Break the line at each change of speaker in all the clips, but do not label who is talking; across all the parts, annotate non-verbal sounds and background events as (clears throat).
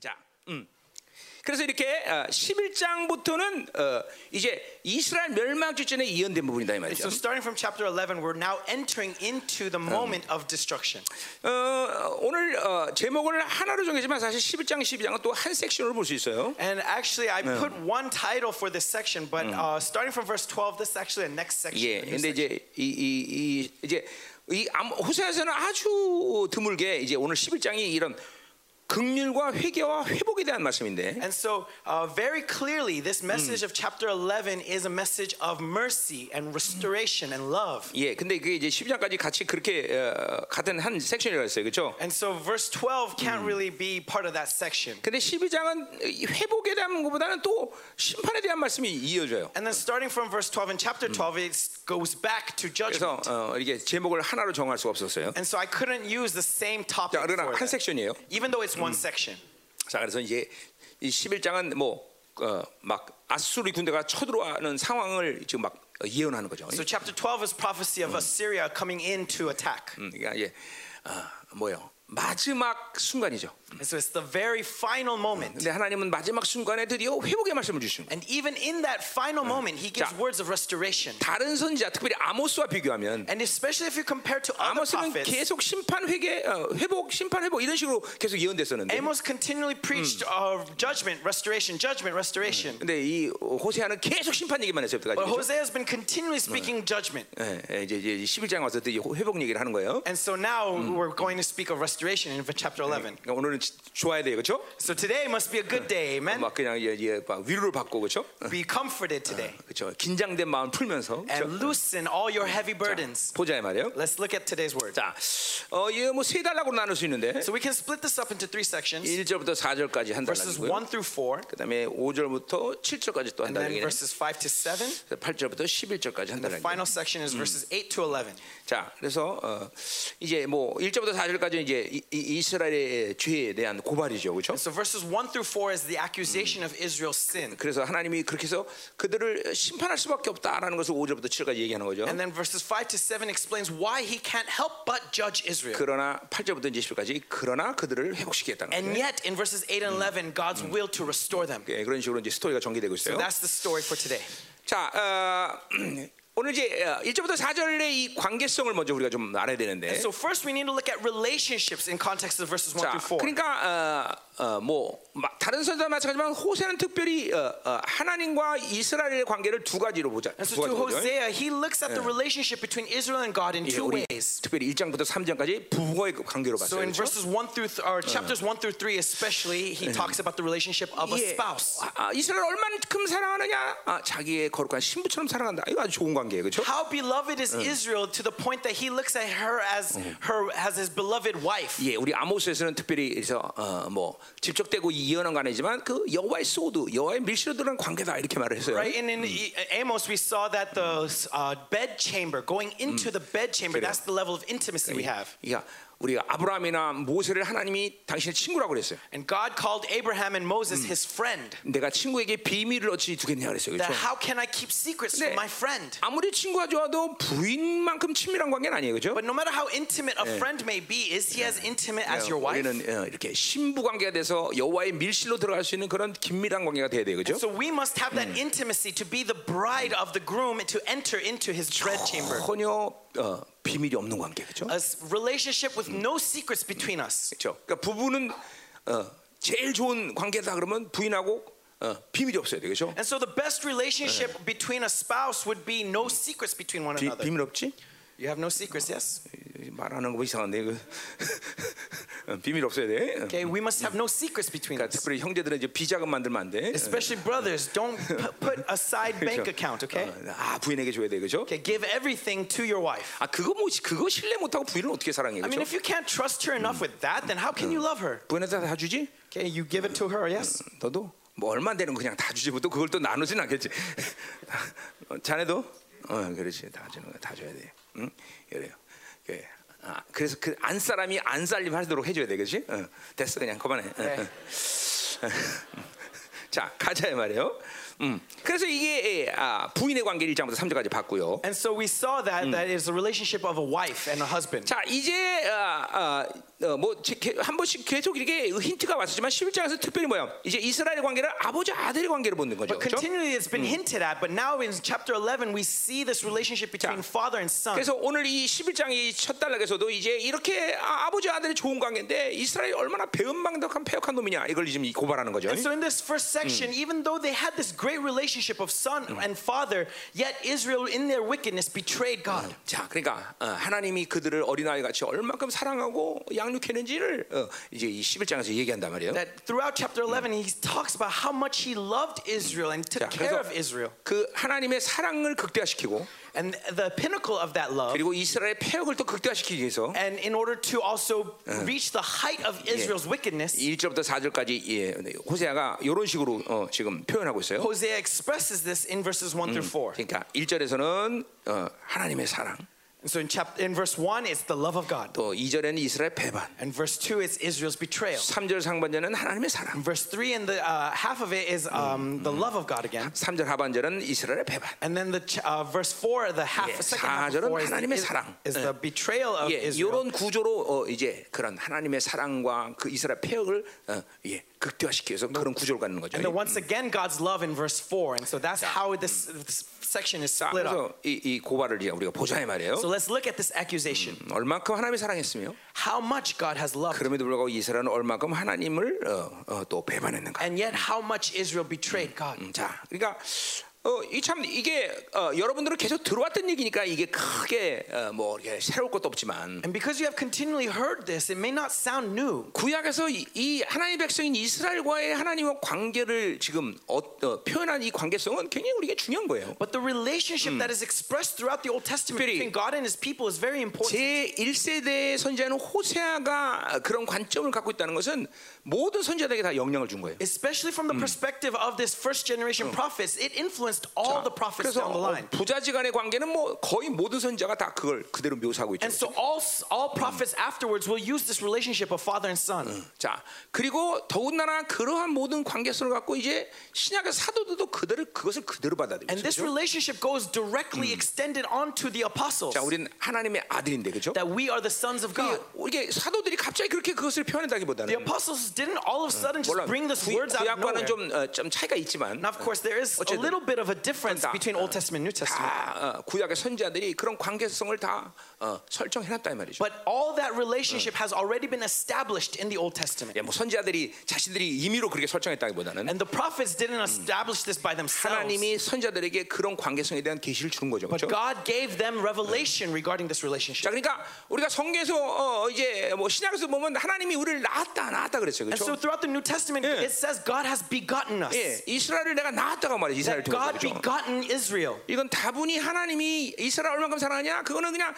자, 음. 그래서 이렇게 11장부터는 어, 이제 이스라엘 멸망 직전에 예언된 부분이다 이 말이죠.
So starting from chapter 11, we're now entering into the moment of destruction.
어, 오늘 어, 제목을 하나로 정했지만 사실 11장, 12장은 또 한 섹션으로 볼 수 있어요.
And actually, I put one title for this section, but uh, starting from verse 12, this is actually the next section.
예.
a new
근데
section.
이제 이, 이, 이 이제 이 암- 호세아서는 아주 드물게 이제 오늘 11장이 이런 극률과 회개와 회복에 대한 말씀인데
And so, uh, very clearly, this message of chapter 11 is a message of mercy and restoration and love.
예, 근데 그게 이제 12장까지 같이 그렇게 어, 같은 한 섹션이라고 했어요. 그렇죠?
And so, verse 12 can't really be part of that section.
근데 12장은 회복에 대한 것보다는 또 심판에 대한 말씀이 이어져요.
And then, starting from verse 12 in chapter 12, it goes back
그래서
to judgment.
어, 이게 제목을 하나로 정할 수가 없었어요.
And so, I couldn't use the same topic,
자, 그러나
for
한
that,
섹션이에요.
even though it's one section.
자, 그래서 이제 이 11장은 뭐, 어, 뭐막 아수리 군대가 쳐들어오는 상황을 지금 막 어, 예언하는 거죠.
So, chapter 12 is prophecy of Assyria coming in to attack.
음, 그러니까 이제 아, 뭐요? 마지막 순간이죠.
And so, it's the very final moment.
근데 하나님은 마지막 순간에 드디어 회복의 말씀을 주시는 거예요.
And even in that final moment, he gives
자.
words of restoration.
다른 선지자, 특별히 아모스와 비교하면
And especially if you compare to other
아모스는
prophets,
계속 심판 회개, 어, 회복, 심판 회복 이런 식으로 계속 예언됐었는데.
Amos continually preached of judgment, restoration, judgment, restoration.
근데 이 호세아는 계속 심판 얘기만 했어요,
But
그때까지.
Hosea has been continually speaking judgment.
예, 예, 이제 이제 11장 와서 또 이제 회복 얘기를 하는 거예요.
And so now we're going to speak of restoration in chapter 11.
그러니까 오늘은 지- 좋아야 돼요, 그렇죠?
So today must be a good day, amen?
막 그냥 예, 예, 막 위로를 받고 그렇죠?
Be comforted today
그렇죠. 긴장된 마음 풀면서
and loosen all your heavy burdens.
보자 이 말이에요.
Let's look at today's word.
자, 어, 이거 뭐세 달라고 나눌 수 있는데
So we can split this up into three sections
1절부터 4절까지 한
verses
달라고요.
1 through 4,
그다음에 5절부터 7절까지 또 한
and then
달라고요.
verses 5 to 7.
8절부터 11절까지 한 달라고요.
The final section is verses 8 to 11.
자, 그래서 어, 이제 뭐 1절부터 4절까지 이제 이, 이- 이스라엘의 죄에 대한 고발이죠. 그렇죠?
So verses 1 through 4 is the accusation of Israel's sin.
그래서 하나님이 그렇게 해서 그들을 심판할 수밖에 없다라는 것을 5절부터 7절까지 얘기하는 거죠.
And then verses 5 to 7 explains why he can't help but judge Israel.
그러나 8절부터 이제 10절까지 그러나 그들을 회복시키겠다는 거예요.
And yet, in verses 8 and 11, God's will to restore them.
예, 그런 식으로 이제 스토리가 전개되고 있어요.
That's the story for today.
자, 어, (clears throat) 오늘 이제 어, 1절부터 4절의 이 관계성을 먼저 우리가 좀 알아야 되는데.
So, first, we need to look at relationships in context of verses 1
자,
through 4.
그러니까 어, 어, 뭐 마- 다른 선자 마찬가지지만 호세는 특별히 어, 어, 하나님과 이스라엘의 관계를 두 가지로 보자.
And
두
so, to
가지로 보죠.
Hosea, he looks at the relationship between Israel and God in
예,
two
우리
ways.
특별히 1장부터 3장까지 부부의 관계로
So,
봤어요.
in
그렇죠?
verses 1 through, th- or chapters 1 through 3, especially, he talks about the relationship of a
예,
spouse.
아, 아, 이스라엘 얼만큼 사랑하느냐? 아, 자기의 거룩한 신부처럼 사랑한다. 이거 아주 좋은 관계예요, 그렇죠?
How beloved is Israel to the point that he looks at her as her as his beloved wife.
예, 우리 아모스에서는 특별히 그래서 어, 뭐 직접되고 이어는 아니지만 그 여호와의 소드, 여호와의 밀실로 들어간 관계다 이렇게 말을 했어요.
Right, and in E- Amos we saw that the uh, bed chamber, going into the bed chamber, that's the level of intimacy we have.
그러니까 우리가 아브라함이나 모세를 하나님이 당신의 친구라고 그랬어요.
And God called Abraham and Moses his friend.
내가 친구에게 비밀을 어찌 두겠냐 그랬어요.
That
그렇죠?
how can I keep secrets
네.
from my friend?
아무리 친구가 좋아도 부인만큼 친밀한 관계는 아니에요, 그렇죠?
But no matter how intimate a friend may be, is he as intimate as your wife?
우리는 어, 이렇게 신부 관계가 돼서 여호와의 밀실로 들어갈 수 있는 그런 긴밀한 관계가 돼야 돼요, 그렇죠?
So we must have that intimacy to be the bride of the groom and to enter into his bed chamber.
전혀 어, 비밀이 없는 관계, 그렇죠?
A s- relationship with no secrets between us.
그렇죠. 그러니까 부부는 어, 제일 좋은 관계다 그러면 부인하고 어, 비밀이 없어야 되겠죠.
And so the best relationship between a spouse would be no secrets between one
비,
another.
비밀 없지?
You have no secrets, yes?
말하는 거뭐 이상한데 이거 (laughs) 어, 비밀 없어야 돼. 어.
Okay, we must have no secrets between
그러니까
us.
특별히 형제들은 이제 비자금 만들면 안 돼.
Especially brothers, don't pu- put aside bank
그렇죠.
account, okay?
어, 아 부인에게 줘야 돼, 그렇죠?
Okay, give everything to your wife.
아 그거 뭐 그거 신뢰 못하고 부인을 어떻게 사랑해,
I mean,
그렇죠?
if you can't trust her enough with that, then how can you love her?
부인한테 다 주지?
Okay, you give it to her, yes?
너도 뭐 얼마 안 되는 거 그냥 다 주지 뭐 또 그걸 또 나누진 않겠지. (laughs) 어, 자네도 어 그렇지 다 주는 거다 줘야 돼. 응 그래요. 예. 아, 그래서 그 안 사람이 안 살림 하도록 해줘야 돼, 그렇지? 어, (laughs) 됐어 그냥 그만해. 어, 어. 자 가자 이 말이에요. 음. 그래서 이게 예, 아, 부인의 관계를 1장부터 3절까지 봤고요.
And so we saw that that is a relationship of a wife and a husband.
자 이제 아, 어, 뭐한 번씩 계속 이렇게 힌트가 왔었지만 11장에서 특별히 뭐야? 이제 이스라엘 관계를 아버지 아들의 관계로 보는 거죠.
But
그렇죠?
continually it's been hinted at, but now in chapter 11 we see this relationship
자,
between father and son.
그래서 오늘 이 11장이 첫 단락에서도 이제 이렇게 아, 아버지 아들의 좋은 관계인데 이스라엘이 얼마나 배은망덕한 폐역한 놈이냐 이걸 지금 이 고발하는 거죠.
And so in this first section, even though they had this great relationship of son and father, yet Israel in their wickedness betrayed God.
자, 그러니까 어, 하나님이 그들을 어린아이 같이 얼만큼 사랑하고 양육했는지를 어, 이제 이 11장에서 얘기한단 말이에요.
That throughout chapter 11 he talks about how much he loved Israel and
자,
took care
그래서
of Israel.
그 하나님의 사랑을 극대화시키고
And the pinnacle of that love
그리고 이스라엘 폐역을 또 극대화시키기 위해서
and in order to also reach the height of Israel's wickedness,
1절부터 4절까지 예, 호세아가 이런 식으로 어, 지금 표현하고 있어요.
Hosea expresses this in verses 1 through 4.
그러니까 1절에서는 어, 하나님의 사랑,
And so in chapter in verse 1 it's the love of God.
또 2절에는 이스라엘 배반,
And verse 2 it's Israel's betrayal.
3절 상반절은 하나님의 사랑,
And verse 3 and the uh, half of it is um, the love of God again.
3절 하반절은 이스라엘의 배반.
And then the ch- uh, verse 4 the half
예,
second half of
사절은
4 is,
하나님의
is,
사랑.
is the betrayal of
예,
Israel.
이런 구조로 어, 이제 그런 하나님의 사랑과 그 이스라엘 폐역을 어, 예, 극대화시켜서 그런 구조를 갖는 거죠.
뭐 And then once again God's love in verse 4. And so that's how this, this section is
자,
split up.
그래서 이, 이 고발을 이제 우리가 보자 이 말이에요. 음,
So let's look at this accusation.
얼만큼 하나님의 사랑했으며
How much God has loved
그럼에도 불구하고 이스라엘은 얼만큼 하나님을 어, 어, 또 배반했는가.
and yet how much Israel betrayed God.
음, 자, 그러니까 어, 이참 이게 어, 여러분들은 계속 들어왔던 얘기니까 이게 크게 어, 뭐 이렇게 새로울 것도 없지만
And because you have continually heard this, it may not sound new.
구약에서 이, 이 하나님의 백성인 이스라엘과의 하나님의 관계를 지금 어, 어, 표현한 이 관계성은 굉장히 우리에게 중요한 거예요.
But the relationship that is expressed throughout the Old Testament
특별히
between God and his people is very important.
제 1세대 선지자는 호세아가 그런 관점을 갖고 있다는 것은 모든 선지자들에게 다 영향을 준 거예요.
Especially from the perspective of this first generation prophets, it influenced all the prophets
그래서
down the
어,
line.
부자지간의 관계는 뭐 거의 모든 선지자가 다 그걸 그대로 묘사하고 있죠.
And so all all prophets afterwards will use this relationship of father and son.
자 그리고 더군다나 그러한 모든 관계성을 갖고 이제 신약의 사도들도 그대로 그것을 그대로
And this
받아들였죠.
relationship goes directly extended onto the apostles
자 우리는 하나님의 아들인데 그죠?
that we are the sons of
Hmm.
God.
이게 사도들이 갑자기 그렇게 그것을 표현한다기보다는
The apostles didn't all of a sudden just
물론
bring these
구-
words out of nowhere.
구약과는 좀, 어, 좀 차이가 있지만
And of course, there is a
어쨌든
little bit of a difference
다,
between Old Testament and New Testament.
다 어, 구약의 선지자들이 그런 관계성을 다 어, 설정해놨다 이 말이죠.
But all that relationship has already been established in the Old Testament.
예, 뭐 선지자들이 자신들이 임의로 그렇게 설정했다기보다는
And the prophets didn't establish this by themselves.
하나님이 선지자들에게 그런 관계성에 대한 계시를 주는 거죠.
But
그렇죠?
God gave them revelation regarding this
자,
relationship.
그러니까 우리가 성경에서 어, 이제 뭐 신약에서 보면 하나님이 우리를 낳았다, 낳았다 그랬어요.
And so
그렇죠?
throughout the New Testament,
Yeah.
it says God has begotten us.
예, 이스라엘을 내가 낳았다고 말이죠. 이스라엘
That
통해서.
God
그렇죠?
begotten Israel.
이건 다분히 하나님이 이스라엘 얼만큼 사랑하냐? 그거는 그냥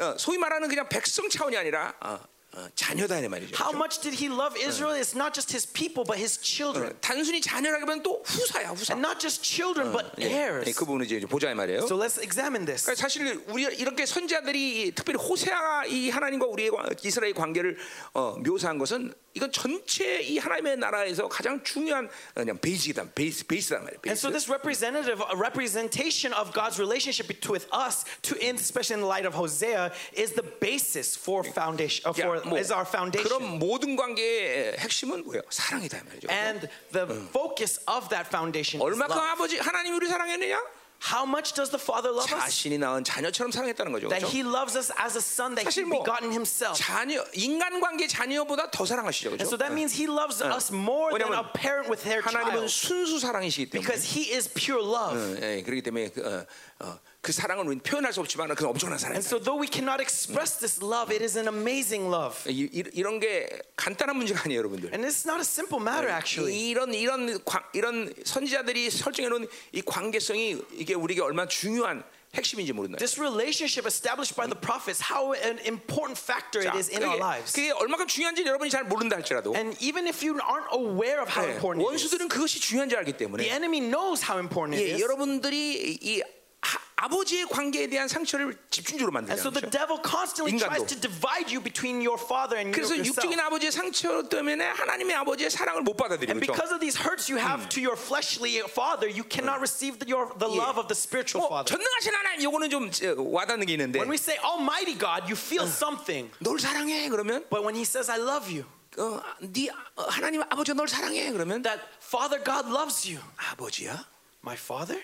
어, 소위 말하는 그냥 백성 차원이 아니라 어, 어, 자녀다 이 말이죠.
How much did he love Israel? It's not just his people, but his children.
단순히 자녀라기보다는 또 후사야, 후사.
And not just children, but
예, 예,
heirs.
그 부분을 이제 보자 이 말이에요.
So let's examine this.
그러니까 사실 우리 이렇게 선자들이 지 특별히 호세아가 이 하나님과 우리의 관- 이스라엘 관계를 어, 묘사한 것은 이건 전체 이 하나님의 나라에서 가장 중요한 어, 그냥 베이직이다 베이스 베이스단 말이에요.
And
베이스.
so this representative a representation of God's relationship bet- with us, to in, especially in the light of Hosea, is the basis for foundation. uh, for,
야, 뭐
is our foundation.
그런 모든 관계의 핵심은 뭐예요? 사랑이다 이 말이죠.
And the focus of that foundation is
얼마큼
love.
아버지 하나님이 우리 사랑했느냐?
How much does the Father love us?
자신이 낳은 자녀처럼 사랑했다는 거죠.
That
그렇죠?
He loves us as a son that He
사실 뭐
begotten Himself.
자녀 인간 관계 자녀보다 더 사랑하시죠.
And so
그렇죠?
that means He loves us more than a
왜냐면
parent with their
하나님은
child.
순수 사랑이시기 때문에
Because He is pure love.
예, 예, 그렇기 때문에 그, 어, 어, 그 사랑은 우리는 표현할 수 없지만 그 엄청난
And
사랑이다.
so though we cannot express this love, it is an amazing love.
이, 이- 이런 게 간단한 문제가 아니에요, 여러분들.
And it's not a simple matter actually.
이런 이런 관- 이런 선지자들이 설정해 놓은 이 관계성이 이게 우리에게 얼마나 중요한 핵심인지 모른다.
This relationship established by the prophets, how an important factor
자,
it is in
그게,
our lives.
그게 얼마큼 중요한지 여러분이 잘 모른다 할지라도
And even if you aren't aware of how
예,
important it is,
원수들은 그것이 중요한지 알기
the
때문에
enemy knows how important it
예,
is.
여러분들이 이 하- 아버지의 관계에 대한 상처를 집중적으로
And so
만드는
the
거죠.
devil constantly tries
인간도.
to divide you between your father and your,
그래서
yourself.
육적인 아버지의 상처 때문에 하나님의 아버지의 사랑을 못 받아들이고
And
있죠.
because of these hurts you have to your fleshly father, you cannot receive the, your, the
Yeah.
love of the spiritual
뭐,
father.
전능하신 하나님 요거는 좀 어, 와닿는 게 있는데
When we say Almighty God, you feel something.
널 사랑해 그러면
But when He says, I love you,
어, 네 아- 하나님 아버지 널 사랑해 그러면
that Father God loves you.
아버지야?
My father?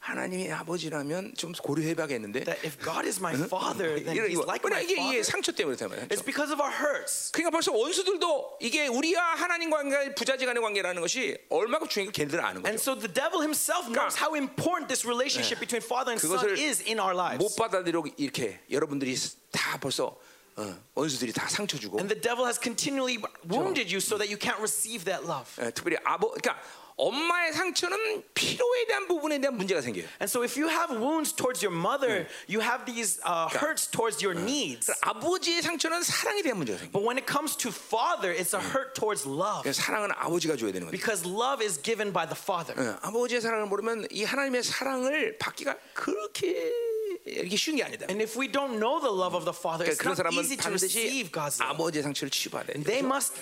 하나님이 아버지라면 좀 고려해봐야겠는데
That if God is
Uh-huh.
my
(laughs)
father, then
이런
He's
이거
like
왜냐
my
이게, 이게
father.
상처 때문에 그렇잖아요.
It's because of our hurts.
그러니까 벌써 원수들도 이게 우리와 하나님 관계 부자지간의 관계라는 것이 얼마큼 중요한 걸 걔네들은 아는 거죠.
And so the devil himself
그러니까-
knows how important this relationship between father and son
그것을
is in our lives.
못 받아들이고 이렇게 여러분들이 다 벌써 어, 원수들이 다 상처 주고
And the devil has continually wounded you so that you can't receive that love.
예, 특별히 아버 그러니까 엄마의 상처는 피로에 대한 부분에 대한 문제가 생겨요.
And so if you have wounds towards your mother, you have these uh, hurts towards your needs.
그러니까 아버지의 상처는 사랑에 대한 문제가 생겨요.
But when it comes to father, it's a hurt towards love
그러니까 사랑은 아버지가 줘야 되는 거예요.
because love is given by the father.
예, 아버지의 사랑을 모르면 이 하나님의 사랑을 받기가 그렇게 이렇게 쉬운 게 아니다.
And if we don't know the love of the Father, it's
그러니까 그런
not
사람은
easy to
반드시
receive God's love.
아버지의 상처를 치유받아야 돼요.
They must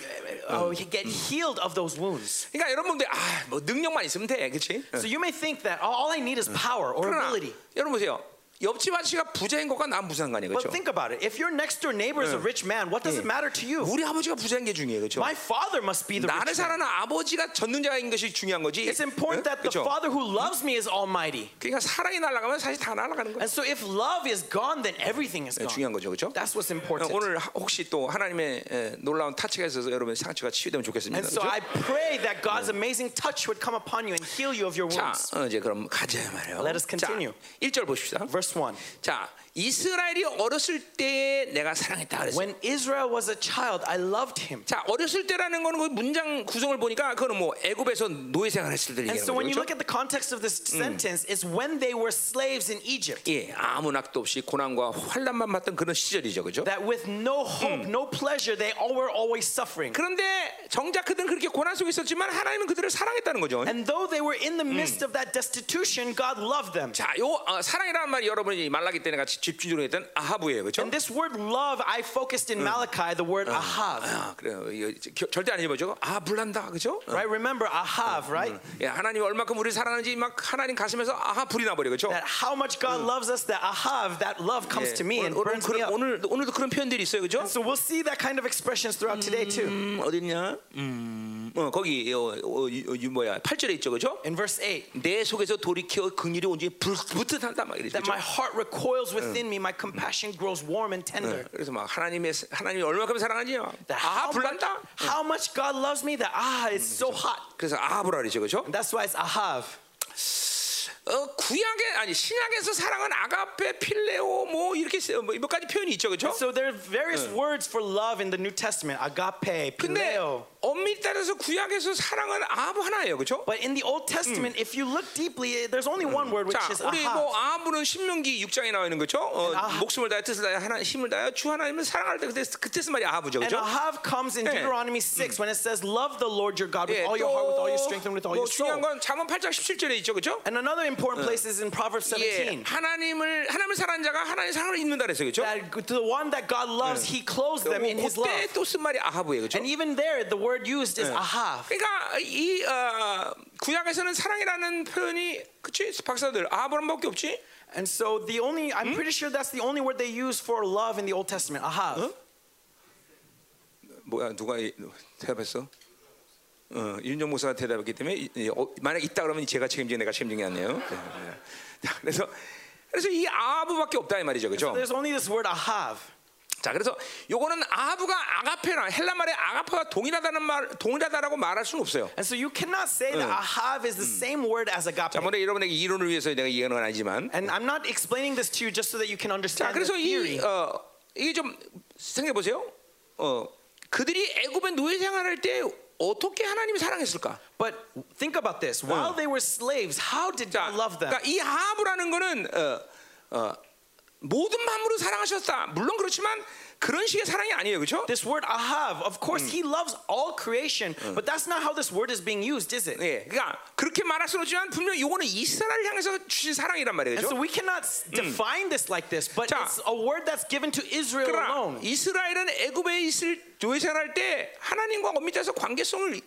uh, uh, get healed of those wounds.
그러니까 여러분들 아뭐 능력만 있으면 돼, 예. 그렇지?
So you may think that "Oh, all I need is power or
그러나
ability.
여러분 보세요. 옆집 아저씨가 부자인 것과 난 무슨 상관이에요,
But
그렇죠?
think about it. If your next door neighbor is a rich man, what does it matter to you?
우리 아버지가 부자인 게 중요해요, 그렇죠?
My father must be the
나를
rich man.
사랑하는 아버지가 전능자인 것이 중요한 거지.
It's important that the
그렇죠?
father who loves me is almighty.
그러니까 사랑이 날아가면 사실 다 날아가는 거예요.
And so if love is gone, then everything is gone.
중요한 거죠, 그렇죠?
That's what's important.
오늘 하- 혹시 또 하나님의 에, 놀라운 타치가 있어서 여러분 상처가 치유되면 좋겠습니다.
And
그렇죠?
so I pray that God's amazing touch would come upon you and heal you of your
자,
wounds.
어, 이제 그럼 가자 말이에요.
Let us continue.
자, 1절 봅시다.
Verse 1.
자, 이스라엘이 어렸을 때에 내가 사랑했다 그랬어요.
When Israel was a child, I loved him.
자, 어렸을 때라는 거는 그 문장 구성을 보니까 그거는 뭐 애굽에서 노예 생활했을 때
And
얘기하는
so when
거죠.
you
그렇죠?
look at the context of this sentence, it's when they were slaves in Egypt.
예, 아무 낙도 없이 고난과 환란만 받던 그런 시절이죠. 그죠?
That with no hope, no pleasure, they all were always suffering.
그런데 정작 그들은 그렇게 고난 속에 있었지만 하나님은 그들을 사랑했다는 거죠.
And though they were in the midst of that destitution, God loved them.
자, 요 어, 사랑이라는 말이 여러분이 말라기 때문에 같이 집중적으로 했던 아하부예요. 그렇죠?
And this word love, I focused in Malachi, the word Ahav.
아, 그래요. 이거 겨- 절대 안 잊어버죠. 아, 불난다. 그죠? 어.
Right? Remember Ahav, right?
예, 하나님이 얼마큼 우리를 사랑하는지 막 하나님 가슴에서 아하 불이 나버려. 그죠?
That how much God loves us, that Ahav, that love comes
예,
to
오늘,
me and
오늘,
burns me
그런-
up.
오늘, 오늘도 그런 표현들이 있어요. 그죠?
So we'll see that kind of expressions throughout today too.
음, 어딨냐? 음, 어, 거기 어, 어, 유- 어, 유- 뭐야? 8절에 있죠, 그죠?
In verse 8,
내 속에서 돌이켜 긍휼이 온전히 불- 붙듯한다 막 이랬죠.
that
그죠?
my heart recoils within me, my compassion grows warm and tender.
그래서 막 하나님의 하나님이 얼마큼 사랑하는지 막
That
아하
how, much,
불난다.
how much God loves me, that ah, it's so hot.
그래서 아하 불라 그랬죠, 그죠?
And that's why it's ahav.
어, 구약에 아니 신약에서 사랑은 아가페, 필레오 뭐 이렇게 쓰- 뭐 몇 가지 표현이 있죠, 그죠?
So there are various words for love in the New Testament agape,
근데
phileo.
엄밀히 따져서 구약에서 사랑은 아합 하나예요, 그죠?
But in the Old Testament, if you look deeply, eh, there's only one word which
자,
is
우리
ahav.
뭐 아합은 신명기 6장에 나와 있는 거죠. 어,
아합.
목숨을 다해 뜻을 다해 하나 힘을 다해 주 하나님을 사랑할 때 그때 그때 쓴 말이 아합이죠,
And
그죠?
ahav comes in
예.
Deuteronomy 6 when it says, Love the Lord your God with
예,
all your heart, with all your strength, and with all
또뭐
your
중요한
soul.
건 잠언 8장 17절에 있죠, 그죠?
And another important place is in Proverbs
예,
17.
하나님을 하나님을 사랑하는 자가 하나님의 사랑을 입는다 그랬어요, 그죠?
That the one that God loves, he clothes them in his love.
그때 또 쓴 말이 아합이에요, 그죠?
And even there, the word used is ahav.
그러니까 이 어, 구약에서는 사랑이라는 표현이 그치 박사들 아브람밖에 없지?
And so the only I'm pretty sure that's the only word they use for love in the Old Testament. Ahav.
뭐야 누가 이- 대답했어? 어, 윤정 목사가 대답했기 때문에 이- 이- 어, 만약 있다 그러면 제가 책임지고 내가 책임진 게 아니에요. 네, 네. 자, 그래서 그래서 이 아부밖에 없다 이 말이죠, 그렇죠?
There's only this word ahav.
자, 그래서 요거는 아부가 아가페나 헬라 말의 아가페와 동일하다는 말 동일하다라고 말할 수는 없어요.
And so you cannot say that ahav is the same word as agape.
자, 물론 여러분에게 이론을 위해서 내가 이해하는 건 아니지만,
And I'm not explaining this to you just so that you can
자,
understand the
그래서 이
theory.
어, 이게 좀 생각해 보세요. 어, 그들이 애굽의 노예 생활할 때 어떻게 하나님이 사랑했을까?
But think about this. While they were slaves, how did
자,
Mm. God love them?
그러니까 이 하부라는 거는 어, 어, 모든 마음으로 사랑하셨다. 물론 그렇지만 그런 식의 사랑이 아니에요, 그렇죠?
This word ahav, of course, he loves all creation, but that's not how this word is being used, is it?
예, 그러니까 그렇게 말할 수는 없지만 분명 이거는 이스라엘 향해서 주신 사랑이란 말이에요,
And so
그렇죠?
we cannot s- define this like this, but
자.
it's a word that's given to Israel
그러나
alone.
이스라엘은 애굽에 있을 교회 생활할 때 하나님과 엄밀해서 관계성을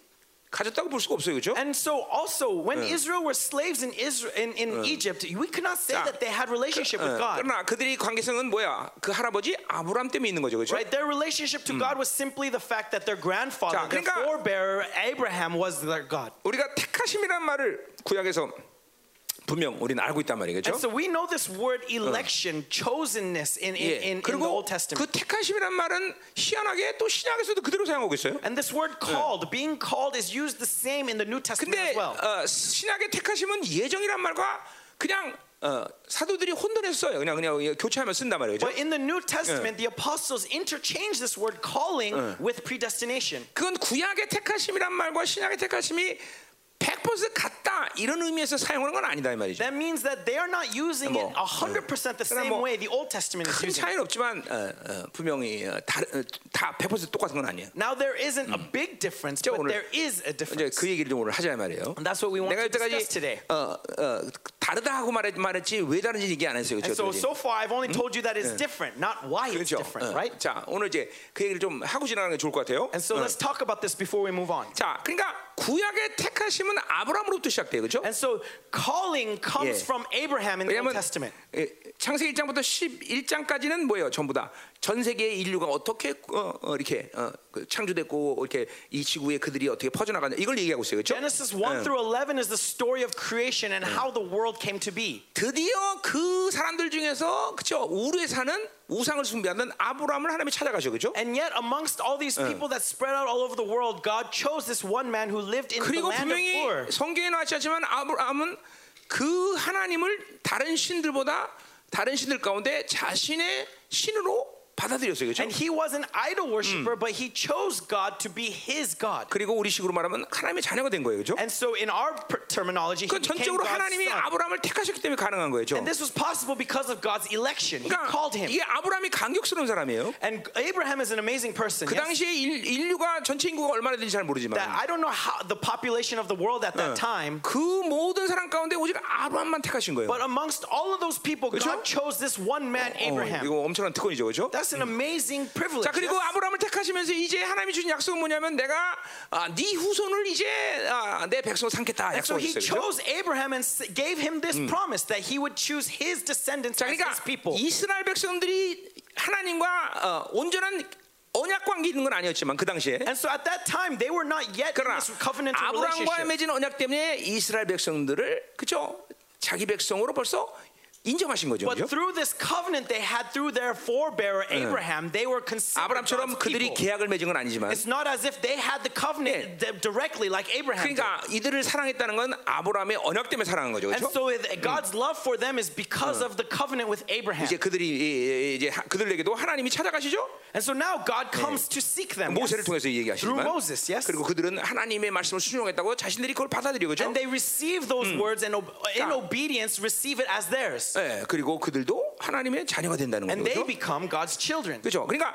가졌다고 볼 수가 없어요, 그렇죠?
And so also, when Israel were slaves in Israel in, in Egypt, we could not say
자.
that they had relationship with God.
그러나 그들이 관계성은 뭐야? 그 할아버지 아브람 때문에 있는 거죠, 그렇죠?
Right, their relationship to God was simply the fact that their grandfather,
자,
their
그러니까-
forebearer Abraham, was their God.
우리가 택하심이란 말을 구약에서 분명 우리는 알고 있단 말이에요,
And
그렇죠?
so we know this word election, chosenness in, in,
예,
in, in
Uh.
the
그리고
Old Testament.
그 택하심이란 말은 희한하게 또 신약에서도 그대로 사용하고 있어요.
And this word called, being called, is used the same in the New Testament
근데
as well.
어, 신약의 택하심은 예정이란 말과 그냥 어, 사도들이 혼돈해서 써요. 그냥 그냥 교체하면 쓴단 말이에요. 그렇죠? 그죠?
But in the New Testament, the apostles interchange this word calling with predestination.
그건 구약의 택하심이란 말과 신약의 택하심이 100% 같다 이런 의미에서 사용하는 건 아니다 이 말이죠.
That means that they are not using it
뭐,
100% the
그러나
same
뭐
way the Old Testament is
큰
using it.
차이는 없지만 어, 어, 분명히 어, 다, 어, 다 100% 똑같은 건 아니에요.
Now, there isn't a big difference, but
오늘
there is a
이제
difference.
그 얘기를 좀 오늘 하자 이 말이에요.
And that's what we want
내가
to discuss
이때까지
today.
어, 어, 다르다 하고 말했, 말했지 왜 다른지 얘기 안 했어요. 그렇죠?
And so, so far, I've only told you that it's different, not why it's
그렇죠. 어.
different, right?
자 오늘 이제 그 얘기를 좀 하고 지나가는 게 좋을 것 같아요.
And so, let's talk about this before we move on.
자, 그러니까 구약의 택하심은 아브라함으로부터 시작돼요, 그렇죠?
And so, calling comes
예.
from Abraham in the Old
왜냐하면
Testament.
예, 창세기 1장부터 11장까지는 뭐예요? 전부 다 전 세계의 인류가 어떻게 어, 어, 이렇게 어, 그 창조됐고 이렇게 이 지구에 그들이 어떻게 퍼져나갔냐 이걸 얘기하고 있어요, 그렇죠?
Genesis 1
Ah.
through 11 is the story of creation and how the world came to be.
드디어 그 사람들 중에서 그렇죠? 우르에 사는 우상을 숭배하는 아브라함을 하나님이 찾아가셔, 그렇죠?
And yet, amongst all these
Ah.
people that spread out all over the world, God chose this one man who lived in the
그리고
land of
분명히
Ur.
성경에 나왔지 않지만 아브라함은 그 하나님을 다른 신들보다 다른 신들 가운데 자신의 신으로 받아들였어요. 그렇죠?
And he was an idol worshiper, but he chose God to be his God.
그리고 우리 식으로 말하면 하나님의 자녀가 된 거예요. 그렇죠?
And so, in our per- terminology, he
그
became
전적으로
God's
하나님이
son.
아브라함을 택하셨기 때문에 가능한 거예요. 그렇죠?
And this was possible because of God's election. He called
그러니까
him.
이게 아브라함이 감격스러운 사람이에요.
And Abraham is an amazing person.
그
yes?
당시에 인- 인류가 전체 인구가 얼마나 되는지 잘
That
모르지만
I don't know how the population of the world at that time,
그 모든 사람 가운데 오직 아브라함만 택하신 거예요.
but amongst all of those people,
그죠?
God chose this one man,
어, Oh,
Abraham.
이거 엄청난 특권이죠. 그렇죠?
That's an amazing privilege.
자 그리고
yes?
아브라함을 택하시면서 이제 하나님이 주신 약속은 뭐냐면 내가 아, 네 후손을 이제 아, 내 백성으로 삼겠다
And so he
약속했어요. 그렇죠?
chose Abraham and s- gave him this promise that he would choose his descendants
자
as
그러니까
his people.
이스라엘 백성들이 하나님과 어, 온전한 언약 관계 있는 건 아니었지만 그 당시에
And so at that time, they were not yet in
그러나
this covenantal
아브라함과
relationship.
맺은 언약 때문에 이스라엘 백성들을 그죠 자기 백성으로 벌써 인정하신 거죠. 그죠?
But through this covenant they had through their forebearer Abraham, they were considered God's
아브라함처럼 그들이
people.
계약을 맺은 건 아니지만
It's not as if they had the covenant d- directly like Abraham did.
그러니까 이들을 사랑했다는 건 아브라함의 언약 때문에 사랑한 거죠.
And
그렇죠?
so it- God's love for them is because of the covenant with Abraham.
이제 그들이 이- 이- 이제 하- 그들에게도 하나님이 찾아가시죠.
And so now God comes to seek them.
모세를
yes?
통해서
Through
얘기하시지만
Moses, yes?
그리고 그들은 하나님의 말씀을 순종했다고 자신들이 그걸 받아들이고 그죠?
And they receive those words and ob- in
자.
obedience receive it as theirs.
예, 그리고 그들도 하나님의 자녀가 된다는
And they
거죠.
become God's children.
그죠? 그러니까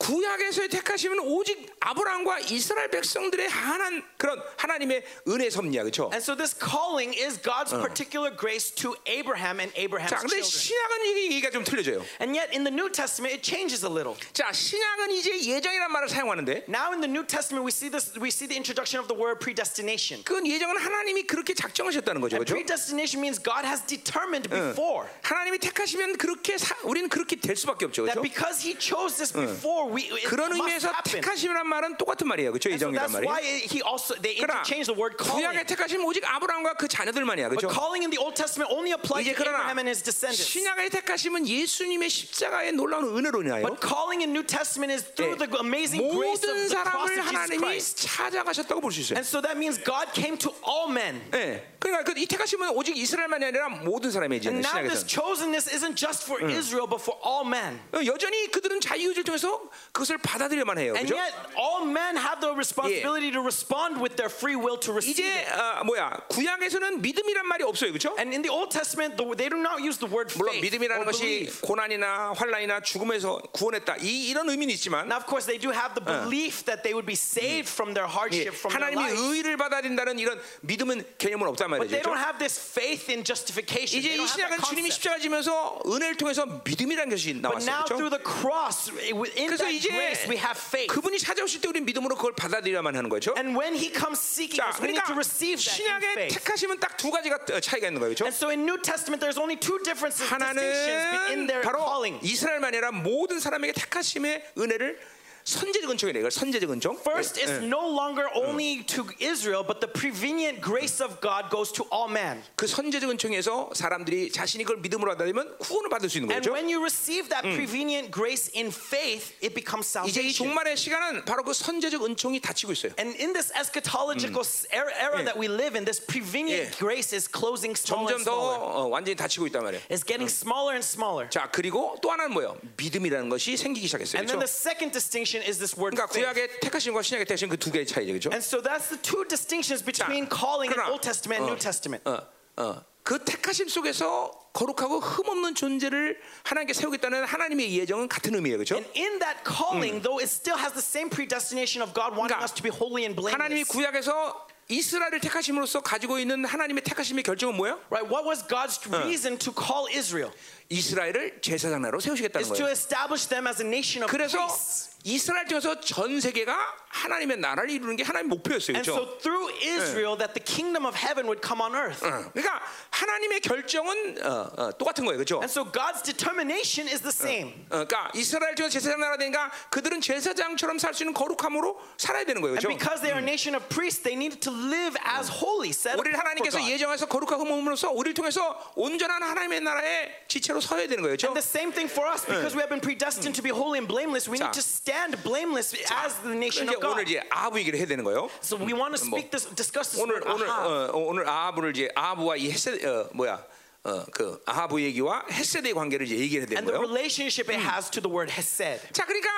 구약에서의 택하심은 오직 아브라함과 이스라엘 백성들의 한한 그런 하나님의 은혜 섭리야. 그렇죠?
And so this calling is God's particular grace to Abraham and Abraham's
자, 근데
children.
신약은 이 얘기가 좀 틀려져요.
And yet in the New Testament it changes a little.
자, 신약은 이제 예정이란 말을 사용하는데
Now in the New Testament we see this we see the introduction of the word predestination.
그건 예정은 하나님이 그렇게 작정하셨다는 거죠.
And
그렇죠?
predestination means God has determined before.
하나님이 택하시면 그렇게 사, 우리는 그렇게 될 수밖에 없죠.
That
그렇죠?
because he chose this before we it
그런
must
의미에서
happen.
택하심이란 말은 똑같은 말이에요. 그렇죠?
And so
예정이란
that's
말이.
why it- he also they
그러나
interchange the word calling.
구약의 택하심 오직 아브라함과 그 자녀들만이야.
But
그렇죠?
calling in the Old Testament only applies
이제
to
그러나
Abraham and his descendants.
신약의 택하심은 예수님의 십자가의 놀라운 은혜로 인하여
But calling in New Testament is through
네,
the amazing grace of
모든
the cross
사람을
of Jesus
하나님이
Christ.
찾아가셨다고 볼 수 있어요.
And so that means God came to all men.
예. 그러니까 그이 택하심은 오직 이스라엘만이 아니라 모든 사람의 이제
And now
신약에서
this chosenness isn't just for Israel, but for all men.
여전히 그들은 자유의지를 통해서 그것을 받아들여만 해요.
And
그죠?
yet, all men have the responsibility to respond with their free will to receive
이제
it.
아, 뭐야 구약에서는 믿음이란 말이 없어요, 그렇죠?
And in the Old Testament, the, they do not use the word faith
물론
or
믿음이라는 것이
belief.
고난이나 환란이나 죽음에서 구원했다 이 이런 의미는 있지만
Now, of course, they do have the belief that they would be saved from their
예,
hardship, from their
하나님이
life.
의를 받아들인다는 이런 믿음은 개념은 없단
But
말이죠.
they don't
그렇죠?
have this faith in justification.
이제 이
They don't have that
신약은 주님이
concept.
십자가 지면서 은혜를 통해서 믿음이라는 것이
But
나왔어요.
now
그렇죠?
through the cross, within
그래서
that
이제
grace, we have faith.
그분이 찾아오실 때 우리는 믿음으로 그걸 받아들여야만 하는 거죠.
And when He comes seeking
자,
us, we need to
그러니까
receive that in
신약에
faith.
택하시면 딱 두 가지가 어, 차이가 있는 거예요.
And
그렇죠?
so in New Testament, there's only two differences, distinctions
하나는
in their
바로
calling.
이스라엘만 아니라 모든 사람에게 택하심의 은혜를 선제적 은총이래요. 이걸 선제적 은총.
First,
예,
it's
예.
no longer only to Israel, but the prevenient grace of God goes to all men.
그 선제적 은총에서 사람들이 자신이 그걸 믿음으로 받아들이면 구원을 받을 수 있는
And
거죠.
when you receive that prevenient grace in faith, it becomes
이제 이
salvation.
종말의 시간은 바로 그 선제적 은총이 닫히고 있어요.
And in this eschatological era, era
Mm. Yeah.
that we live in, this prevenient
Yeah.
grace is closing smaller and
점점 더
smaller.
어, 완전히 닫히고 있단 말이에요.
It's getting smaller and smaller.
자 그리고 또 하나는 뭐예요? 믿음이라는 것이 생기기 시작했어요.
And then the
그렇죠?
second distinction is this word
그러니까
faith.
구약의 택하심과 신약의 택하심 그 두 개의 차이죠, 그렇죠?
And so that's the two distinctions between
자,
calling in
그러나,
Old Testament
어,
and New Testament.
어, 어. 그 택하심 속에서 거룩하고 흠없는 존재를 하나님께 세우겠다는 하나님의 예정은 같은 의미예요, 그렇죠?
And in that calling, though it still has the same predestination of God wanting
그러니까
us to be holy and
하나님이
blameless.
구약에서 이스라엘을 택하심으로써 가지고 있는 하나님의 택하심의 결정은 뭐예요?
Right? What was God's reason to call Israel?
이스라엘을 제사장 나라로 세우시겠다는
Is to
거예요.
establish them as a nation of
그래서
priests.
이스라엘 통해서 전 세계가 하나님의 나라를 이루는 게 하나님의 목표였어요,
And so
그렇죠?
through Israel, that the kingdom of heaven would come on earth.
어, 그러니까 하나님의 결정은 어, 어, 똑같은 거예요, 그렇죠?
And so God's determination is the same.
어, 그러니까 이스라엘 중에 제사장 나라 되니까 그들은 제사장처럼 살 수 있는 거룩함으로 살아야 되는 거예요.
And
그렇죠?
because they are a nation of priests, they needed to live as holy, set
우리를
apart for
하나님께서
어, God.
예정해서 거룩하고 몸으로서 우리를 통해서 온전한 하나님의 나라의 지체로 서야 되는 거예요. 그렇죠?
And the same thing for us, because we have been predestined to be holy and blameless, we
자.
need to stand blameless as
그래서
the nation
이제
of God.
오늘 이제 아합 얘기를 해야 되는 거예요.
So we want to speak this, discuss this
오늘
word,
오늘
aha.
어, 오늘 아합을 이제 아합과 이 헤세 어, 뭐야 어, 그 아합 얘기와 헤세드의 관계를 이제 얘기를 해야 되는
and the
거예요.
relationship it has to the word hesed.
자, 그러니까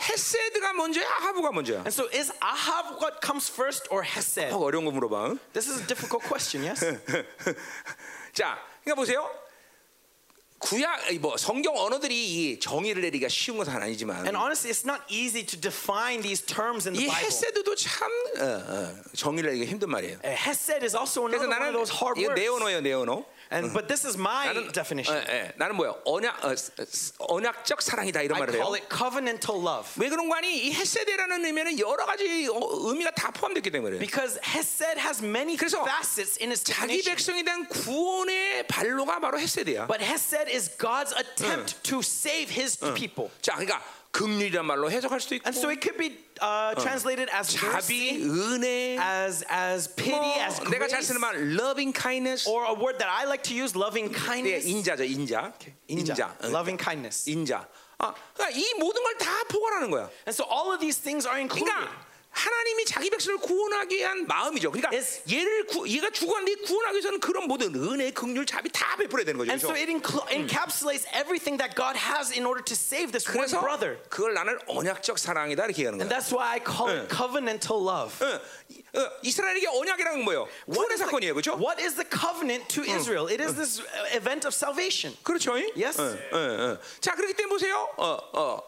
헤세드가 먼저야, 아합가 먼저야.
And so is ahav what comes first or hesed?
어, 어려운 거 물어봐. 응? (laughs)
This is a difficult question, yes?
자, 그러니까 보세요. 구약 아니, 뭐 성경 언어들이 이 정의를 내리기가 쉬운 것은 아니지만
and honestly, it's not easy to define these terms in the
이
Bible.
헤세드도 참 어, 어, 정의를 내리기 힘든 말이에요.
Uh, Hesed is also
그래서 나는
another one of those hard
이거
words.
내 언어예요, 내 언어.
And but this is my
나는
definition.
예, 예. 나는 뭐야? 언약 어, 스- 스- 언약적 사랑이다 이런
I
말을 해요.
call it covenantal love.
왜 그런 거 아니? 이 헤세드라는 의미는 여러 가지 어, 의미가 다 포함됐기 때문에 그래요.
Because Hesed has many
그래서
facets in its
자기
definition.
백성에 대한 구원의 발로가 바로 헤세드야.
But Hesed is God's attempt to save his people.
자, 그러니까 긍휼이란 말로 해석할 수도 있고
And so it could be uh, translated as
자비,
mercy,
은혜,
as as pity,
뭐
as
내가 잘
grace,
쓰는 말 loving kindness
or a word that I like to use, loving
네,
kindness. Uh,
인자죠, 인자. 인자. 응,
Loving kindness.
인자. 아, 그러니까 이 모든 걸 다 포괄하는 거야.
And so all of these things are included.
그러니까 하나님이 자기 백성을 구원하기 위한 마음이죠. 그러니까
It's-
얘를 구, 얘가 죽었는데 구원하기 위해서는 그런 모든 은혜, 긍휼, 자비 다 베풀어야 되는 거죠. 그렇죠?
And so
그래서,
it incl- encapsulates everything that God has in order to save this one
그래서
brother.
그걸 나는 언약적 사랑이다 이렇게 얘기하는 거야.
And that's why I call it covenantal love.
응. 이- 어, 이스라엘에게 언약이라는 건 뭐예요? 구원의 사건이에요, 그렇죠?
What is the covenant to Israel? It is this uh, event of salvation.
그렇죠. 잉?
Yes.
응, 응, 응. 자, 그렇기 때문에 보세요. 어, 어.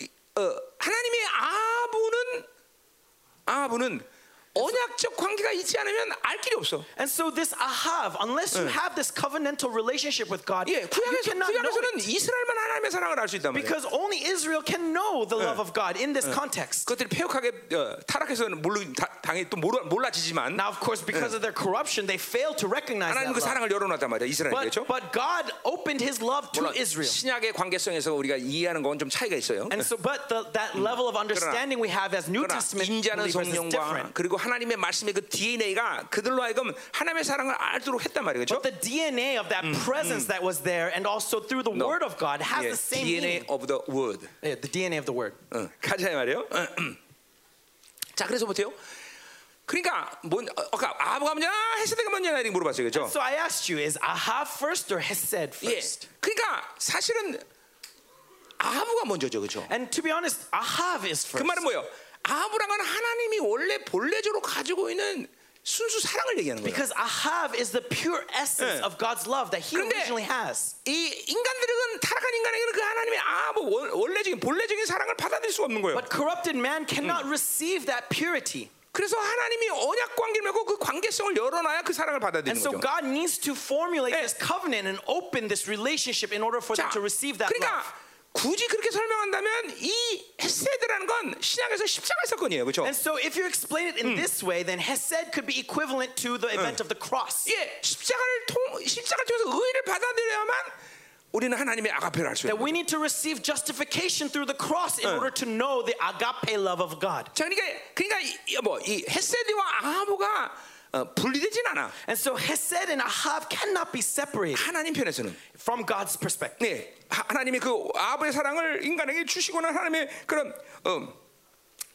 이- 어, 하나님의 아부는 아부는 언약적 관계가 있지 않으면 알 길이 없어.
And so this ahav, unless you have this covenantal relationship with God,
예,
you
구약에서,
cannot know it.
구약에서는 이스라엘만 하나님의 사랑을 알 수 있단 말이에요.
Because only Israel can know the love of God in this context.
그것들이 폐역하게 어, 타락해서는 모르, 다, 당연히 또 몰라, 몰라지지만
Now, of course, because of their corruption, they fail to recognize that
하나님 그
love.
사랑을 열어놨단 말이야
But,
이스라엘에게죠.
but God opened His love to
물론
Israel.
신약의 관계성에서 우리가 이해하는 건 좀 차이가 있어요.
And so, but the, that level of understanding we have as New
그러나
Testament
인자는
believers is
성령과
different.
그리고 하나님의 말씀의 그 DNA가 그들로 하여금 하나님의 사랑을 알도록 했단 말이에요, 그렇죠?
But the DNA of that presence that was there, and also through the
No.
Word of God, has
예,
the same
DNA
meaning.
of the word.
Yeah, the DNA of the Word.
어, 가자 이 말이에요. (clears throat) 자, 그래서 보세요. 그러니까 뭔 어, 아까 아브가 뭐냐, 헤세드가 뭐냐 이렇게 물어봤어요, 그렇죠?
So I asked you, is Aha first or Hesed
예.
first?
그러니까 사실은 아하부가 먼저죠, 그렇죠?
And to be honest, Ahav is
그
first.
말은 뭐예요? 아하부란 건 하나님이 원래 본래적으로 가지고 있는 순수 사랑을 얘기하는 거예요.
Because Ahav is the pure essence
Yeah.
of God's love that he
그런데-
originally has.
이 인간들은 타락한 인간에게는 그 하나님의 아뭐 원- 원래적인 본래적인 사랑을 받아들일 수가 없는 거예요.
But corrupted man cannot receive that purity.
그래서 하나님이 언약 관계를 맺고 그 관계성을 열어놔야 그 사랑을
And
받아들이는
so
거죠.
God needs to formulate
Yeah.
this covenant and open this relationship in order for them
자,
to receive that love.
그러니까 굳이 그렇게 설명한다면 이 헤세드라는 건 신약에서 십자가 사건이에요, 그렇죠?
And so if you explain it in this way, then Hesed could be equivalent to the event of the cross.
예, 십자가를 통 십자가 통해서 의를 받아들여야만 우리는 하나님의 아가페를 알 수 있는
That
거예요.
we need to receive justification through the cross in
Yeah.
order to know the agape love of God.
자, 그러니까 그러니까 이, 뭐이 헤세드와 아하보가 어, 분리되진 않아.
And so Hesed and Ahav cannot be separated
하나님 편에서는
from God's perspective.
네, 하- 하나님이 그 아버의 사랑을 인간에게 주시고는 하나님의 그런 어,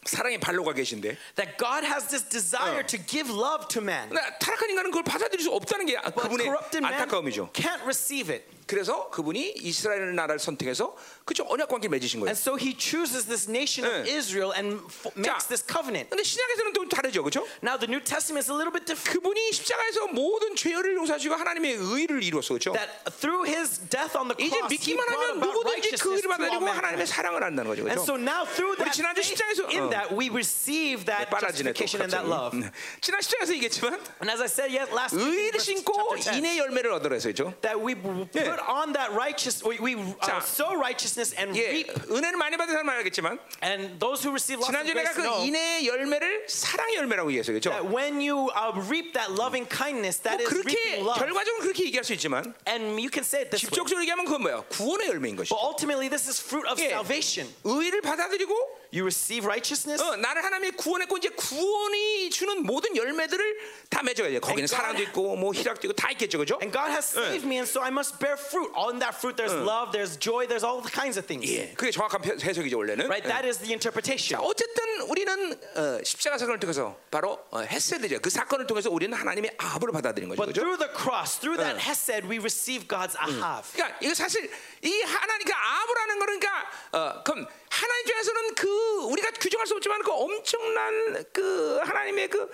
사랑의 발로가 계신데
That God has this desire
Yeah.
to give love to man.
그러니까 타락한 인간은 그걸 받아들일 수 없다는 게 아-
But
그분의
corrupted man
안타까움이죠.
can't receive it.
Uh. 그래서 그분이 이스라엘 나라를 선택해서 그저 언약 관계 를 맺으신 거예요.
And so he chooses this nation of
Yeah.
Israel and f- makes this covenant.
근데 신약에서는 또 다르죠, 그렇죠?
Now the New Testament is a little bit different.
그분이 십자가에서 모든 죄를 용서하시고 하나님의 의를 이루었어, 그렇죠?
That through his death on the
이제
cross, he
믿기만
brought
하면
about
누구든지
righteousness
그 의를
to all
받아들이고 하나님의
mankind.
사랑을 안다는 거죠,
And
그렇죠?
so now through
우리
that
지난주
faith
십자가에서
in
어.
that we receive that
빨라지네 또
justification and that love.
갑자기. 음. 지난 십자가에서 얘기했지만
And as I said yes, last week
의를
in verse
신고
chapter 10,
인의 열매를 얻으라 해서 그렇죠?
that we w- put
Yeah.
on that righteous, we, we uh,
자.
sow righteousness and
예,
reap.
은혜를 많이 받은 사람은 알겠지만
And those who receive lots of
지난주 내가
grace
그
know
인의 열매를 사랑 의 열매라고 얘기했어요,
that
그렇죠?
when you uh, reap that loving kindness, that is
Oh, 그렇게
reaping love.
결과적으로 그렇게 얘기할 수 있지만
And you can say it this way.
직접적으로 얘기하면 그건 뭐야? 구원의 열매인 것이.
But ultimately, this is fruit of
Yeah.
salvation.
의를 받아들이고
You receive righteousness.
어, 나를 하나님이 구원했고 이제 구원이 주는 모든 열매들을 다 맺어야 돼. 거기는
And God-
사랑도 있고 뭐 희락도 있고 다 있겠죠, 그죠?
And God has
Oh.
saved me, and so I must bear fruit. All in that fruit, there's love, there's joy, there's all kinds of things.
예, 그게 정확한 표- 해석이죠 원래는. 예.
Right? That is the interpretation.
oh, 어쨌든 우리는 어, 십자가 사건을 통해서 바로 어, 헤세드죠. 그 사건을 통해서 우리는 하나님의 아합을 받아들인 거죠, Oh. Mm.
But
그죠?
through the cross, through that
Yeah.
Hesed, we receive God's Ahav.
그러니까 이거 사실 이 하나님 그 아브라는 거는 그러니까 어, 그럼 하나님 입장에서는 그 우리가 규정할 수 없지만 그 엄청난 그 하나님의 그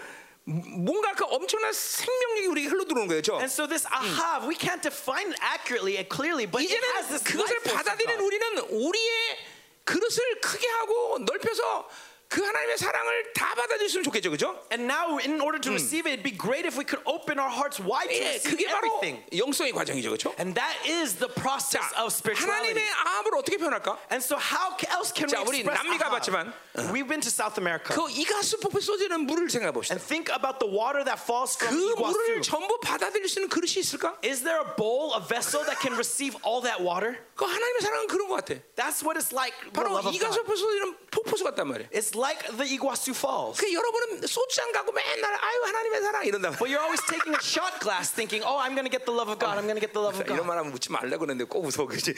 뭔가 그 엄청난 생명력이 우리 흘러 들어오는 거예요, 그렇죠?
And so this Ahav, we can't define it accurately and clearly, but it has
Mm. 이제는
this
그것을
life force of
받아들인
God.
우리는 우리의 그릇을 크게 하고 넓혀서 그 하나님의 사랑을 다 받아들였으면 좋겠죠, 그죠?
And now, in order to receive it, it'd be great if we could open our hearts wide to
Mm. 예,
receive
그게 바로
everything.
영성의 과정이죠, 그렇죠?
And that is the process of spirituality.
하나님의 암을 어떻게 표현할까?
And so how ca- else can
자, 우리
we express
남미
Ahab?
가봤지만,
We've been to South America.
그 이가스 폭포 쏟아지는 물을 생각해 봅시다.
And think about the water that falls
그
from
물을
Iguazu.
전부 받아들일 수 있는 그릇이 있을까?
Is there a bowl, a vessel that can receive all that water?
그 하나님의 사랑은 그런 것 같아.
That's what it's like. the
바로
love of God.
이가스 폭포 쏟아지는 폭포수 같단 말이야.
It's like the Iguazu Falls.
그 여러분은 소주잔 가고 맨날 아유 하나님의 사랑 이런다.
But you're always taking a shot glass thinking, oh, I'm going to get the love of God. I'm going to get the love of
이런 말
God.
하면 묻지 말라고 그러는데 꼭 무서워 그지 (laughs)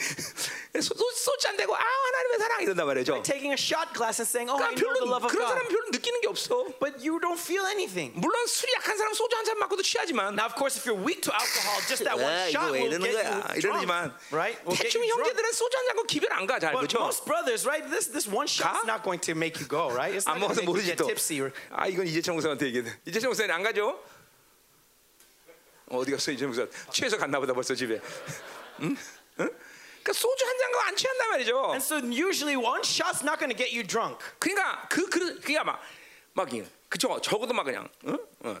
소주잔 대고 아 하나님의 사랑 이런단 말이죠
Taking a shot glass and saying, oh,
그러니까
I know the
별로
love of
그런
God.
사람 별로 느끼는 게 없어
But you don't feel anything.
물론 술이 약한 사람 소주 한 잔 맞고도 취하지만
Now, of course, if you're weak to alcohol,
(laughs)
just that one
네, 에이,
shot
이거 왜
will
이러는 거야
get you drunk,
뭐 이러지만
right? Will get
대충
you drunk.
형제들은 소주 한 잔과 기별 안가잘
But
그렇죠
most brothers, right? This this one shot's
Huh?
not going to make you go,
(laughs)
right? It's
안
not
먹어서
going to make you
모르지
get
또
tipsy. Or,
아 이건 이재청 목사한테 얘기해 이재청 목사님 안 가죠 어디 갔어 이재청 목사 취해서 갔나 보다 벌써 집에 (laughs) 응? 응? 그러니까 소주 한 잔과 안 취한단 말이죠
and so usually one shot's not going to get you drunk.
그러니까 그 그릇 그게 아마 막 이- 그쵸 적어도 막 그냥 응? 어.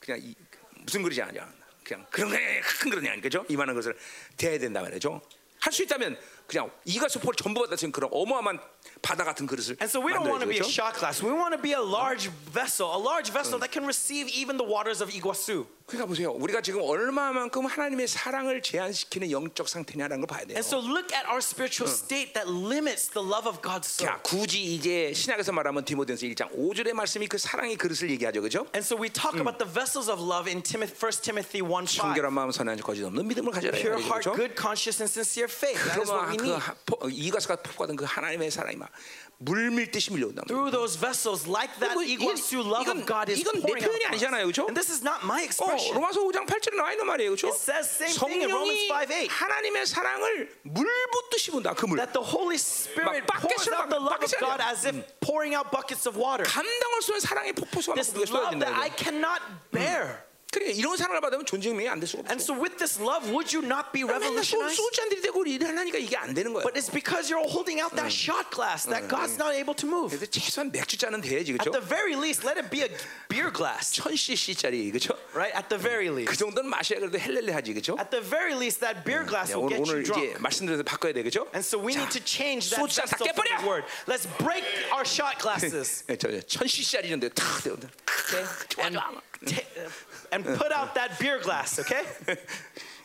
그냥 이, 무슨 그릇이 아니야 그냥 그런 그냥 큰 그릇이 아니 그죠 이만한 것을 대야 된다 말이죠 할 수 있다면 그냥 이가 소포를 전부 받아 지금 그런 어마어마한 바다 같은 그릇을
And so we don't want to be a
만들어야죠
shot glass. We want to be a large vessel, a large vessel that can receive even the waters of Iguazu.
그러니까 보세요 우리가 지금 얼마만큼 하나님의 사랑을 제한시키는 영적 상태냐라는 걸 봐야 돼요
And so look at our spiritual state that limits the love of God's soul.
자 굳이 이제 신약에서 말하면 디모데서 1장 5절의 말씀이 그 사랑의 그릇을 얘기하죠 그죠
And so we talk about the vessels of love in Timothy, 1 Timothy 1 5.
순결한 마음 선한 거짓 없는 믿음을 가져라 이
Pure
말이죠, 그죠?
heart, good conscience, and sincere faith. That is
그러면
what we
그
need.
하- 포- 이과수가 폭과던 그 하나님의 사랑이 막 물밀듯이 밀려온다.
Through those vessels, like that
이거-
Iguazu love
이건-
of God is
이건 내
pouring out.
표현이
upon us.
아니잖아요, 그죠?
And this is not
어,
my expression.
로마서 5장 8절에 나와 있는 말이에요, 그렇죠?
It says same thing in Romans 5:8.
하나님의 사랑을 물 붓듯이 본다, 그 물.
that the Holy Spirit
막 빡-
pours
빡-
out the love of
빡-
God
빡-
as if pouring out buckets of water.
감당할 수 없는 사랑의 폭포수가
This
우리가 쏟아야
love
된다.
that I
이거.
cannot bear.
그러니까 이런 사랑을 받으면 존재명이 안 될 수가
And
없어.
so with this love, would you not be
맨날 소-
revolutionized?
소주잔들이 되고 일을 하니까 이게 안 되는 거야.
But it's because you're holding out that shot glass that God's not able to move.
그래서 최소한 맥주잔은 돼야지,
At
그렇죠?
the very least, let it be a beer glass,
1000cc짜리, 그렇죠?
right? At the very
그
least.
정도는 마셔야 그래도 헬렐레 하지, 그렇죠?
At the very least, that beer glass will
오늘,
get
오늘
you
이제
drunk.
말씀드려서 바꿔야 돼, 그렇죠?
And so we need to change that
소주잔 다
vessel for
깨버려!
the word. Let's break our shot glasses.
예, 천cc짜리 정도 탁 되온다. (laughs) 네, 좋아,
And,
좋아.
ta- uh, and put out that beer glass, okay?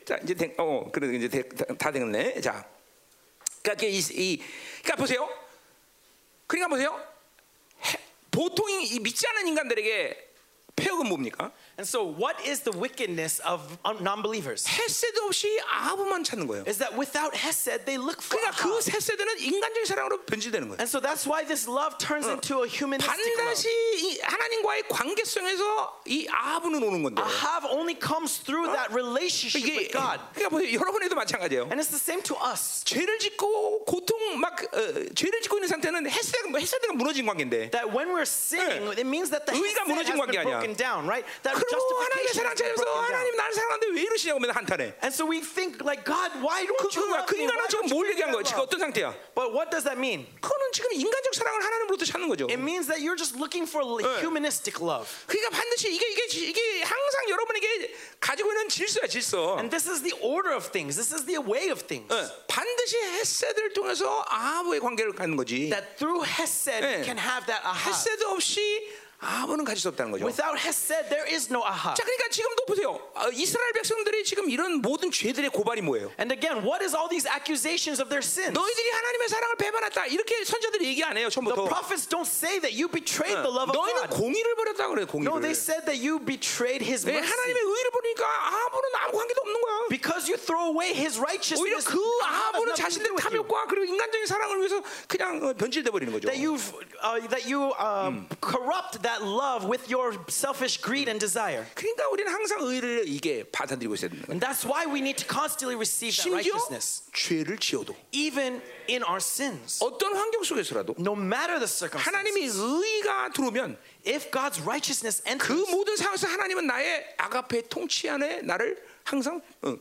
자 이제 된, 어 그래 이제 되, 다, 다 됐네. 자, 그러니까 이, 이 그러니까 보세요. 그러니까 보세요. 해, 보통 이 믿지 않은 인간들에게 폐역은 뭡니까?
And so, what is the wickedness of non believers?
헤세드 없이 아합만 찾는 거예요.
Is that without Hesed, they look for
그러니까 그
Ahab.
헤세드는 인간적인 사랑으로 변질되는 거예요.
And so that's why this love turns into a humanistic love.
반드시 이 하나님과의 관계성에서 이 아합은 오는 건데.
Ahab only comes through that relationship
이게
with God.
그러니까 보세요. 여러분에도 마찬가지예요.
And it's the same to us.
죄를 짓고 고통 막 어, 죄를 짓고 있는 상태는 헤세드가 헤세드가 무너진 관계인데
That when we're sinning,
네.
it means that the
의가
Hesed has
무너진 관계
been
아니야.
broken down, right? That
그리고 하나님의
justification
사랑 찾으면서
has been broken down.
하나님 나를 사랑하는데 왜 이러시냐고 맨날 한탄해
And so we think, like, God, why
그,
don't you
그거야
love
그
me? Why
인간은 지금
don't
뭘
you
얘기한
give
거야
me that
지금
love?
어떤 상태야
But what does that mean?
그거는 지금 인간적 사랑을 하나님으로부터 찾는 거죠
It means that you're just looking for humanistic love.
음. 그러니까 반드시 이게 이게 이게 항상 여러분에게 가지고 있는 질서야 질서
And this is the order of things. This is the way of things.
어, 반드시 헤세드를 통해서 아합의 관계를 갖는 거지
That through Hesed,
네.
we can have that Ahab.
헤세드 없이 아합은 가질 수 없다는 거죠
Without Hesed, there is no Ahab.
자 그러니까 지금도 보세요 어, 이스라엘 백성들이 지금 이런 모든 죄들의 고발이 뭐예요
And again, what is all these accusations of their sins?
너희들이 하나님의 사랑을 배반했다 이렇게 선자들이 얘기 안 해요
The
처음부터
prophets don't say that you betrayed
Uh,
the love of
너희는
God.
공의를 버렸다 그래 공의를
No, they said that you betrayed His
네,
mercy.
하나님의 의를 보니까 아합은 아무 관계도 없는 거야
Because you throw away His
오히려
righteousness,
그
Ahab has
아합은
nothing to do
자신들의
with you.
탐욕과 그리고 인간적인 사랑을 위해서 그냥 어, 변질돼 버리는 거죠
that you uh, that you um, corrupt that love with your selfish greed and desire.
그러니까 우리는 항상 의를 이게 받아들이고 있어야 되는 거예요
And that's why we need to constantly receive that
심지어
righteousness,
죄를 지어도
even in our sins.
어떤 환경 속에서라도
No matter the circumstances,
하나님이 의가 들어오면
if God's righteousness
그
enters,
모든 상황에서 하나님은 나의 아가페 통치 안에 나를 항상 어,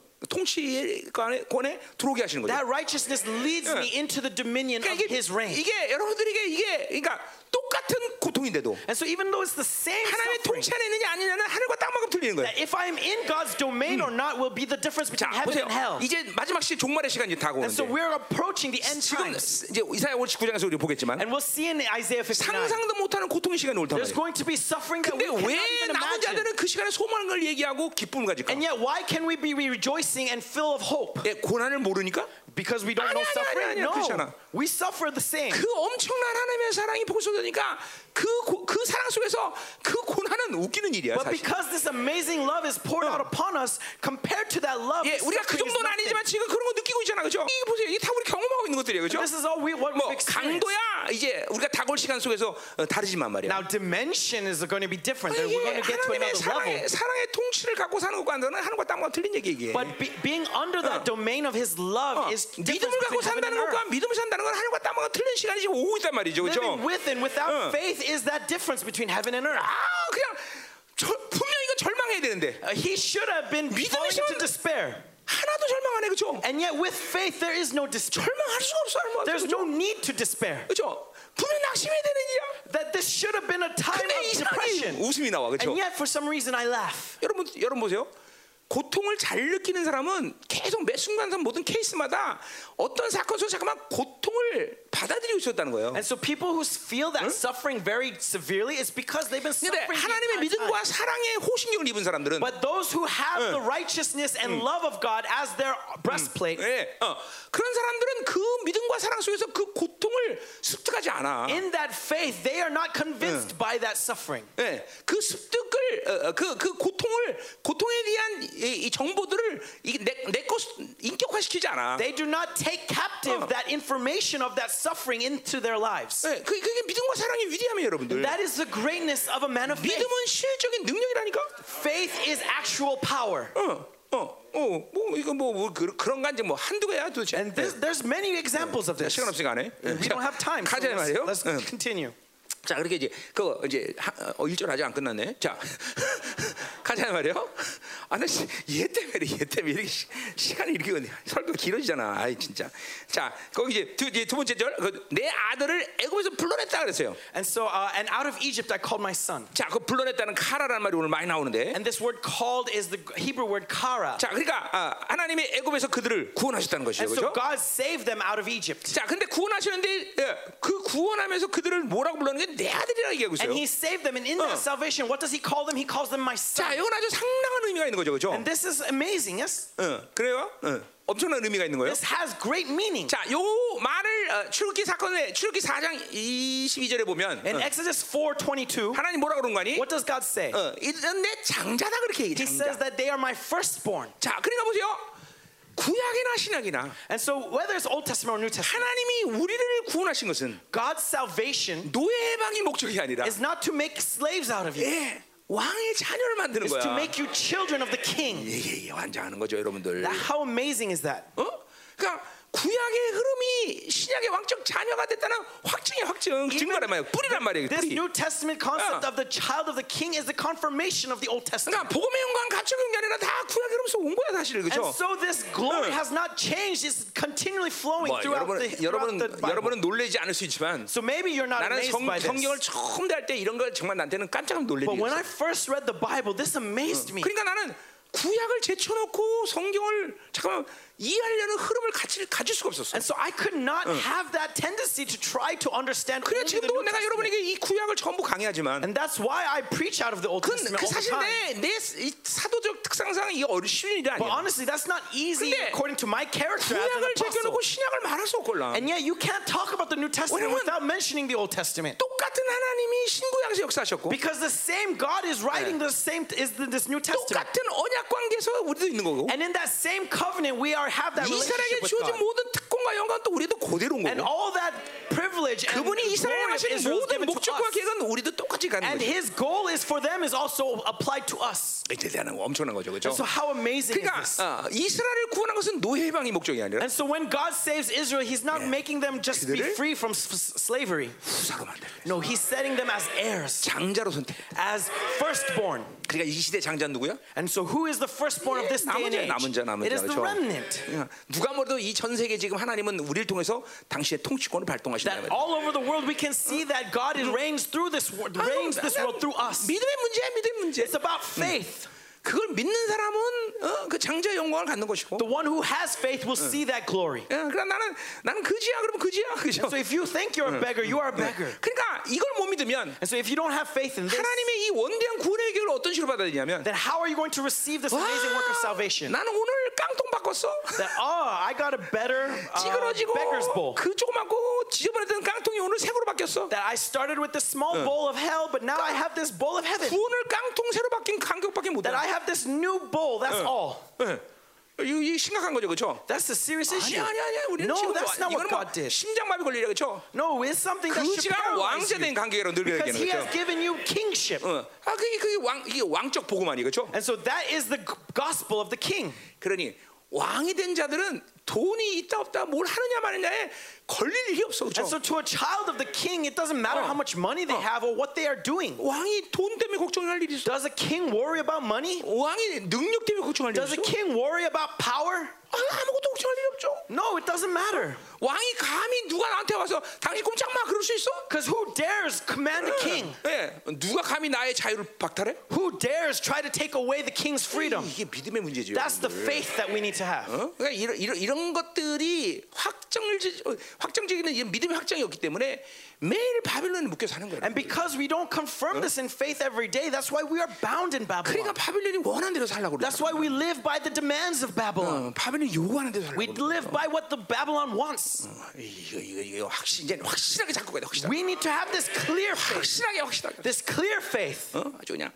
통치권에 들어오게 하시는 거죠
that righteousness leads me into the dominion of
그러니까 이게,
His reign.
이게 여러분들에게 이게 그러니까 똑같은 고통인데도
And so, even though it's the same
하나님의
suffering,
통치 안에 있느냐 아니냐는 하늘과 땅만큼 틀리는 거예요.
that if I'm in God's domain or not will be the difference
자
between heaven
보세요.
and hell.
이제 마지막 시 종말의 시간이 다
And so,
오는데
we're approaching the end
지금
times,
이제 이사야 59장에서 우리 보겠지만
and we'll see in Isaiah 59.
상상도 못하는 고통의 시간이 올 텐데.
There's going to be suffering that we
근데
cannot
왜
even
남은
imagine.
자들은 그 시간에 소망을 얘기하고 기쁨을 가질까?
And yet, why can we be rejoicing and full of hope?
예, 고난을 모르니까
Because we don't
아니,
know
아니,
suffering?
아니, 아니,
no.
그렇지 않아.
We suffer the same.
그 엄청난 하나님의 사랑이 보고 쏟으니까 그그 그 사랑 속에서 그 고난은 웃기는 일이야
But
사실.
because this amazing love is poured out upon us, compared to that love,
예,
the
우리가 그
suffering is
정도는
nothing.
아니지만 지금 그런 거 느끼고 있잖아, 그죠? 이게 보세요, 이게 다 우리 경험하고 있는 것들이에요, 그죠?
This is all we, what
뭐
we've experienced.
강도야 이제 우리가 다골 시간 속에서 어, 다르지만 말이야.
Now, dimension is going to be different. Then we're
이게
going to get to
하나님의
another
사랑의,
level.
사랑의 통치를 갖고 사는 것과 는 하늘과 땅과 틀린 얘기 이게.
But be, being under
Uh.
that domain of His love
어,
is different
믿음을 갖고
between heaven
산다는
and
것과
earth.
믿음을 산다는 건 하늘과 땅과 틀린 시간이 지금 오고 있단 말이죠,
Living
그죠?
with and without
어.
faith is that difference between heaven and earth.
아, 그냥 저, 분명 이거 절망해야 되는데
Uh, he should have been
믿음이
falling into
심한-
despair.
하나도 절망 안 해, 그죠?
And yet, with faith, there is no despair.
절망할 수가 없어, 절망.
There's no need to despair.
그죠? 분명 낙심해야 되는 일이야.
That this should have been a time
근데
of
이상하게
depression.
웃음이 나와, 그죠?
And yet, for some reason, I laugh.
여러분 여러분 보세요. 고통을 잘 느끼는 사람은 계속 매 순간 모든 케이스마다 어떤 사건 속에 잠깐만 고통을 받아들이고 있었다는 거예요.
And so, people who feel that suffering very severely, it's because they've been
근데
suffering. the
하나님의
entire time.
믿음과 사랑의 호신경을 입은 사람들은
But those who have the righteousness and love of God as their breastplate,
예, 어, 그런 사람들은 그 믿음과 사랑 속에서 그 고통을 습득하지 않아.
in that faith, they are not convinced by that suffering.
예, 그 습득을 어, 어, 그, 그 고통을 고통에 대한 이, 이 정보들을 이게 내, 내거 인격화 승화시키지 않아.
They do not take captive that information of that suffering into their lives.
네, 그, 그게 믿음과 사랑의 위대함이에요, 여러분들.
That is the greatness of a man of faith.
믿음은 실적인 능력이라니까.
Faith is actual power.
어, 어, 어, 뭐 이거 뭐, 뭐 그, 그런 간지 뭐 한두 개야 도대체.
And this, there's many examples of
자,
this.
시간 없으니까 안 해. 예.
We don't have time. So
가자 말이에요.
let's,
응.
let's continue.
자, 그렇게 이제 그거 이제 하, 어, 1절 아직 안 끝났네. 자. (laughs) 가자 말이요. 아니 씨, 얘 때문에 얘 때문에 이렇게 시, 시간이 이렇게 걸려. 설교 길어지잖아. 아이 진짜. 자, 거기 이제 두, 이제 두 번째 절 그, 내 아들을 애굽에서 불러냈다 그랬어요.
And so, uh, and out of Egypt I called my son.
자, 그 불러냈다는 카라라는 말이 오늘 많이 나오는데.
And this word called is the Hebrew word kara.
자, 그러니까 아, 하나님이 애굽에서 그들을 구원하셨다는 것이죠.
And so
그렇죠?
God saved them out of Egypt.
자, 근데 구원하시는데 예, 그 구원하면서 그들을 뭐라고 불러는 게 내 아들이라고 얘기하고 있어요.
And he saved them. And in
어.
that salvation, what does he call them? He calls them my
자,
son.
이건 아주 상당한 의미가 있는 거죠, 그렇죠?
And this is amazing, yes?
어, 그래요? 어, 엄청난 의미가 있는 거예요.
This has great meaning.
자, 요 말을 어, 출애기 사건에 출애기 4장 22절에 보면
In
어,
Exodus 4:22,
하나님 뭐라 그런 거니?
what does God say?
어, 이는 내 장자다 그렇게 얘기해.
He says
장자.
that they are my firstborn.
자, 그러니까 보세요. 구약이나 신약이나
And so whether it's Old Testament or New Testament,
하나님이 우리를 구원하신 것은
God's salvation
노예 해방이 목적이 아니라
is not to make slaves out of you.
예, 왕의 자녀를 만드는
It's to
거야.
make you children of the king.
이게 예, 환장하는 거죠, 여러분들.
That, how amazing is that?
어? 그러니까 구약의 흐름이 신약의 왕적 자녀가 됐다는 확증이야, 그 확증. 증거란 말이야. 뿌리란 말이야, 그
This
뿌리.
New Testament
Yeah.
concept of the child of the king is the confirmation of the Old Testament.
그러니까 복음의 영광 가축은 게 아니라 다 구약의 흐름에서 온 거야, 사실.
And
그렇죠?
so this glory
Yeah.
has not changed. It's continually flowing
뭐,
throughout the,
Uh. 여러분은,
throughout the
여러분은,
Bible.
여러분은 놀라지 않을 수 있지만
so maybe you're not
나는
amazed
성,
by this.
성경을 처음 대할 때 이런 걸 정말 나한테는 깜짝 놀랄
But when
일이었어.
I first read the Bible, this amazed me.
그러니까 나는 구약을 제쳐놓고 성경을 잠깐만 이해하려는 흐름을 같이 가질 수가 없었어.
And so I could not have that tendency to try to understand
Mm. 그래
only the
지금도
New
내가
Testament.
여러분에게 이 구약을 전부 강의하지만
And that's why I preach out of the Old
그,
Testament
그
all the
사실 뭐
time.
내, 내 이 사도적 특성상 이게 어려 쉬운 일이
But
아니야.
honestly, that's not easy
근데
according to my character as an
구약을
apostle.
제껴놓고 신약을 말할 수 없걸라.
And yet you can't talk about the New Testament
왜냐면-
without mentioning the Old Testament.
똑같은 하나님이 신구약에서 역사하셨고
Because the same God is writing the same is the, this New Testament.
똑같은 언약 관계에서 우리도 있는 거고
And in that same covenant, we are have that
이스라엘에게
relationship with
주어진
God.
모든 특권과 영광 또 우리도 그대로 온
And
거고
all that privilege and
그분이 이스라엘에
glory of
하신
Israel is
모든
given to
목적과
us.
계획은 우리도 똑같이 가는
And
거죠.
his goal is for them is also applied to us.
이제 대단한 거, 엄청난 거죠, 그렇죠?
So how amazing is
그러니까
this?
어, 이스라엘을 구원한 것은 노예 해방이 목적이 아니라
And so when God saves Israel, He's not making them just be
그들을
free from s- s- slavery.
후사로 만들어.
No, He's setting them as heirs,
장자로 선택.
as firstborn.
그러니까 이 시대 장자 는 누구야?
And so who is the firstborn of this day and
남은 자, 남은 자,
age?
남은
It
자,
is the
그렇죠?
remnant.
그러니까 누가 뭐래도 이 전 세계 지금 하나님은 우리를 통해서 당신의 통치권을 발동하신다.
That all over the world we can see that God is reigns through this world, reigns this world through us.
믿음의 문제야, 믿음의 문제.
It's about faith.
그걸 믿는 사람은 어, 그 장자의 영광을 갖는 것이고.
The one who has faith will see that glory.
예, 그럼 나는 나는 그지야 그러면 그지야 그죠?
So if you think you're a beggar, you are a beggar.
그러니까 이걸 못 믿으면
And so if you don't have faith in this,
하나님의 이 원대한 구원의 계획을 어떤 식으로 받아들이냐면
then how are you going to receive this
와,
amazing work of salvation?
나는 오늘 깡통 바꿨어.
That oh, I got a better uh, beggar's
찌그러지고
bowl.
그 조그맣고 지저분했던 깡통이 오늘 색으로 바뀌었어.
that I started with this small
Uh.
bowl of hell, but now I have this bowl of heaven.
구원을 깡통 새로 바뀐 간격밖에 못해.
That I have this new bowl. That's
Uh.
all.
예. 이거 이거 심각한 거죠, 그렇죠?
That's a serious issue.
아니야, 아니야, 아니야. 우리는
No,
지금
that's not
이거는
what
뭐
God did.
심장마비 걸리라 그렇죠?
No, it's something that should
그지가
paralyze
왕자된
you.
관계로 늘게
Because
되는
He
거죠.
has given you kingship.
어. 아, 그게 그게 왕 이게 왕적 복음 아니 그렇죠?
And so that is the g- gospel of the king.
그러니 왕이 된 자들은 돈이 있다 없다 뭘 하느냐 마느냐에 걸릴 일이 없어
And so
그렇죠?
to a child of the king, it doesn't matter
어.
how much money they
어.
have or what they are doing.
왕이 돈 때문에 걱정할 일이 있어?
Does a king worry about money?
왕이 능력 때문에 걱정할 일이
Does a
있어?
king worry about power?
아, 아무것도 걱정할 일이 없죠.
No, it doesn't matter.
왕이 감히 누가 나한테 와서 당신 꼼짝 마 그럴 수 있어?
Because who dares command a king?
예, 누가 감히 나의 자유를 박탈해?
Who dares try to take away the king's freedom?
이게 믿음의 문제죠.
That's the
여러분들.
faith that we need to have.
어? 그러니까 이런, 이런, 이런 것들이 확정지, 확정적인 이런 믿음의 확정이 없기 때문에 매일 바빌론에 묶여 사는 거예요.
And because we don't confirm this in faith every day, that's why we are bound in
그러니까
Babylon.
바빌론이 원하는 대로 살라고 그래.
That's why we live by the demands of
어,
Babylon.
바빌론이 요구하는 대로
We
살라고 그래.
live by what the Babylon wants.
이거 이거 이거 확실 이제 확실하게 잡고 가야 돼. 확실하게.
We need to have this clear faith.
확실하게 확실하게.
This clear faith.
어? 아주 그냥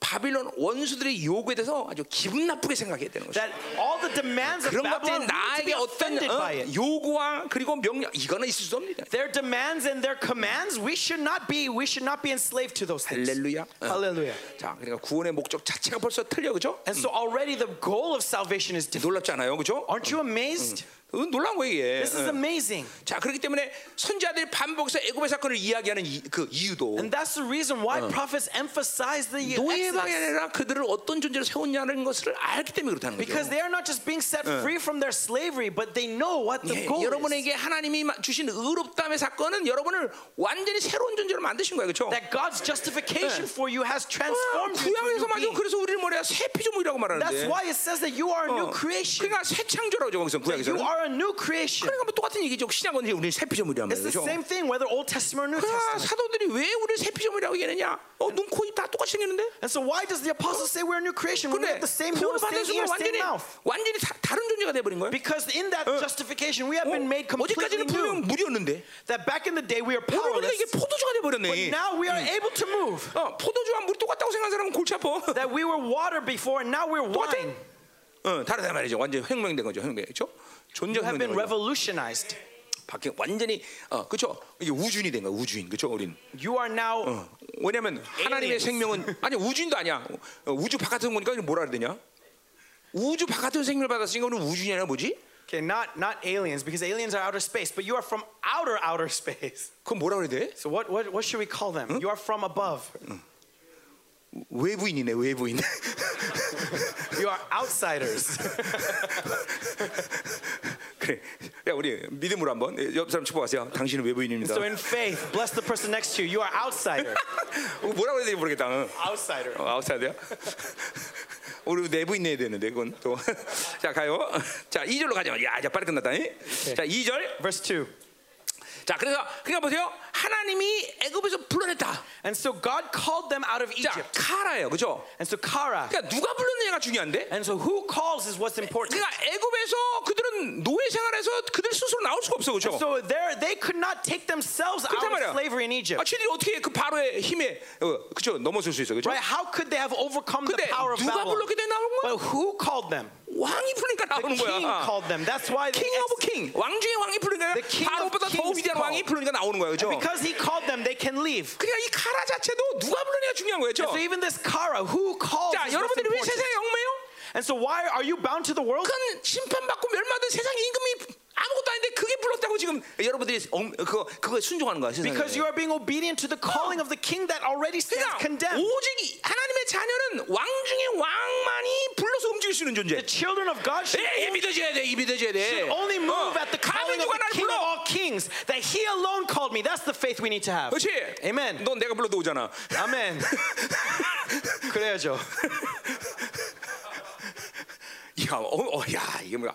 바빌론 원수들의 요구에 대해서 아주 기분 나쁘게 생각해야 되는 거죠.
That all the demands of
그런 것들이
Babylon we need to be
나에게 어떤
offended by
어,
it.
요구와 그리고 명령 이거는 있을 수 없습니다.
Their demands and their commands, we should not be. We should not be enslaved to those things.
할렐루야. 어.
Hallelujah.
자, 그러니까 구원의 목적 자체가 벌써 틀려 그죠?
And so already the goal of salvation is different.
놀랍지 않아요, 그죠?
Aren't you amazed?
어, 놀라운 거예요 이게.
This is
어.
amazing.
자, 그렇기 때문에 선지자들이 반복해서 애굽의 사건을 이야기하는 이, 그 이유도
And that's the reason why prophets emphasize the
노예방이
Exodus.
아니라 그들을 어떤 존재로 세웠냐는 것을 알기 때문에 그렇다는 거죠.
Because they are not just being set free from their slavery, but they know what the
예,
goal is.
여러분에게 하나님이 마- 주신 의롭다함의 사건은 여러분을 완전히 새로운 존재로 만드신 거예요, 그렇죠?
That God's justification
Yeah.
for you has transformed you. to a
구약에서
new
말이죠.
being.
그래서 우리를 뭐래요? 새 피조물이라고 말하는데.
That's why it says that you are a
어,
new Oh. creation.
그러니까 새 창조라고 죠 거기서 구약에서는.
You are a new creation.
그러니까 뭐 똑같은 얘기죠. 신약은 이제 우리 새 피조물이란
It's the
말이죠.
same thing, whether Old Testament or New
그러나
Testament.
사도들이 왜 우리 새 피조물이라고 얘기하느냐? 어, 눈, 코, 입 다 똑같이 생겼는데.
And so why does the apostle say we're a new creation when we
근데
have the same
구원을
nose,
받은
same
순간
ear, same
완전히
mouth?
완전히 다, 다른 존재가 돼버린 거예요.
Because in that justification, we have been made
Uh, oh, 어, 어제까지는
completely
분명
new.
무리였는데
That back in the day we were
오늘 보니까 이게
powerless,
포도주가
but
돼버렸네.
now we are able to move.
어, 포도주와 물 똑같다고 생각하는 사람은 골치 아파.
That we were water before, and now we're
(laughs) 똑같아.
wine.
어, 다르다 말이죠. 완전히 혁명된 거죠. 혁명, 그렇죠? 존재
You have
혁명된
been
거죠.
revolutionized.
밖에 완전히 어, 그렇죠? 이게 우주인이 된 거야. 우주인, 그렇죠? 우린.
You are now
어, 왜냐면 하나님의
Aliens.
생명은 아니 우주인도 아니야. 어, 우주 바깥에 보니까 이거 뭐라 해야 되냐? 우주 바깥에서 생명을 받았으니까 우리 우주인이 아니라 뭐지?
okay, not not aliens, because aliens are outer space, but you are from outer outer space.
그건 뭐라 그래야 돼?
So what what, what should we call them? You are from above.
외부인이네, (laughs) 외부인.
You are
(laughs)
outsiders.
그래. 야, 우리 믿음으로 한번 예, 옆 사람 축복하세요. 당신은 외부인입니다.
so in faith, bless the person next to you. You are
(laughs)
outsider.
어, 뭐라 그래야 되지 모르겠다. 응.
outsider.
어, 아웃사이드야? 우리 내부인 내야 되는데 그건 또. (laughs) 자, 가요. 자, 2절로 가자. 야, 이제 빨리 끝났다. 잉? 자, 2절.
Verse 2.
자, 그래서 그러니까 보세요. 하나님이 애굽에서 불러냈다.
And so God called them out of
자,
Egypt.
카라예요. 그죠?
And so Kara.
그러니까 누가 불렀느냐가 중요한데.
And so who calls is what's important.
그러니까 애굽에서 그들은 노예 생활에서 그들 스스로 나올 수가 없어. 그죠?
So there they could not take themselves out
그렇단
of
말이야.
slavery in Egypt.
아, 쟤들이 어떻게 그 바로의 힘에 어, 그죠? 넘어설 수 있어. 그죠?
Right? How could they have overcome the
근데
power of
누가
Babylon?
불렀기 때문에 나온 거야?
But who called them?
왕이 부르니까
The
나오는
king
거야. 아.
called them. That's why the
킹 오브
ex-
킹 왕 중에 왕이 부르니까
The king of
바로보다 더
kings
위대한
call.
왕이 부르니까 나오는 거예요, 그죠?
because he called them, they can leave.
그러니까 이 카라 자체도 누가 부르냐가 중요한 거예요,
So
그죠?
even this Kara, who called?
자,
is what's
여러분들이 왜
important.
세상에 얽매요?
And so why are you bound to the world?
그건 심판받고 멸망된 세상 임금이 아무것도 아닌데 그게 불렀다고 지금 여러분들이 엉, 그거 그거 순종하는 거야, 세상에.
Because you are being obedient to the calling of the king that already stands
그러니까
condemned.
오직 이- 하나님의 자녀는 왕 중에 왕만이 불러서 움직일 수 있는 존재.
The children of God should
예, 이게 믿어져야 돼, 이 믿어져야 돼.
only move at the
감히
calling of
누가
the
날
King of
불러?
all kings, that He alone called me. That's the faith we need to have.
그렇지?
Amen.
넌 내가 불러도 오잖아.
Amen. 그래야죠.
야, 어, 어, 야, 이게 뭐야?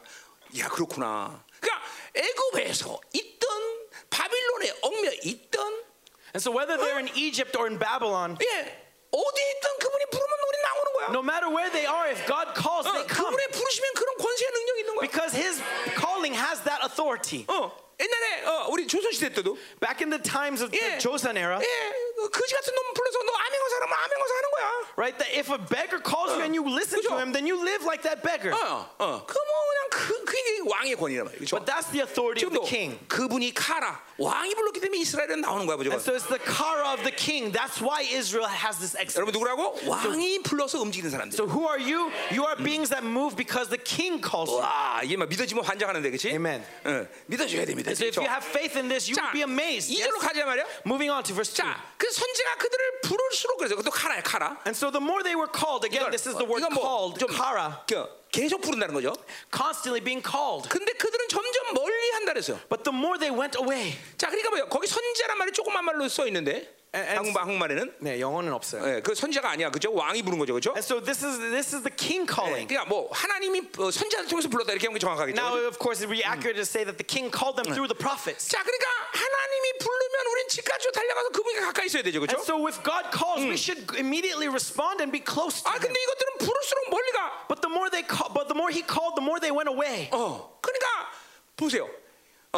야, 그렇구나. 그러니까 애굽에서 있던 바빌론에 얽매 있던
And so whether they're in Egypt or in Babylon,
예 어디에 있던 그분이 부르면 우리 나오는 거야.
no matter where they are, if God calls,
어,
they come.
그분의 부르시면 그런 권세와 능력이 있는 거야.
Because His calling has that authority.
어, 옛날에 어, 우리 조선시대 때도
Back in the times of the
예,
Joseon 그 era,
예, 그 거지 같은 놈 불러서 너 암행어사 하면 암행어사 하는 거야.
right, that if a beggar calls you and you listen to
그죠?
him, then you live like that beggar.
어, 어, 그 뭐 그냥 그 그게 왕의 권위란 말이죠.
But that's the authority of the
지금도
king.
그분이 카라 왕이 불렀기 때문에 이스라엘은 나오는 거야, 보죠.
And so it's the kara of the king. That's why Israel has this exodus.
여러분 누구라고? 왕이 불러서 움직이는 사람들.
So who are you? You are beings that move because the king calls you.
와 이게 막 믿어지면 환장하는데 그치?
Amen.
응, 믿어줘야 됩니다.
So if you have faith in this, you will be amazed.
이절로
Yes? 네.
가자 말이야.
Moving on to verse 2.
자, 그 선지가 그들을 부를수록 그래서 그것도 카라야 카라.
And so the more they were called, again, this is the word
이건 뭐
called,
좀
kara,
그, 계속 부른다는 거죠.
constantly being called.
근데 그들은 점점 멀리 한다 그랬어요.
But the more they went away.
자, 그러니까 뭐요? 거기 선지자란 말이 조그만 말로 써 있는데
에, 에,
한국말 한국말에는
네, 영어는 없어요.
예, 그 선지자가 아니야, 그죠? 왕이 부른 거죠, 그죠?
And so this is this is the king
예,
calling.
그러니까 뭐 하나님이 어, 선지자를 통해서 불렀다 이렇게 하는 게 정확하겠죠.
Now, of course, it would be accurate to say that the king called them through the prophets.
자, 그러니까 하나님이 부르면 우린 집까지 달려가서 그분께 가까이 있어야 되죠, 그죠?
And so if God calls, we should immediately respond and be close to
아,
him.
근데 이것들은 부를수록 멀리 가.
But the more they call, but the more he called, the more they went away.
그러니까 어, 그러니까 보세요. 어,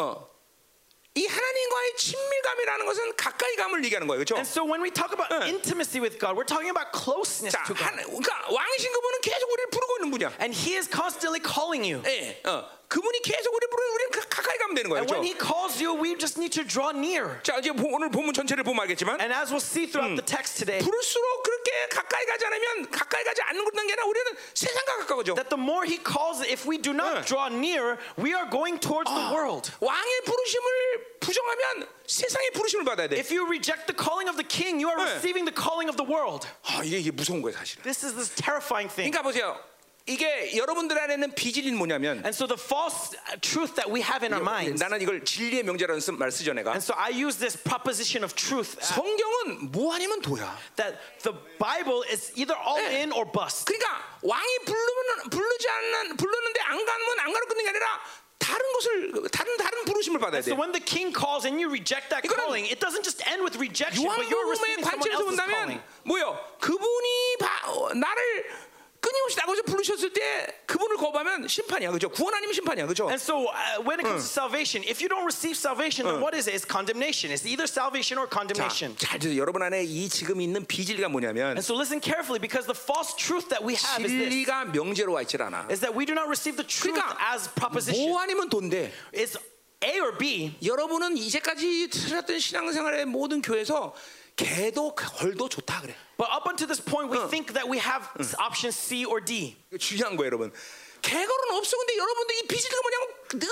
이 하나님과의 친밀감이라는 것은 가까이 감을 얘기하는 거예요. 그렇죠?
And so when we talk about intimacy with God, we're talking about closeness
자,
to God.
하나, 그러니까 왕신그분은 계속 우리를 부르고 있는 분이야.
And He is constantly calling you.
예, 어, 그분이 계속 우리를 부르면 우리는 가- 가까이 가면 되는 거예요.
And when He
그렇죠?
calls you, we just need to draw near.
자, 이제 보- 오늘 본문 전체를 보면 알겠지만
And as we'll see throughout the text today,
부를수록 그렇게 가까이 가지 않으면 가까이 가지 않는 것는 게 아니라 우리는 세상과 가까워져.
that the more He calls, if we do not
Mm.
draw near, we are going towards the world.
왕의 부르심을 부정하면 세상의 부르심을 받아야 돼.
If you reject the calling of the king, you are
Mm.
receiving the calling of the world.
아, 이게, 이게 무서운 거예요, 사실은.
This is this terrifying thing.
그러니까 보세요. 이게 여러분들 안에는 비질인 뭐냐면 네,
And so the false uh, truth that we have in our minds.
나는 이걸 진리의 명제라는 쓴- 말 쓰죠, 내가.
And so I use this proposition of truth uh,
성경은 뭐 아니면 도야.
that the Bible is either all
Yeah.
in or bust.
그러니까 왕이 부르면 부르지 않는 부르는데 안 가면 안 가는 게 아니라 다른 것을 다른 다른 부르심을 받아야 돼.
So when the king calls and you reject that
이거는
calling, it doesn't just end with rejection, but
요한복음의
you're receiving someone
관점에서
else's calling.
본다면 뭐요? 그분이 바- 어, 나를 끊임없이 나가서 부르셨을 때 그분을 거부하면 심판이야, 그죠? 구원 아니면 심판이야, 그죠?
And so uh, when it comes to salvation, if you don't receive salvation, then what is it? It's condemnation. It's either salvation or
자,
condemnation.
잘 들으세요. 여러분 안에 이 지금 있는 비질리가 뭐냐면
And so listen carefully because the false truth that we have is this.
진리가 명제로 와 있질 않아.
Is that we do not receive the truth
그러니까
as proposition.
뭐 아니면 돈데.
It's A or B.
여러분은 이제까지 살았던 신앙생활의 모든 교회에서 개도 걸도 좋다 그래.
But up until this point, we think that we have option C or D.
이거 중요한 거예요, 여러분. 개걸은 없어. 근데 여러분들 이 비질리가 뭐냐면 늘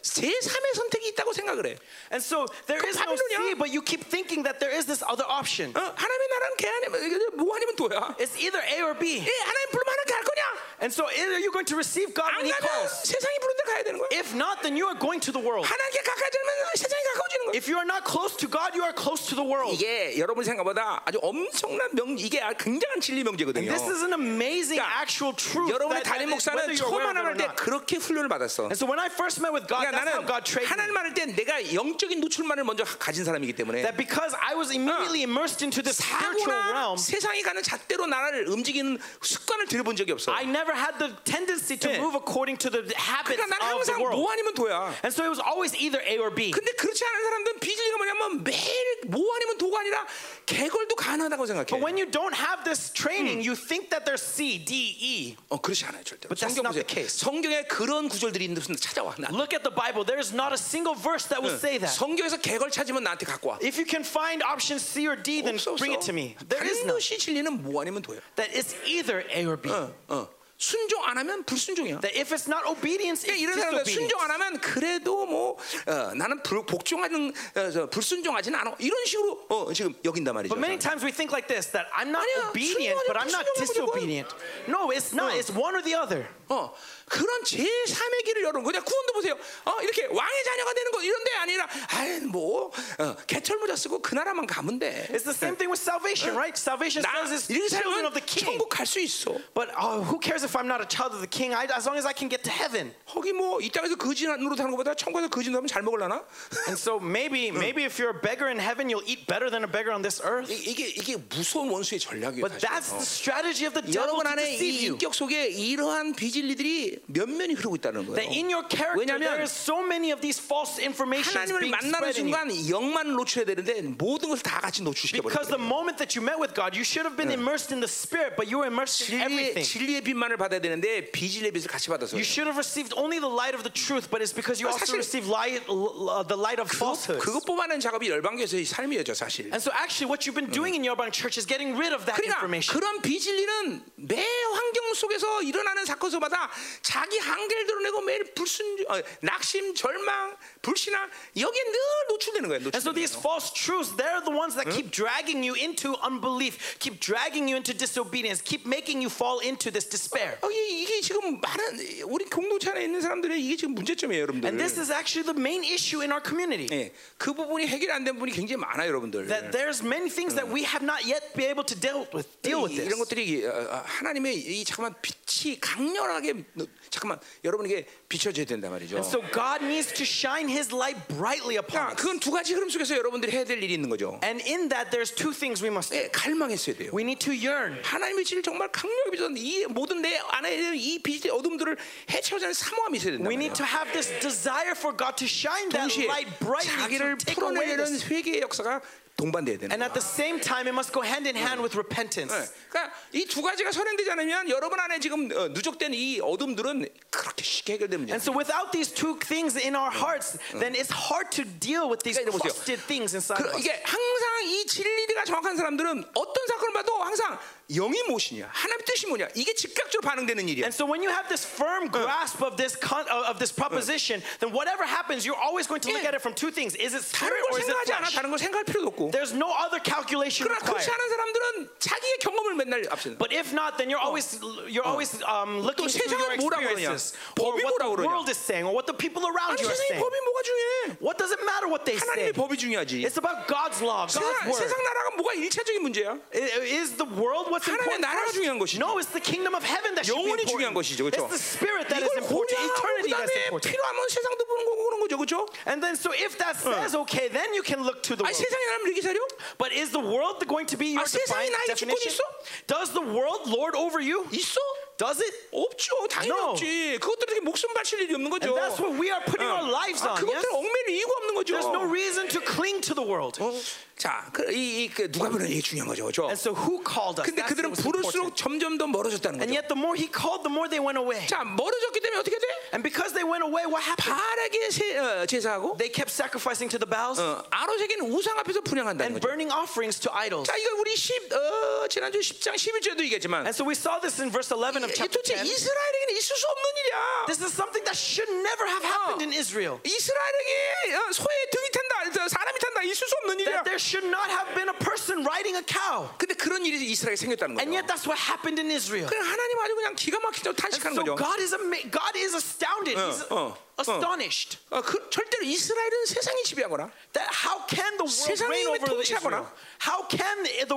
제3의 선택이 있다고 생각을 해.
And so there is no
바빌론이야.
C, but you keep thinking that there is this other option.
어, 하나님의 나라는 개 아니면 뭐 아니면 도야.
It's either A or B.
예, 하나님 부르면 하나님 갈 거냐?
And so either you're going to receive God when
안
He
가면
calls.
세상이 부른 데 가야 되는 거야.
If not, then you are going to the world.
하나님께 가까워지면 세상이 가까워지는 거야.
If you are not close to God, you are close to the world.
이게 여러분 생각보다 아주 엄청난 명 이게 굉장한 진리 명제거든요.
This is an amazing
그러니까
actual truth.
여러분의
that- that
담임
is-
목사는
whether you're
처음
aware of it or
만날 때
not.
그렇게 훈련을 받았어.
And so when I first met with God,
그러니까
that's how
나는
God trained me.
하나님 말할 때 내가 영적인 노출만을 먼저 가진 사람이기 때문에
That because I was immediately immersed into this spiritual
사고나
realm,
세상이 가는 잣대로 나라를 움직이는 습관을 들여본 적이 없어.
I never had the tendency
네.
to move according to the habits
그러니까 난
of
항상
the
뭐
world.
아니면 도야.
And so it was always either A or B.
근데 그렇지 않은 사람들은 비질리가 뭐냐면 매일 뭐 아니면 도가 아니라 개걸도 가능하다고
But
생각해.
when you don't have this training, you think that there's C, D, E.
어 그렇지 않아요 절대. 로
But that's
성경
not
보세요.
the case.
성경에 그런 구절들이 있는 무슨 찾아와. 나.
Look at the Bible. There's not a single verse that will say that.
성경에서 개걸 찾으면 나한테 갖고 와.
If you can find option C or D, then
없어, 없어.
bring it to me. There is no.
반드시 진리는 뭐 아니면 도야.
That it's either A or B.
어, 어. 순종 안 하면 불순종이야.
That if it's not obedience,
그러니까
it's
이런 사람들
disobedience.
순종 안 하면 그래도 뭐 어, 나는 불, 복종하는 어, 저, 불순종하지는 않아 이런 식으로 어, 지금 여긴단 말이죠.
But many times we think like this that I'm not
아니야,
obedient,
순종하지
but I'm not
않고 순종하고
disobedient. No, it's not. It's one or the other.
어, 그런 제3의 길을 열은 거냐? 구원도 보세요. 어, 이렇게 왕의 자녀가 되는 거 이런 데 아니라 아이 뭐 어, 개철 모자 쓰고 그 나라만 가면 돼.
It's the same thing with salvation, right? Salvation
나
says
이렇게
it's children
살면
of the king.
천국 갈 수 있어.
But oh, who cares if I'm not a child of the king? I, as long as I can get to heaven.
거기 뭐 이 땅에서 거진으로 사는 것보다 천국에서 거진하면 잘 먹을라나?
And so maybe, maybe if you're a beggar in heaven, you'll eat better than a beggar on this earth.
이- 이게 이게 무서운 원수의 전략이에요.
But that's
사실은.
the
어.
strategy of the devil
여러분
to
안에
deceive
이
you.
인격 속에 이러한 비진리들이 몇 면이 흐르고 있다는
That
거예요.
in your character,
왜냐면
there is so many of these false information
하나님을
being
만나는
spread in you.
순간 영만 노출해야 되는데 모든 것을 다 같이 노출시켜 버려요.
Because the moment that you met with God, you should have been immersed in the spirit, but you were immersed in
진리의,
everything.
진리의 빛만을 받아야 되는데 비진리의 빛을 같이 받아서
You
그래요.
should have received only the light of the truth, but it's because you
아,
also
사실
received light, l- l- the light of falsehood.
그것 뽑아낸 작업이 열방교에서의 삶이었죠 사실.
And so, actually, what you've been doing in your Yorban Church is getting rid of that
그러니까
information.
그런 비진리는 매 환경 속에서 일어나는 사건 속마다 자기 한계를 드러내고 매일 불순 어, 낙심 절망 불신앙 여기에 늘 노출되는 거예요.
And so,
노출되는
these
거예요.
false truths, they're the ones that keep dragging you into unbelief, keep dragging you into disobedience, keep making you fall into this despair.
어, 이- 이게 지금 많은 우리 공동체 안에 있는 사람들의 이게 지금 문제점이에요, 여러분들.
And this is actually the main issue in our community.
예, 그 부분이 해결 안 된 분이 굉장히 많아요, 여러분들.
That there's many things that we have not yet been able to deal with. Deal with
이- 이런
this.
것들이 어, 어, 하나님의 이 잠깐만 빛, 빛이 강렬하게 잠깐만 여러분에게 비춰져야 된단 말이죠.
And so God needs to shine His light brightly upon
그러니까
us.
그건 두 가지 흐름 속에서 여러분들이 해야 될 일이 있는 거죠.
And in that, there's two things we must do.
예, 갈망했어야 돼요.
We need to yearn.
하나님의 빛을 정말 강력히 비춰서 이 모든 내 안에 있는 이 빛의 어둠들을 해체하자는 사모함이 있어야 된다.
We need to have this desire for God to shine that
동시에
light brightly to
자기를
take away
풀어내려는
this.
회개의 역사가 동반돼야 되는
And
거예요.
at the same time, it must go hand in hand with repentance.
예, 그러니까 이 두 가지가 선행되지 않으면 여러분 안에 지금 어, 누적된 이 어둠들은 그렇게 쉽게 해결되는 문제.
And so, without these two things in our hearts, then it's hard to deal with these
그러니까 이런 거죠.
clustered things inside of
그,
us.
이게 항상 이 진리가 정확한 사람들은 어떤 사건을 봐도 항상 영이 무엇이냐, 하나님의 뜻이 뭐냐 이게 즉각적으로 반응되는 일이야.
And so, when you have this firm grasp of this con- uh, of this proposition, then whatever happens, you're always going to look
Yeah.
at it from two things: is it spirit
다른
or
걸
is it
생각하지 않아,
flesh?
다른 걸 생각할 필요도 없고.
There's no other calculation
그러나 그렇지
required.
않은 사람들은 자기의 경험을 맨날 앞세는.
But if not, then you're always you're always um, looking through your
세상은 뭐라 그러냐?
experiences or
법이
what
뭐라
the
그러냐?
world is saying or what the people
아니
around you are
세상의
saying.
법이 뭐가 중요해?
What does it matter what they
하나님의
say?
법이 중요하지.
It's about God's law, God's
세상,
word.
세상 나라가 뭐가 일차적인 문제야?
I- Is the world what's
하나님의
important?
나라가
first?
중요한 것이지.
No, it's the kingdom of heaven that should be
영혼이 중요한
important.
것이죠, 그렇죠?
It's the spirit that
이걸
is important.
고려하고
Eternity
그다음에
that's important.
필요하면 세상도 보는 거고 그런 거죠, 그렇죠?
And then, so if that says okay, then you can look to the
아니
world.
세상에 나면 이렇게 사려?
But is the world going to be your
아, 세상이
defined
나에게 주권이
definition? Does the world lord over you?
있어?
Does it?
없죠, 당연히
No.
없지. 그것들에게 목숨 바칠 일이 없는 거죠.
And that's what we are putting
어.
our lives
아,
on. yes?
그것들 얽매일 이유가 없는 거죠.
There's no reason to cling to the world.
어? 자, 그, 이, 이, 그 누가 보는 이게 중요한 거죠, 그렇죠?
And so, who called us?
근데
That's
그들은
what's important.
부를수록 점점 더 멀어졌다는
And
거죠.
yet, the more he called, the more they went away.
자, 멀어졌기 때문에 어떻게 돼?
And because they went away, what happened?
바라게 세- 어, 제사하고
They kept sacrificing to the baals
어, 아로세계는 우상 앞에서 분양한다는
and
거죠.
burning offerings to idols.
자, 이거 우리 10, 어, 지난주 10장 11절도 얘기했지만
And so, we saw this in verse 11
이게
of chapter
도대체
10.
이스라엘에게는 있을 수 없는 일이야.
This is something that should never have happened in Israel.
이스라엘에게 어, 소의 등이 탄다, 사람이 탄다, 있을 수 없는 일이야.
That there should not have been a person riding a cow.
네, 근데 그런 일이 이스라엘에 생겼다는
And
거죠.
yet, that's what happened in Israel.
그냥 하나님 아주 그냥 기가 막히죠.
And
탄식하는
so,
거죠. Uh,
God is, ama- God is astounded, He's
어, 어.
astonished.
어, 그, 절대로 이스라엘은 세상이 지배하거나
That how can the world
세상이
reign
왜
over
통치하거나?
Israel? How can the- the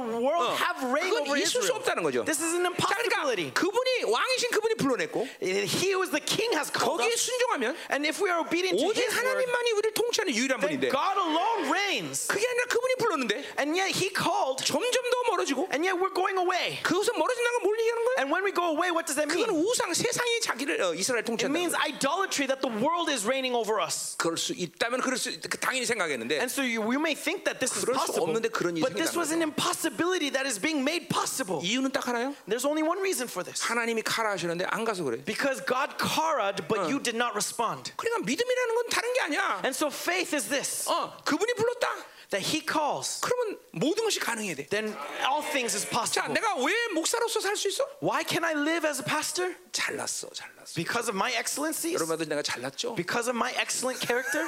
어,
world have reign
그건
over
있을 수
Israel?
없다는 거죠.
This is an
자, 그러니까
impossibility.
그분이 왕이신 그분이 불러냈고
He who is the king has called
거기에
us.
순종하면
And if we are obedient to
오직
his word,
하나님만이 우리를 통치하는 유일한
then
분인데
God alone reigns.
그게 아니라 그분이 불렀는데
And yet he called,
점점 더 멀어지고
and yet we're going away.
그것은 멀어진다는 건 뭘 얘기하는 거야?
And when we go away, what does that
그건
mean?
우상 세상이 자기를 어, 이스라엘
It
통치한다는
means
거야.
idolatry that the world is reigning over us.
그럴 수 있다면 그럴 수 있- 그 당연히 생각했는데
And so you, we may think that this is
그럴 수
possible,
없는데 그런 일이
but this
생긴다는
was an impossibility that is being made possible.
이유는 딱 하나요?
There's only one reason for this.
하나님이 가라 하시는데 안 가서 그래.
Because God kara'd, but you did not respond.
그러니까 믿음이라는 건 다른 게 아니야.
And so faith is this
어, 그분이 불렀다.
that He calls,
그러면 모든 것이 가능해야 돼.
then all things is
자,
possible.
내가 왜 목사로서 살 수 있어?
Why can I live as a pastor?
잘났어, 잘났어.
Because of my excellencies?
여러분들 내가 잘났죠?
Because of my excellent character?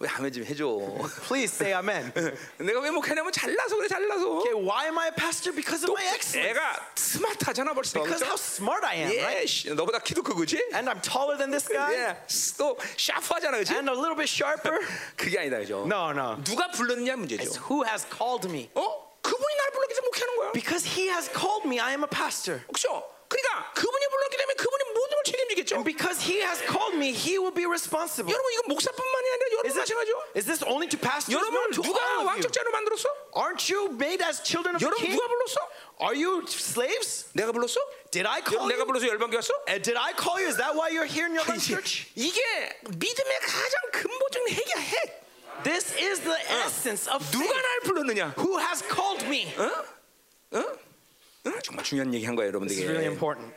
왜 아멘 좀 해줘.
Please say amen.
(laughs) 내가 왜 목회냐면 잘나서 그래, 잘나서. 예,
Okay, why am I a pastor? Because of my excellence.
애가 스마트하잖아 벌써.
Because
그죠?
how smart I am, right?
예, 씨, 너보다 키도 크고 그지?
And I'm taller than this guy,
예, 또 샤프하잖아 그지?
and a little bit sharper.
그게 아니다 그죠?
No, no.
누가 불렀느냐
It's
문제죠.
who has called me.
어? 그분이 날 불렀기 때문에 목회하는 거야.
Because He has called me, I am a pastor.
그렇죠? 그러니까 그분이 불렀기 때문에 그분이 모든 걸 책임지겠죠.
And because He has called me, He will be responsible.
여러분 이건 목사뿐만이 아니라 여러분
Is it-
마찬가지죠.
is this only to pastors?
여러분 아,
no, to
누가
all of you.
왕족자로 만들었어?
Aren't you made as children of the
여러분
king?
누가 불렀어?
Are you slaves?
예? 내가 불렀어?
Did
여러분
I call
내가
you?
불러서 열방교 왔어?
And did I call you? Is that why
(laughs)
you're here in your life church?
이게 믿음의 가장 근본적인 핵이야 핵.
This is the essence of faith.
누가 날 불렀느냐?
Who has called me?
응? 어? 정말 중요한 얘기한 거예요
This is really
여러분들에게.
important.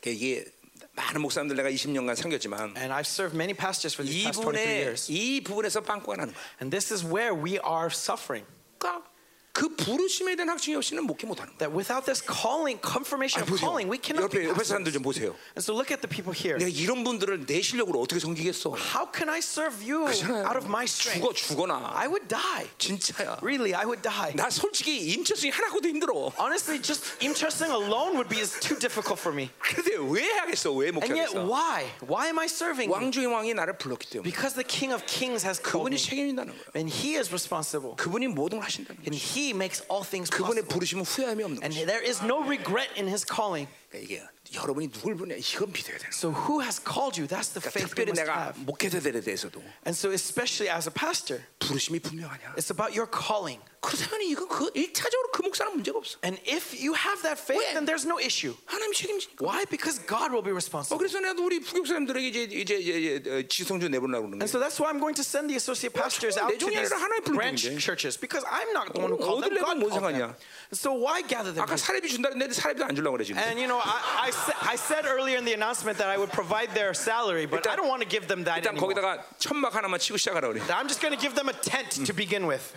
그러니까 이게 많은 목사님들 내가 20년간 섬겼지만
And I've served many pastors for these past 23
이분의
years.
이 부분에서 빵꾸가 나는 거야.
And this is where we are suffering.
그러니까 그 부르심에 대한 확증이 없이는 목회 못 하는 거야.
That without this calling, confirmation
아니,
of calling, we cannot
옆에 옆에
be pastors.
사람들 좀 보세요.
And so look at the people here.
내가 이런 분들을 내 실력으로 어떻게 섬기겠어?
How can I serve you
그잖아요.
out of my strength?
죽어 죽어나. 아,
I would die.
진짜야.
Really, I would die.
나 솔직히 임철승이 하나고도 힘들어.
Honestly, just interesting alone would be is too difficult for me.
근데 왜 하겠어? 왜
And yet,
목회하겠어?
why? Why am I serving? you?
왕 중의 왕이 나를 불렀기 때문에
Because the King of Kings has called
그분이
me,
책임진다는 거야.
and He is responsible,
그분이 모든 걸 하신다는 거야.
and He makes all things
그분의 부르심은
possible.
후회함이 없는
And
거야.
there is no regret in His calling.
이게 여러분이 누굴 보냐 이건 믿어야 되는. 거예요.
So who has called you? That's the
그러니까
faith we
특별히
must
내가
have.
목회자들에 대해서도
And so especially as a pastor,
부르심이 분명하냐.
it's about your calling.
그렇다면 이건 그 일차적으로 그 목사는 문제가 없어.
And if you have that faith,
왜?
then there's no issue.
하나님 책임지니까.
Why? Because God will
어,
be responsible.
그래서 내가 우리 부교사님들에게 이제 이제, 이제, 이제 어, 지성주 내보내라고 그러는
And
거야.
so that's why I'm going to send the associate pastors out
내
to
종이
these
아니라 하나님 부르는
branch
건데.
churches because I'm not the one who
어,
called Oh,
어딜
them.
내면
God
뭔
called them.
상관이야?
So why gather them?
아까
here?
사례비 준다 했는데 사례비도 안 주려고 그래 지금.
And you know, I, I, said, I said earlier in the announcement that I would provide their salary, but I don't want to give them that
일단
anymore.
거기다가 천막 하나만 치고 시작하라 그래.
I'm just going to give them a Mm. tent to begin with,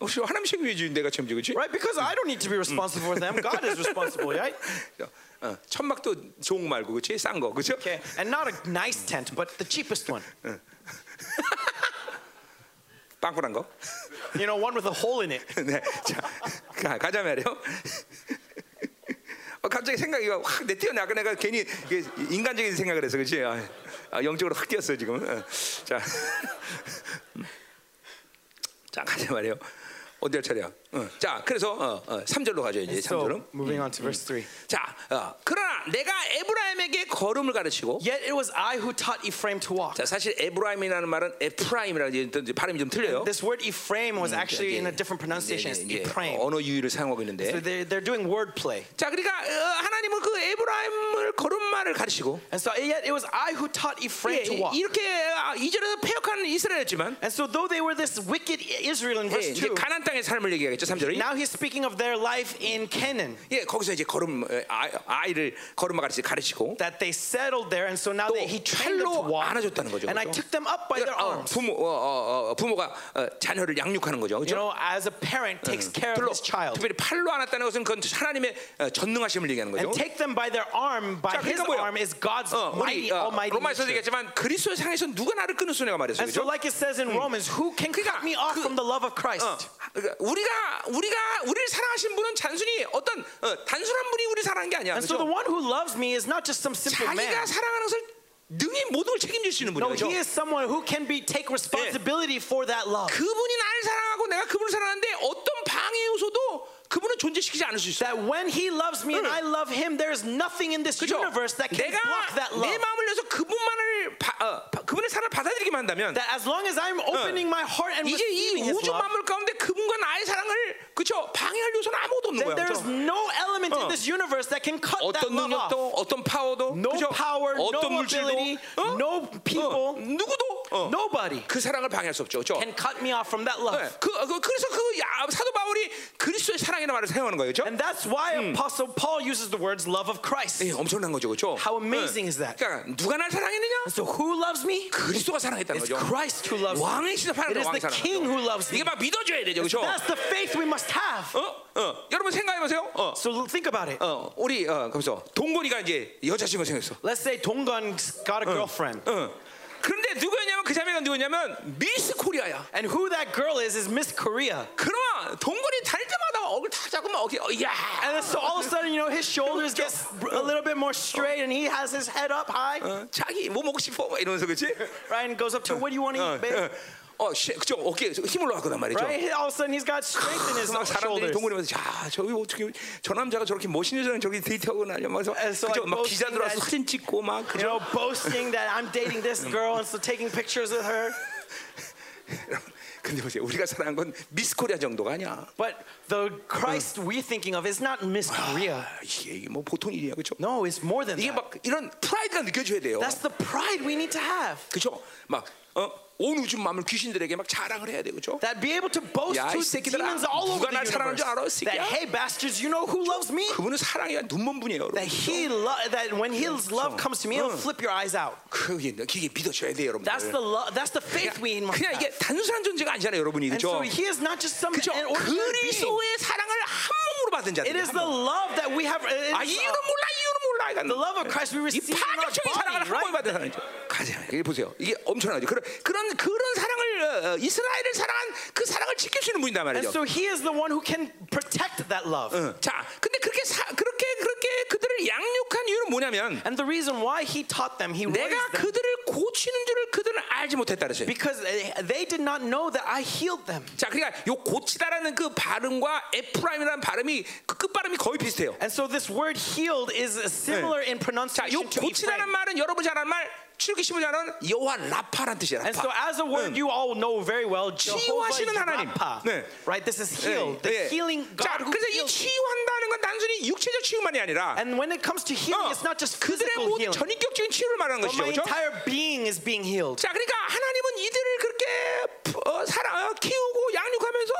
혹시 하나님 책임이지 내가 책임지고 그렇지?
right? Because I don't need to be responsible for them. God (laughs) is responsible, right?
어, 어, 천막도 좋은 거 말고 그렇지? 싼 거. 그렇죠?
Okay, and not a nice tent, but the cheapest one.
빵꾸난 거. (laughs)
You know, one with a hole in it.
네. 자, 가, 가자 말이요. 어, 갑자기 생각이 확 내 뛰어나. 아까 내가 괜히 이게 인간적인 생각을 해서 그렇지? 아, 아, 영적으로 확 뛰었어 지금. 어. 자, 자 가자 말이요. 어디 할 차례야? 어. 자, 그래서 어, 어, 3절로 가죠 이제 3절로.
So, moving on to verse 3.
자, 어, 그러나 내가 에브라임에게 걸음을 가르치고
Yet it was I who taught Ephraim to walk.
자, 사실 에브라임이라는 말은 에프라임이라는 이제 발음이 좀 틀려요.
This word Ephraim
Mm,
was actually
이제-
in a different pronunciation. It's
이제- 이제
Ephraim.
언어 유희를 사용하고
So
있는데.
they're, they're doing wordplay.
자, 그러니까 어, 하나님은 그 에브라임을 걸음마를 가르치고
And so, yet it was I who taught Ephraim to walk.
예, 이렇게 아, 이전에도 폐역한 이스라엘이었지만
And so, though they were this wicked Israel in
예,
verse
이제
2,
가난 땅의 삶을 얘기하겠죠, 3절이.
now he's speaking of their life in Canaan,
예, 거기서 이제 걸음 어, 아, 아이를 걸음마 가르치 가르치고
that they settled there, and so now
또
they, he trained them to
팔로
walk.
안아줬다는 거죠.
And I
그죠?
took them up by their
그러니까, 어,
arms.
부모 어, 어, 어, 부모가 어, 자녀를 양육하는 거죠.
You
그렇죠?
know, as a parent takes care of
별로
his child.
특별히 팔로 안았다는 것은 그건 하나님의 어, 전능하심을 얘기하는 거죠.
And take them by their arm,
자,
by his
그러니까 뭐예요?
arm is God's
어, 우리
mighty,
어,
almighty
로마에서
nature.
얘기했지만 그리스도 상에서 누가 나를 끊었소 내가 말했어
And so,
그죠?
like it says in Romans, who can cut me off
그-
from the love
어,
of Christ?
그러니까 우리가 우리가 우리를 사랑하신 분은 단순히 어떤 어, 단순한 분이 우리 사랑한 게 아니야.
And so, the
그죠?
one who loves me is not just some simple man.
자기가 사랑하는 것을 능히 모든 걸 책임질 수 있는
No,
분이야. 그죠?
he is someone who can be take responsibility for that love.
그분이 나를 사랑하고 내가 그분을 사랑하는데 어떤 방해 요소도 그분은 존재시키지 않을 수 있어.
That when he loves me and I love him, there is nothing in this
그죠?
universe that can
내가
block that
내
love.
마음을 내서 그분만을 바- 어, 바- 그분의 사랑을 받아들이기만 한다면
That as long as I'm opening my heart and
이제
receiving
이
his
우주
love,
만물 가운데 그분과 나의 사랑을 그쵸 방해할 요소는 아무것도 없는
then
거야.
there is
그쵸?
no element
어.
in this universe that can cut that
어떤
love off.
능력도 어떤 파워도
No
그쵸?
power,
어떤
no
물질도
ability,
어?
no
어,
people,
누구도 어.
nobody
그 사랑을 방해할 수 없죠. 그쵸?
can cut me off from that
네,
love.
그, 그, 그래서 그 야- 사도 바울이 그리스도의 사랑이라는 말을 사용하는 거예요. 그쵸?
And that's why Apostle Paul uses the words love of Christ.
예, 엄청난 거죠. 그쵸?
How amazing is that?
그러니까 누가 날 사랑했느냐?
And so who loves me?
그리스도가 사랑했다는
It's
거죠.
Christ who loves me.
왕의 시대파는
It is
왕
the
사랑.
king who loves me.
이게 막 믿어줘야 되죠. 그쵸?
That's the faith we must have.
어? 어. 여러분 생각해보세요. 어.
So think about it.
어, 우리 어, 그래서 동건이가 이제 여자친구 생겼어.
Let's say Donggun's got a girlfriend.
어. 그런데 누구였냐면 그 자매가 누구였냐면 미스 코리아야.
And who that girl is is Miss Korea.
그러면 동건이 다닐 때마다 얼굴 다 잡으면 어깨 어, 야.
And then so all of a sudden, you know, his shoulders get a little bit more straight and he has his head up high,
어, 자기 뭐 먹고 싶어 막 이러면서 그렇지?
right? And goes up to, what do you want to eat, (laughs) babe?
어, 씨, 그죠? 어깨 힘 올라가거든 말이죠.
네. Right? All of a sudden, he's got strength (laughs) in his
막 사람들이
shoulders.
동굴에 와서 야 저기 어떻게 저 남자가 저렇게 멋있는 여자랑 저기 데이트하고 나냐 막
그래서
그래서 그죠? 막
like
기자
posting
들어와서
that-
사진 찍고 막
You
그죠?
know, boasting that I'm dating (laughs) this girl and so taking pictures with her.
근데 보세요 우리가 사랑한 건 미스 코리아 정도가 아니야
But the Christ we're thinking of is not Miss Korea.
아, 이게, 이게 뭐 보통 일이야 그죠?
No, it's more than
이게
that.
막 이런 프라이드가 느껴져야 돼요
That's the pride we need to have.
그죠? 어, 막온 우주 마음을 귀신들에게 막 자랑을 해야 돼 그죠?
That be able to boast
야, 이
to
새끼들아,
demons all over
누가
the
날
universe.
사랑하는 줄 알아, 이
That
새끼야?
hey bastards, you know who loves me?
그분은 사랑이야 눈먼 분이에요 여러분
That he lo- that when his love comes to me, it'll flip your eyes out.
그게, 그게 믿어줘야 돼요 여러분
That's the lo- that's the faith we
그냥,
must
그냥
have.
이게 단순한 존재가 아니잖아요 여러분이
And
그죠?
so he is not just some
그죠?
an ordinary being.
그리스도의 사랑을 한 몸으로 받은
It
자들
is the love that we have. it is,
아 이유는 몰라 이유는 몰라
the love of Christ we
이
receive in our
파격적인 사랑을 한 몸에
body, right?
받은 사람이죠 가자 여기 보세요 이게 엄청나죠 그런 그런 그런 사랑을 어, 어, 이스라엘을 사랑한 그 사랑을 지킬 수 있는 분이단
And
말이죠
so he is the one who
Uh.
can protect that love.
자 근데 그렇게 사, 그렇게 그렇게 그들을 양육한 이유는 뭐냐면
And the reason why he taught them, he
내가
raised them,
그들을 고치는 줄을 그들은 알지 못했다 그랬어요.
because they- they did not know that I healed them.
자, 그러니까 요 고치다라는 그 발음과 에프라임이라는 발음이 그 끝발음이 거의 비슷해요.
And so this word healed is similar in
자, 요
pronunciation to
고치다는
Ephraim.
말은 여러분 잘 아는 말 출기 신문 잘 아는 여호와 라파라는 뜻이야.
And so
라파.
as a word you all know very well, Jehovah
치유하시는 하나님.
Rapha.
네.
Right? This is
예,
healed. The
예.
healing
자,
God who
그래서 이
heals.
치유한다는 건 단순히 육체적 치유만이 아니라
And when it comes to
어,
healing, it's not just
그들의
physical
모든
healing.
전인격적인 치유를 말하는
But
것이죠.
my
그렇죠?
entire being is being healed.
자, 그러니까 하나님은 이들을 그렇게 어, 살아 어, 키우고 양육하면서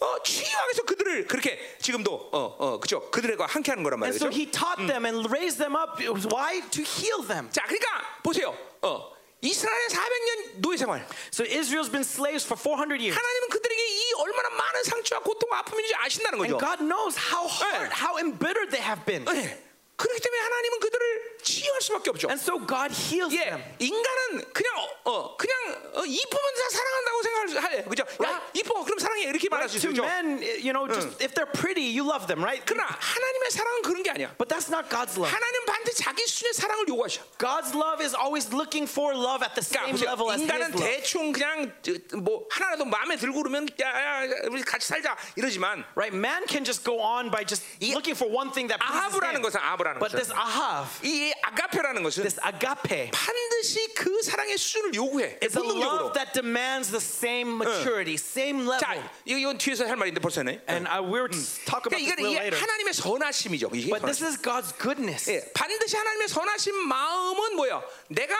어, 치유하기 위해서 그들을 그렇게 지금도 어, 어, 그죠? 그들과 함께하는 거란
And so
말이죠.
he taught them and raised them up. Why? To heal them.
자, 그러니까 보세요. 어, 이스라엘의 400년 노예 생활.
So Israel's been slaves for 400 years.
하나님은 그들에게 이 얼마나 많은 상처와 고통과 아픔인지 아신다는 거죠.
And God knows how hard,
예.
how embittered they have been.
네. 그렇기 때문에 하나님은 그들을 치유할 수밖에 없죠.
And so God heals them.
예, 인간은 그냥 어, 어, 그냥 어, 이쁘면 다 사랑한다고 생각할 그죠? 야,
Right.
이뻐 그럼 사랑해 이렇게 말할 수
To
있죠.
men, you know, just if they're pretty, you love them, right?
그러나 하나님의 사랑은 그런 게 아니야.
But that's not God's love.
하나님 반드시 자기 수준의 사랑을 요구하셔.
God's love is always looking for love at the
그러니까
same
보세요.
level as His
인간은
love.
대충 그냥 저, 뭐 하나라도 마음에 들고 그러면 야야 우리 같이 살자 이러지만
Right? Man can just go on by just looking for one thing that pleases
아합이라는
him.
것은 아합이라는 것은
But this ahav,
이 아가페라는 것은
this agape,
반드시 그 사랑의 수준을 요구해.
is a
본능적으로.
love that demands the same maturity, same level.
자, 이거- 이건 뒤에서 할 말인데 벌써 네.
And I, we'll talk about
그러니까
this a
이거는
little
이게
later.
하나님의 선하심이죠. 이게
But this
선하심.
is God's goodness.
예, 반드시 하나님의 선하신 마음은 뭐야? 내가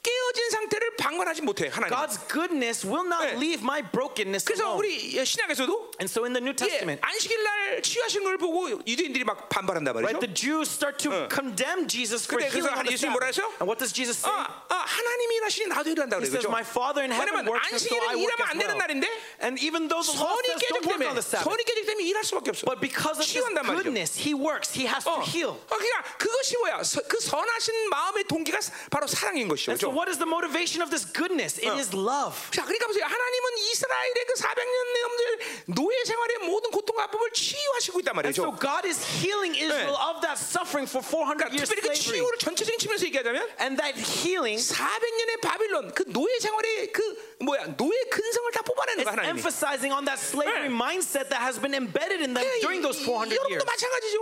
깨어진 상태를 방관하지 못해 하나님.
God's goodness will not
예.
leave my brokenness
그래서
alone.
우리 신약에서도
And so in the
예,
New Testament,
안식일 날 치유하신 걸 보고 유대인들이 막 반발한단 말이죠.
right, Uh. the Jews start to condemn Jesus for
근데
healing
그래서
on the
예수님이 뭐라
Sabbath.
하셔?
And what does Jesus say?
아, 아, 하나님이 일하시니 나도 일한다 그래요.
He
그렇죠?
says, "My Father in heaven
왜냐면
works, and so I
안식일은
work
일하면
as
안 되는
well."
날인데
And even though the law
선이
says don't
깨졌기
work on
때문에
the Sabbath,
선이 깨졌기 때문에 일할 수밖에 없어.
but because of His
치유한단 말이죠.
goodness, He works. He has
어,
to heal.
어, 그러니까 그것이 뭐야? 서- 그 선하신 마음의 동기가 사- 바로 사랑인 것이죠.
And
그렇죠?
so, what is the 모tivation of this goodness? It is love.
자, 그러니까 보세요. 하나님은 이스라엘의 그 400년 넘는 노예 생활의 모든 고통과 아픔을 치유하시고 있단
And so,
말이죠.
God is healing Israel of that suffering for 400
그러니까
years
특별히 그
slavery.
치유를 전체적인 측면에서 얘기하자면
And that healing
400년의 바빌론 그 노예 생활의 그 뭐야? 노예 근성을 다 뽑아내는
is
거 하나님이.
emphasizing on that slavery
네.
mindset that has been embedded in them
예,
during those
이-
400 years.
여러분도 마찬가지죠.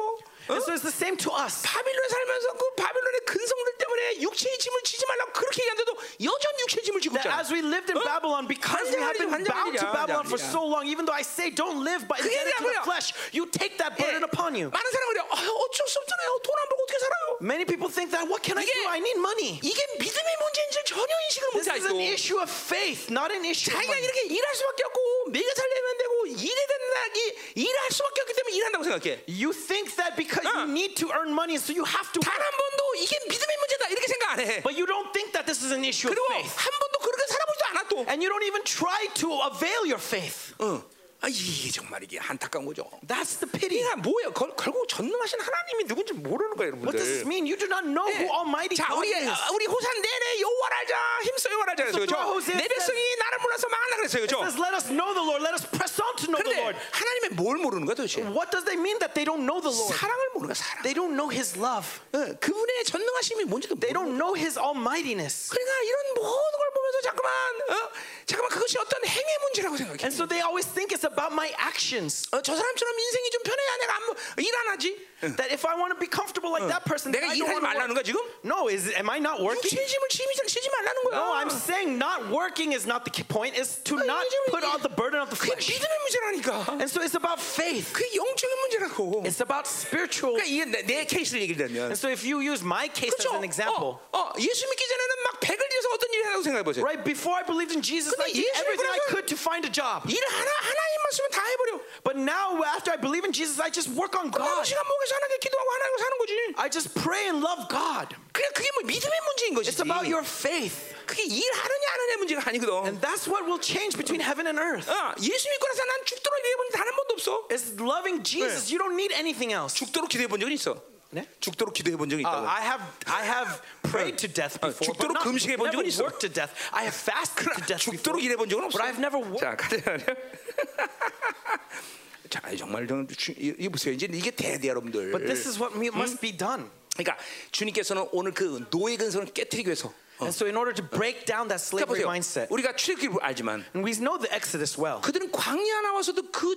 어?
And so, it's the same to us.
바빌론 살면서 그 바빌론의 근성들 때문에 육체의 짐을 지지 말라고 그렇게 얘기하는데도 여전히 육체의 짐을 지고
That
있잖아.
as we lived in
어?
Babylon, because we have been
환장하지,
bound to
환장하지,
Babylon for
환장하지.
so long, even though I say don't live by indebted to
아니라고요.
the flesh, you take that burden upon you.
많은 사람들이 어, 어쩔 수 없잖아요. 돈 안 벌고 어떻게 살아요?
Many people think that what can I
이게-
do? I need money.
이게 믿음의 문제인지 전혀 인식을
This
못해
is an
아직도.
issue of faith, not an issue
자기가
of money.
이렇게 일할 수밖에 없고 매겨 살려면 되고 일에 된다기 일할 수밖에 없기 때문에 일한다고 생각해.
You think that because
어.
you need to earn money, so you have to
단 한 번도 이게 믿음의 문제다 이렇게 생각 안 해.
But you don't think that this is an issue of
그리고
faith.
한 번도 그렇게 살아보지도 않아 또.
And you don't even try to avail your faith.
어. 아 이게 정말 이게 안타까운 거죠.
That's the pity.
이게 뭐예요? 걸- 결국 전능하신 하나님이 누군지 모르는 거예요,
What
여러분들.
does this mean? You do not know who Almighty
자,
God
우리 어,
is.
우리 호산 내내 여호와를 알자, 힘써 여호와를 알자 그랬어요,
그래서
그렇죠?
호세아
내 백성이 나를 몰라서 망한다 그랬어요, 그렇죠?
says, let us know the Lord. Let us press on to know the
그런데
Lord.
하나님의 뭘 모르는 거야 도대체?
What does they mean that they don't know the Lord?
사랑을 모르는 거야, 사랑.
They don't know His love.
어, 그분의 전능하심이 뭔지도 모르는
They don't know His almightiness.
그러니까 이런 모든 걸 보면서 자꾸만 어? 잠깐만 그것이 어떤 행위 문제라고
And
생각해.
so they always think it's about my actions.
어, 저 사람처럼 인생이 좀 편해야 내가 일안 하지.
That if I want to be comfortable like that person, then
내가
I don't
일하지
wanna
말라는
work.
거야 지금?
No, is am I not working?
육체의 짐을 지지, 지지 말라는 거야.
No, I'm saying not working is not the key point. It's to not
요즘
put
이게-
on the burden of the
그게
flesh.
믿음의 문제라니까.
And so it's about faith.
그게 영적인 문제라고.
It's about spiritual.
그러니까 이게 내, 내 케이스를 얘기를 하면
And so if you use my case as
그렇죠?
an example,
어, 어, 예수 믿기 전에는 막 백을 뒤에서 어떤 일을 한다고 생각해 보세요.
right before I believed in Jesus,
근데
I did
예수
everything I
믿고는-
could to find a job.
일 하나 하나님만 쓰면 다 해버려.
But now after I believe in Jesus, I just work on
그럼
God.
시간 먹여서 하나님 기도하고 하나님과 사는 거지.
I just pray and love God.
그냥 그게 뭐 믿음의 문제인 것이지.
It's about your faith.
그게 일하느냐 안 하느냐 문제가 아니거든.
And that's what will change between heaven and earth.
어, 예수 믿고 나서 난 죽도록 기도해본 단 한 번도 없어.
It's loving Jesus. You don't need anything else.
죽도록 기대해본 적은 있어.
네?
죽도록 기도해본 적이 있다고.
Uh, I have I have prayed to death
어,
before, but
죽도록
not,
금식해 본
never
적은 있어.
worked to death. I have fasted to death before,
죽도록 일해본 적은 없어.
아, but I've never worked.
자, 가자. (laughs) 자, 정말 정- 주- 이- 이거 보세요. 이제 이게 대대 여러분들.
But this is what me- must be done.
그러니까 주님께서는 오늘 그 노예 근성을 깨뜨리기 위해서
And so, in order to break down that
그러니까
slavery
보세요.
mindset,
우리가 출애굽을 알지만
and we know the Exodus well,
그들은 광야 나와서도 그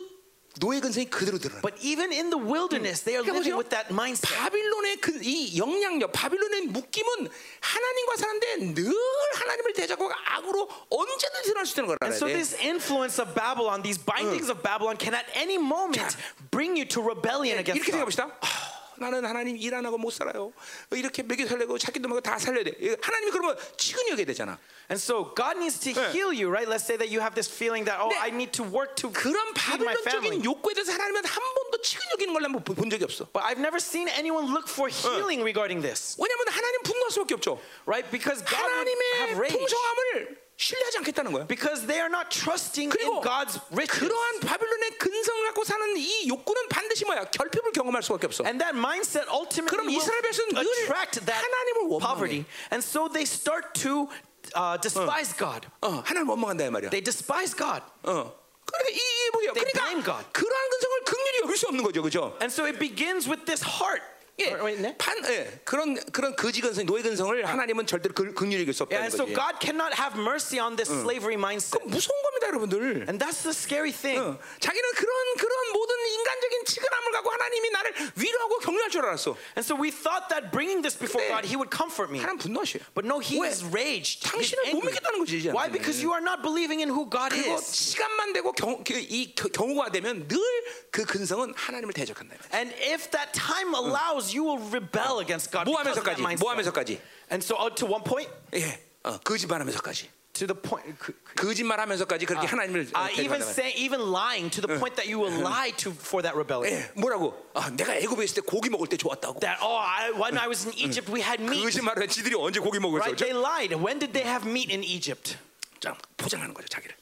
노예 근성이 그대로 드러나.
but even in the wilderness, they are
그러니까
living
보세요.
with that mindset.
바빌론의 그 이 영향력, 바빌론의 묶임은 하나님과 사는데 늘 하나님을 대적하고 악으로 언제든 드러날 수 있는 거라.
And so,
그래.
this influence of Babylon, these bindings of Babylon, can at any moment bring you to rebellion
이렇게
against God.
생각합시다. 아, 나는 하나님 일 안 하고 못 살아요. 이렇게 먹여 살려고 자기도 먹고 다 살려야 돼. 하나님이 그러면 치근이 여게 되잖아.
And so, God needs to
Yeah.
heal you, right? Let's say that you have this feeling that, oh,
Yeah.
I need to work to
그런
feed my
바빌론적인
family.
욕구에 대해서 하나님은 한 번도 치근 여기는 걸 난 본 적이 없어.
But I've never seen anyone look for healing regarding this,
왜냐면 하나님 분노할 수밖에 없죠.
right? Because God would
하나님의
have rage.
풍성함을 신뢰하지 않겠다는 거야.
Because they are not trusting in
그리고
God's riches.
그러한 바빌론의 근성을 갖고 사는 이 욕구는 반드시 뭐야? 결핍을 경험할 수밖에 없어.
And that mindset ultimately
그럼
will
이스라엘 백성은 늘
attract that
하나님을 원망해.
poverty. And so they start to uh, despise God.
어, 하나님 원망한다 이 말이야.
They despise God.
어. 그러니까 이, 이 뭐야?
They blame
그러니까
God.
그러한 근성을 극률이 여길 수 없는 거죠, 그죠?
And so it begins with this heart.
예,
Or- or 있네?
판, 예, 그런 그런 거지 근성, 노예 근성을 하나님은 절대로 극- 극률이 이길 수
Yeah,
없다는
and so
거지.
God cannot have mercy on this slavery mindset.
무서운 겁니다, 여러분들.
And that's the scary thing.
어, 자기는 그런 그런 모든 인간적인 치근함을 갖고 하나님이 나를 위로하고 격려할 줄 알았어.
And so we thought that bringing this before
근데
God, He would comfort me.
하나님 분노하셔.
But no, He
왜?
is raged. He's
당신을 못
angry.
믿겠다는 거지 이제.
Why? Because you are not believing in who God
그리고
is.
시간만 되고 경, 그, 이 겨- 경우가 되면 늘 그 근성은 하나님을 대적한다.
And if that time allows, you will rebel against God.
뭐
because of
모함에서까지,
that mindset.
모함에서까지,
And so, uh, to one point,
예, 어, 거짓말하면서까지,
to the point,
거짓말하면서까지 그렇게 하나님을 어,
uh, even
대적한다.
saying, even lying to the point that you will lie to for that rebellion.
예, 뭐라고? 아, 내가 애굽에 있을 때 고기 먹을 때 좋았다고.
That oh, I, when I was in Egypt, we had meat.
거짓말을 해. 지들이 언제 고기 먹었어?
Right? They lied. When did they have meat in Egypt?
자, 포장하는 거죠 자기를.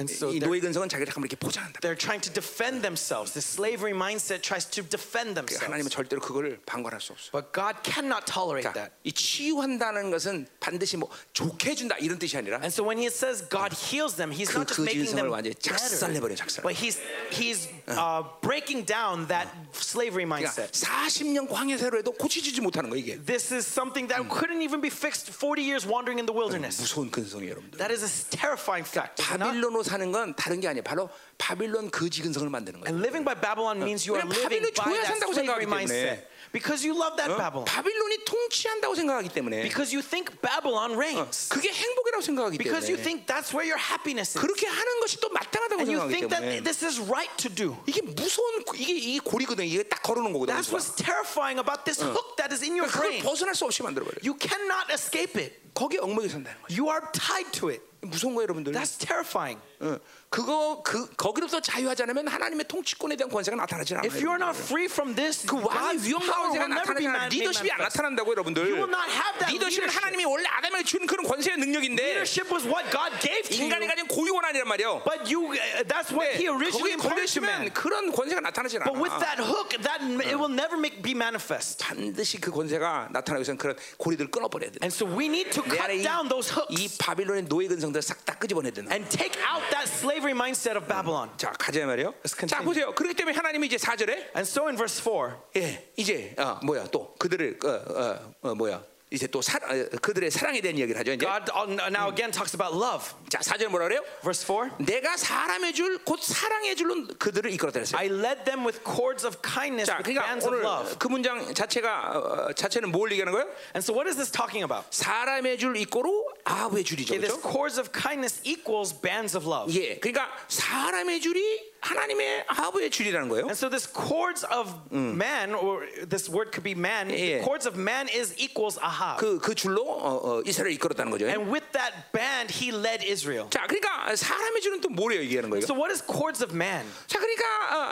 And so
이
they're,
노예 근성은 자기를 잠깐 이렇게 포장한다.
they're trying to defend themselves. The slavery mindset tries to defend
하나님은
themselves.
절대로 그거를 방관할 수 없어.
But God cannot tolerate
그러니까
that.
이 치유한다는 것은 반드시 뭐 좋게 해준다 이런 뜻이 아니라
And so when He says God
Mm.
heals them, He's
그-
not just
그
making
진성을
them
완전히
better,
작살내버려, Uh. 작살.
but He's He's uh, breaking down that slavery
그러니까
mindset.
40년 광야세로 해도 고치지 못하는 거 이게
This is something
Mm.
that couldn't even be fixed 40 years wandering in the wilderness.
무서운 근성이 여러분들.
That is a terrifying fact. is it not?
바빌론으로 사는 건 다른 게 아니에요. 바로 바빌론 그 거지 근성을 만드는 거예요.
And living by Babylon means you are
왜냐면
living
바빌론
by
줘야
that
산다고 생각하기
slavery
때문에.
mindset. Because you love
Uh.
that
어?
Babylon.
바빌론이 통치한다고 생각하기 때문에 어,
Because you think Babylon
Uh.
reigns.
그게 행복이라고 생각하기
Because you
때문에
think that's where your happiness is.
그렇게 하는 것이 또 마땅하다고
And you
생각하기
think
때문에
that this is right to do.
이게 무서운 고- 이게 이게 고리거든. 이게 딱 걸어놓은 거거든.
That's
그걸
what's terrifying about this hook that is in your brain.
벗어날 수 없이 만들어버려. 요
You cannot escape it.
거기에 엉망이 산다는 거예요.
You are tied to it.
무서운 거예요, 여러분들.
That's terrifying.
어, 그거 그 거기로부터 자유하지 않으면 하나님의 통치권에 대한 권세가 나타나지 않아요.
If you're not free from this,
그 왕의
God's
위험과 권세가
power will never be
나타나냐
man- made
리더십이 안
manifest.
나타난다고 여러분들.
You will not have that
리더십은
leadership.
하나님이 원래 아담에게 준 그런 권세의 능력인데
Leadership was what God gave to
인간이
you.
가진 고유 권한이란 말이에요.
But you, uh, that's what
네,
He
거기에
originally imparted to man.
걸리시면 그런 권세가 나타나지 않아.
But with that hook, that it will never make, be manifest.
반드시 그 권세가 나타나기 위해서는 그런 고리들을 끊어버려야 돼.
And so we need to
내 안에 이,
cut down those
이
hooks
바빌론의 노예 근성들 싹 다 끄집어내야 된다.
and take out that slavery mindset of Babylon.
자 가자 말이요.
Let's continue.
자 보세요. 그렇기 때문에 하나님이 이제 4절에
And so in verse 4,
예, 이제 어, 뭐야 또 그들을 어, 어, 어, 뭐야 이제 또 사, 어, 그들의 사랑에 대한 이야기를 하죠 이제.
God uh, now again talks about love.
자 4절 뭐라 그래요?
Verse 4
내가 사람의 줄 곧 사랑의 줄로 그들을 이끌어다녔어요.
I led them with cords of kindness,
자,
with
그러니까
bands of
오늘
love.
그 문장 자체가 어, 어, 자체는 뭘 얘기하는 거예요?
And so what is this talking about?
사람의 줄 이꼬로 아우의 줄이죠.
Okay, this
그렇죠?
cords of kindness equals bands of love.
예. 그러니까 사람의 줄이 하나님의 아우의 줄이라는 거예요.
And so this cords of man, or this word could be man,
Yeah.
cords of man is equals aha.
그 그 줄로 어, 어, 이스라엘을 이끌었다는 거죠.
And with that band, he led Israel.
자, 그러니까 사람의 줄은 또 뭐래요? 얘기하는 거예요.
So what is cords of man?
자, 그러니까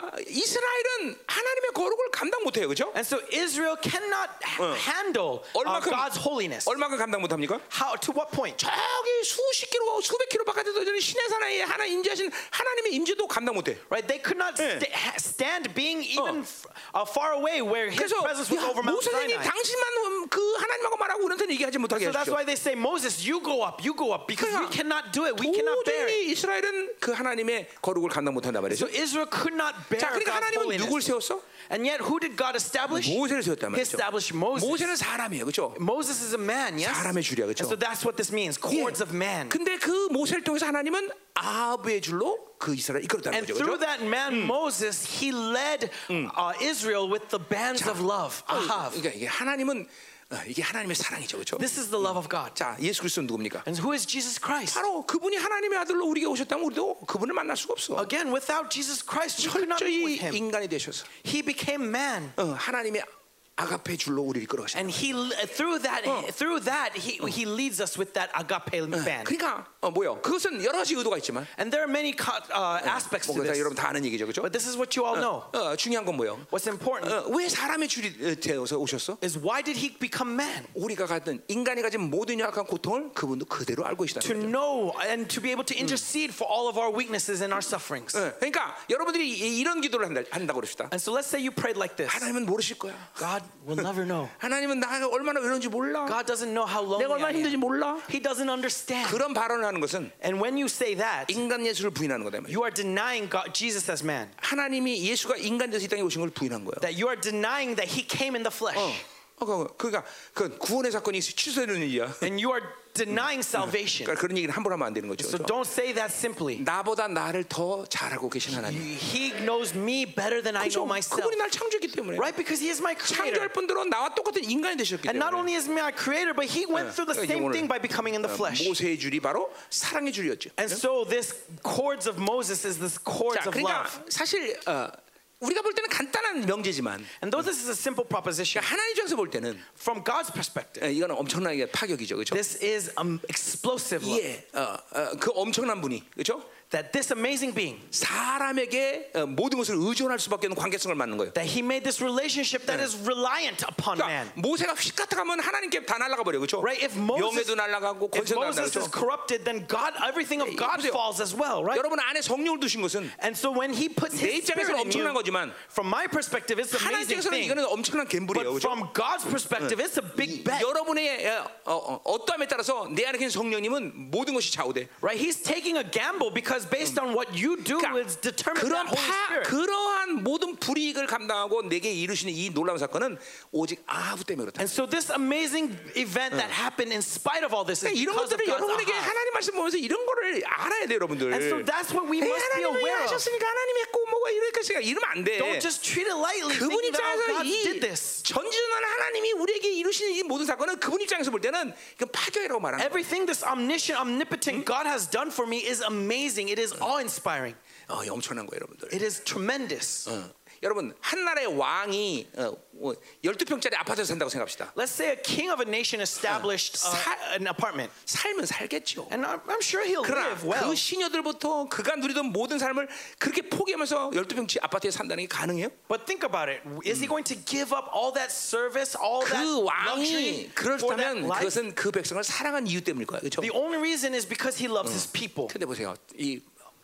어, 이스라엘은 하나님의 거룩을 감당 못해요, 그렇죠?
And so Israel cannot ha- handle uh,
얼마큼
God's holiness.
얼마큼 감당 못합니까?
How to what point?
저기 수십 킬로, 수백 킬로 바깥에 도저는 신의 산하에 하나 임재하신 하나님의 임재도 감당 못해.
right? They could not
예.
sta- ha- stand being
Oh.
even f- uh, far away where his
그래서
presence was over Mount
모세님
Sinai.
당신만 그 하나님하고 말하고 우리한테는 얘기하지 못하게
So that's
하십시오.
why they say, Moses, you go up, you go up, because
그러니까
we cannot do it, we cannot bear it.
도저히 이스라엘은 그 하나님의 거룩을 감당 못한단 말이죠.
So Israel could not bear
자, 그러니까
God's
하나님은 누굴
holiness.
세웠어?
And yet, who did God establish?
모세를 세웠단
He
말이죠.
established Moses.
모세는 사람이에요, 그렇죠?
Moses is a man, yes?
사람의 줄이야, 그렇죠?
And so that's what this means, cords of man.
근데 그 모세를 통해서 하나님은 아합의 줄로 그 이스라엘 이끌었다는
And
거죠. 그렇죠? 그죠?
through that man Moses, he led uh, Israel with the bands of love, ahav.
그러니까 이게 하나님은 어, 이게 하나님의 사랑이죠, 그렇죠?
This is the love of God.
자, 예수 그리스도는 누굽니까?
And who is Jesus Christ?
바로 그분이 하나님의 아들로 우리에게 오셨다면 우리도 그분을 만날 수가 없어.
Again, without Jesus Christ, you could not be
철저히
with him.
인간이 되셔서
He became man.
어, 하나님의 아가페 줄로 우리를 이끌어가신.
And he through that through that he, he leads us with that agape band.
그러니까 어, 뭐요? 그것은 여러 가지 의도가 있지만
And there are many co- uh, aspects
뭐
to
그다
this.
여러분 다 아는 얘기죠, 그렇죠?
But this is what you all know.
어, 중요한 건 뭐요?
What's important
어, 왜 사람의 줄이 어, 되어서 오셨어?
is why did he become man?
우리가 갖는 인간이 가진 모든 약한 고통을 그분도 그대로 알고 계시다. 어,
To know and to be able to intercede for all of our weaknesses and our sufferings.
어, 그러니까 여러분들이 이- 이런 기도를 한다, 한다고 그럽시다.
And so let's say you prayed like this.
하나님은 모르실 거야.
God will never know.
하나님은 나가 얼마나 외로운지 몰라.
God doesn't know how lonely
내가 얼마나
I
힘든지
am.
몰라.
He doesn't understand.
그런 발언을 하는 것은
And when you say that,
인간 예수를 부인하는 거다. 말이야.
you are denying God, Jesus as man.
하나님이 예수가 인간 돼서 이 땅에 오신 걸 부인한 거야.
That you are denying that he came in the
어,
flesh.
어, 그- 그러니까 그 구원의 사건이 취소되는 일이야.
And you are denying salvation.
그러니까 그런 얘기를 함부로 하면 안 되는 거죠.
So
그렇죠?
don't say that simply.
나보다 나를 더 잘하고 계신 하나님.
He knows me better than I
그죠?
know myself.
그분이 날 창조했기 때문에.
Right? Because he is my creator.
창조할 분들은 나와 똑같은 인간이 되셨기
And not
때문에.
only is he my creator, but he went through the
그러니까
same
이거를,
thing by becoming in the flesh.
모세의 줄이 바로 사랑의 줄이었죠.
And so this cords of Moses is this cords
자,
of
그러니까
love.
사실 어, 우리가 볼 때는 간단한 명제지만
And though this is a simple proposition,
하나님 쪽에서 볼 때는
from God's perspective,
예, 이거는 엄청나게 파격이죠, 그렇죠?
this is um, explosive love.
예, 어, 어, 그 엄청난 분이 그렇죠?
That this amazing being,
사람에게 어, 모든 것을 의존할 수밖에 없는 관계성을 맞는 거예요.
that he made this relationship that is reliant upon man.
그러니까 모세가 휘까딱 하면 하나님께 다 날아가 버려, 그렇죠?
Right? If Moses,
영에도 날아가고
if
권세도 날아가고.
Moses is
그렇죠?
corrupted, then God, everything of God
보세요.
falls as well, right?
여러분 안에 성령을 두신 것은
And so when he puts
내
his
입장에서는
spirit in
엄청난
you,
거지만
from my perspective, it's an
하나님
amazing
쪽에서는
thing.
이거는 엄청난 갬블이에요,
But
그렇죠?
from God's perspective, it's a big bet.
여러분의 어, 어, 어, 어떠함에 따라서 내 안에 계신 성령님은 모든 것이 좌우돼.
Right? He's taking a gamble because based on what you do,
그러니까
it's determined
그런
that Holy
파,
Spirit.
그러한 모든 불이익을 감당하고 내게 이루시는 이 놀라운 사건은 오직 아합 때문에 그렇다.
And so this amazing event that happened in spite of all this is
그러니까 이런
because of
것들을
God's
여러분에게
aha.
하나님 말씀 보면서 이런 거를 알아야 돼요, 여러분들.
And so that's what we
에이,
must be
하나님이
aware of.
하셨으니까 하나님이 했고 뭐가 이렇게 생각 이러면 안 돼.
Don't just treat it lightly.
그분
Thinking that oh,
입장에서
God
이
did this.
전지전한 하나님이 우리에게 이루시는 이 모든 사건은 그분 입장에서 볼 때는 이건 파격이라고 말하는 거예요.
Everything this omniscient, omnipotent God has done for me is amazing. It is awe-inspiring.
어, 이거 엄청난 거예요, 여러분들.
It is tremendous.
어. 여러분 한 나라의 왕이 어, 어, 12평짜리 아파트에서 산다고 생각합시다.
Let's say a king of a nation established uh,
사-
an apartment,
살면 살겠죠.
and I'm, I'm sure he'll
그러나
live well.
그 시녀들부터 그가 누리던 모든 삶을 그렇게 포기하면서 12평치 아파트에 산다는 게 가능해요?
But think about it: Is he going to give up all that service, all that
그
luxury
왕이
for that
그렇다면
life?
그것은 그 백성을 사랑한 이유 때문일 거야. 그렇죠?
The only reason is because he loves his people.
근데 보세요. 이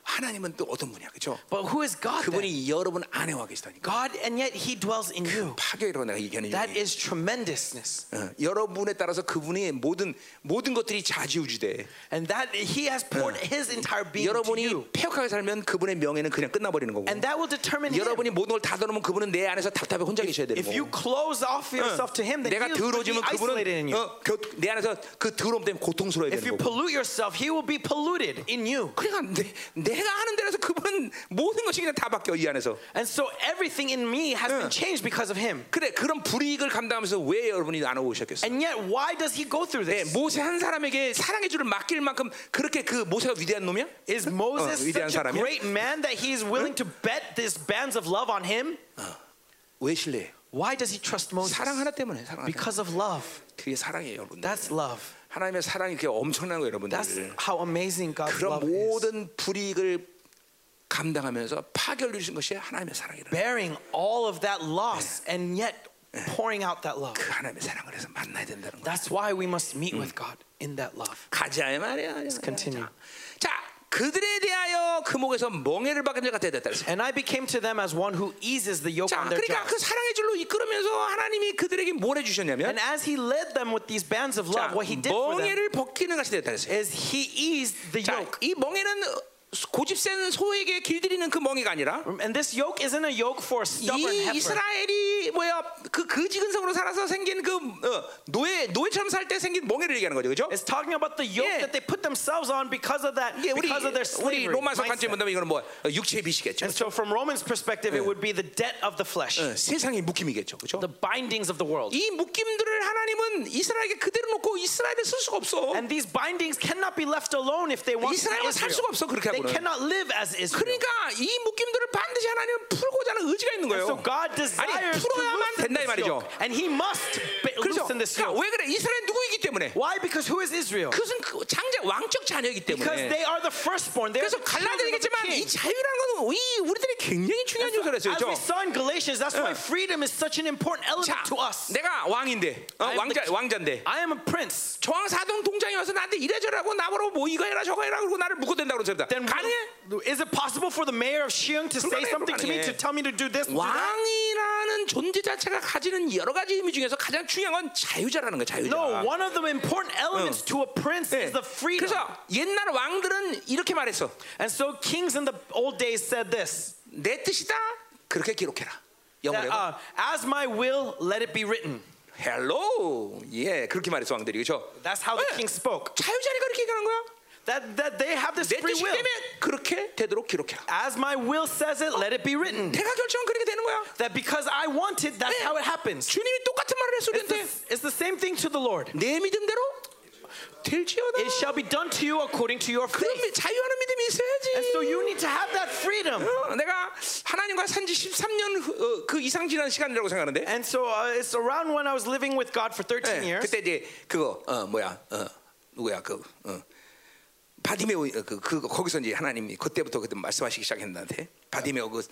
하나님은 또 어떤 분이야. 그렇죠?
But who is God? then?
그분이 여러분 안에 와 계시다니까.
God, and yet He dwells in you.
파괴라고 내가 얘기하는
That
이유.
is tremendousness,
어, 여러분에 따라서 그분이 모든 모든 것들이 좌지우지돼.
and that He has poured His entire being to you,
여러분이 폐역하게 살면 그분의 명예는 그냥 끝나버리는 거고.
and that will determine him.
여러분이 모든 걸 다 넣어놓으면 그분은 내 안에서 답답해 혼자 계셔야 되는
If you
거고.
close off yourself to Him, then
내가
He will be
더러워지면
isolated in
그분은
you.
어, 겨- 내 안에서 그 더러움 때문에 고통스러워야
If
되는
you
거고.
pollute yourself, He will be polluted in you.
그러니까 내, 내가 하는 데라서 그분은 모든 것이 그냥 다 바뀌어 이 안에서.
And so everything in me has been changed because of Him.
그래 그런 불이익을 감당하면서 왜 여러분이 안 오셨겠어요?
And yet, why does He go through
네,
this?
모세 한 사람에게 사랑의 줄을 맡길 만큼 그렇게 그 모세가 위대한 놈이야?
Is
어,
Moses
위대한
such a
사람이야?
great man that he is willing to bet these bands of love on him?
왜 신뢰해?
Why does he trust Moses?
사랑 하나 때문에 사랑 하나.
Because of love.
때문에. 그게 사랑이에요, 여러분들.
That's love.
하나님의 사랑이 그렇게 엄청난 거예요,
That's
여러분들.
how amazing God's
그런
love is.
모든 불이익을 감당하면서 파결 주신 것이 하나님의 사랑이라.
Bearing all of that loss and yet pouring out that love.
그 하나님의 사랑을 해서 만나야 된다는 거야.
That's why we must meet with God in that love.
가자야 말이야.
continue.
자, 자, 그들에 대하여 그 목에서 멍해를 받은 자 같아야 됐다 그랬어요.
And I became to them as one who eases the yoke
자,
on their
그러니까
jocks.
그 사랑의 줄로 이끌으면서 하나님이 그들에게 뭘 해주셨냐면
And as he led them with these bands of
자,
love, what he did for them
멍해를 벗기는 것이 됐다 그랬어요.
is he eased the
자,
yoke.
이 멍에는 고집센 소에게 길들이는 그 멍에가 아니라
And this yoke isn't a yoke for a stubborn
이
heifer.
이스라엘이 뭐야 그 그지근성으로 살아서 생긴 그 어, 노예 노예처럼 살 때 생긴 멍에를 얘기하는 거죠, 그렇죠?
It's talking about the yoke
Yeah.
that they put themselves on because of that,
이게 우리
because of their
우리
slavery.
로마서 관점에
mindset.
본다면 이거는 뭐 어, 육체의 빛이겠죠.
And so, from Romans' perspective, it would be the debt of the flesh,
어, 세상의 묶임이겠죠, 그렇죠?
the bindings of the world.
이 묶임들을 하나님은 이스라엘에게 그대로 놓고 이스라엘을 쓸 수가 없어.
And these bindings cannot be left alone if they want to be
이스라엘은 살 수가
Israel.
없어 그렇게
They
하고는.
cannot live as Israel.
그러니까 이 묶임들을 반드시 하나님은 풀고자 하는 의지가 있는
So
거예요.
God
아니
desires to
풀어야만
loosen
된다 이
this
말이죠.
yoke. And he must be-
그래서
loosen this
그러니까
yoke.
왜 그래? 이스라엘 누구이기 때문에.
Why? Because who is Israel?
그것은 그 장자 왕적 자녀이기
Because
때문에.
they are the firstborn. They are
그래서
the children of the
갈라디아겠지만 이
king.
자유라는 건 이- 우리들이 굉장히 중요한 요소라서
As we
그렇죠.
saw in Galatians, that's why
Yeah.
freedom is such an important
자,
element to us.
내가 왕인데, 어,
I'm
왕자
the-
왕자인데.
I am a prince.
저항 사동 동장이 와서 나한테 이래저래하고 나보고 뭐 이거 해라 저거 해라 그러고 나를 묶어댄다고 그러다.
Then
가능해?
will- is it possible for the mayor of Sheung to say
불가능해,
something to me
불가능해.
to tell me to do this? to do that?
왕이라는 존재 자체가 가지는 여러 가지 의미 중에서 가장 중요한 건 자유자라는 거야 자유자.
No, one of the important elements to a prince
예.
is the freedom.
그래서 옛날 왕들은 이렇게 말했어.
And so kings in the old days said this.
내 뜻이다 그렇게 기록해라.
That,
영어로.
uh, as my will, let it be written.
헬로 예 그렇게 말했어 왕들이 그렇죠.
That's how the king spoke.
자유자리가 그렇게 얘기하는 거야.
That, that they have this
내
free
뜻이
will.
되면 그렇게 되도록 기록해라.
As my will says it, let it be written.
내가 결정은 그렇게 되는 거야.
That because I want it, that's
예.
how it happens.
주님이 똑같은 말을 했어
It's
우리한테.
the, it's the same thing to the Lord.
내 믿음대로 될지어다.
It shall be done to you according to your
그런
faith.
미- 자유하는 믿음이
And
있어야지.
so you need to have that freedom.
어, 내가 하나님과 산지 13년 어, 그 이상 지난 시간이라고 생각하는데.
And so uh, it's around when I was living with God for 13
예,
years.
그때 이제 그거 어, 뭐야 어, 누구야 그 어, 바디메오 어, 그, 그 거기서 이제 하나님이 그때부터 그때 말씀하시기 시작했는데 바디메오 그,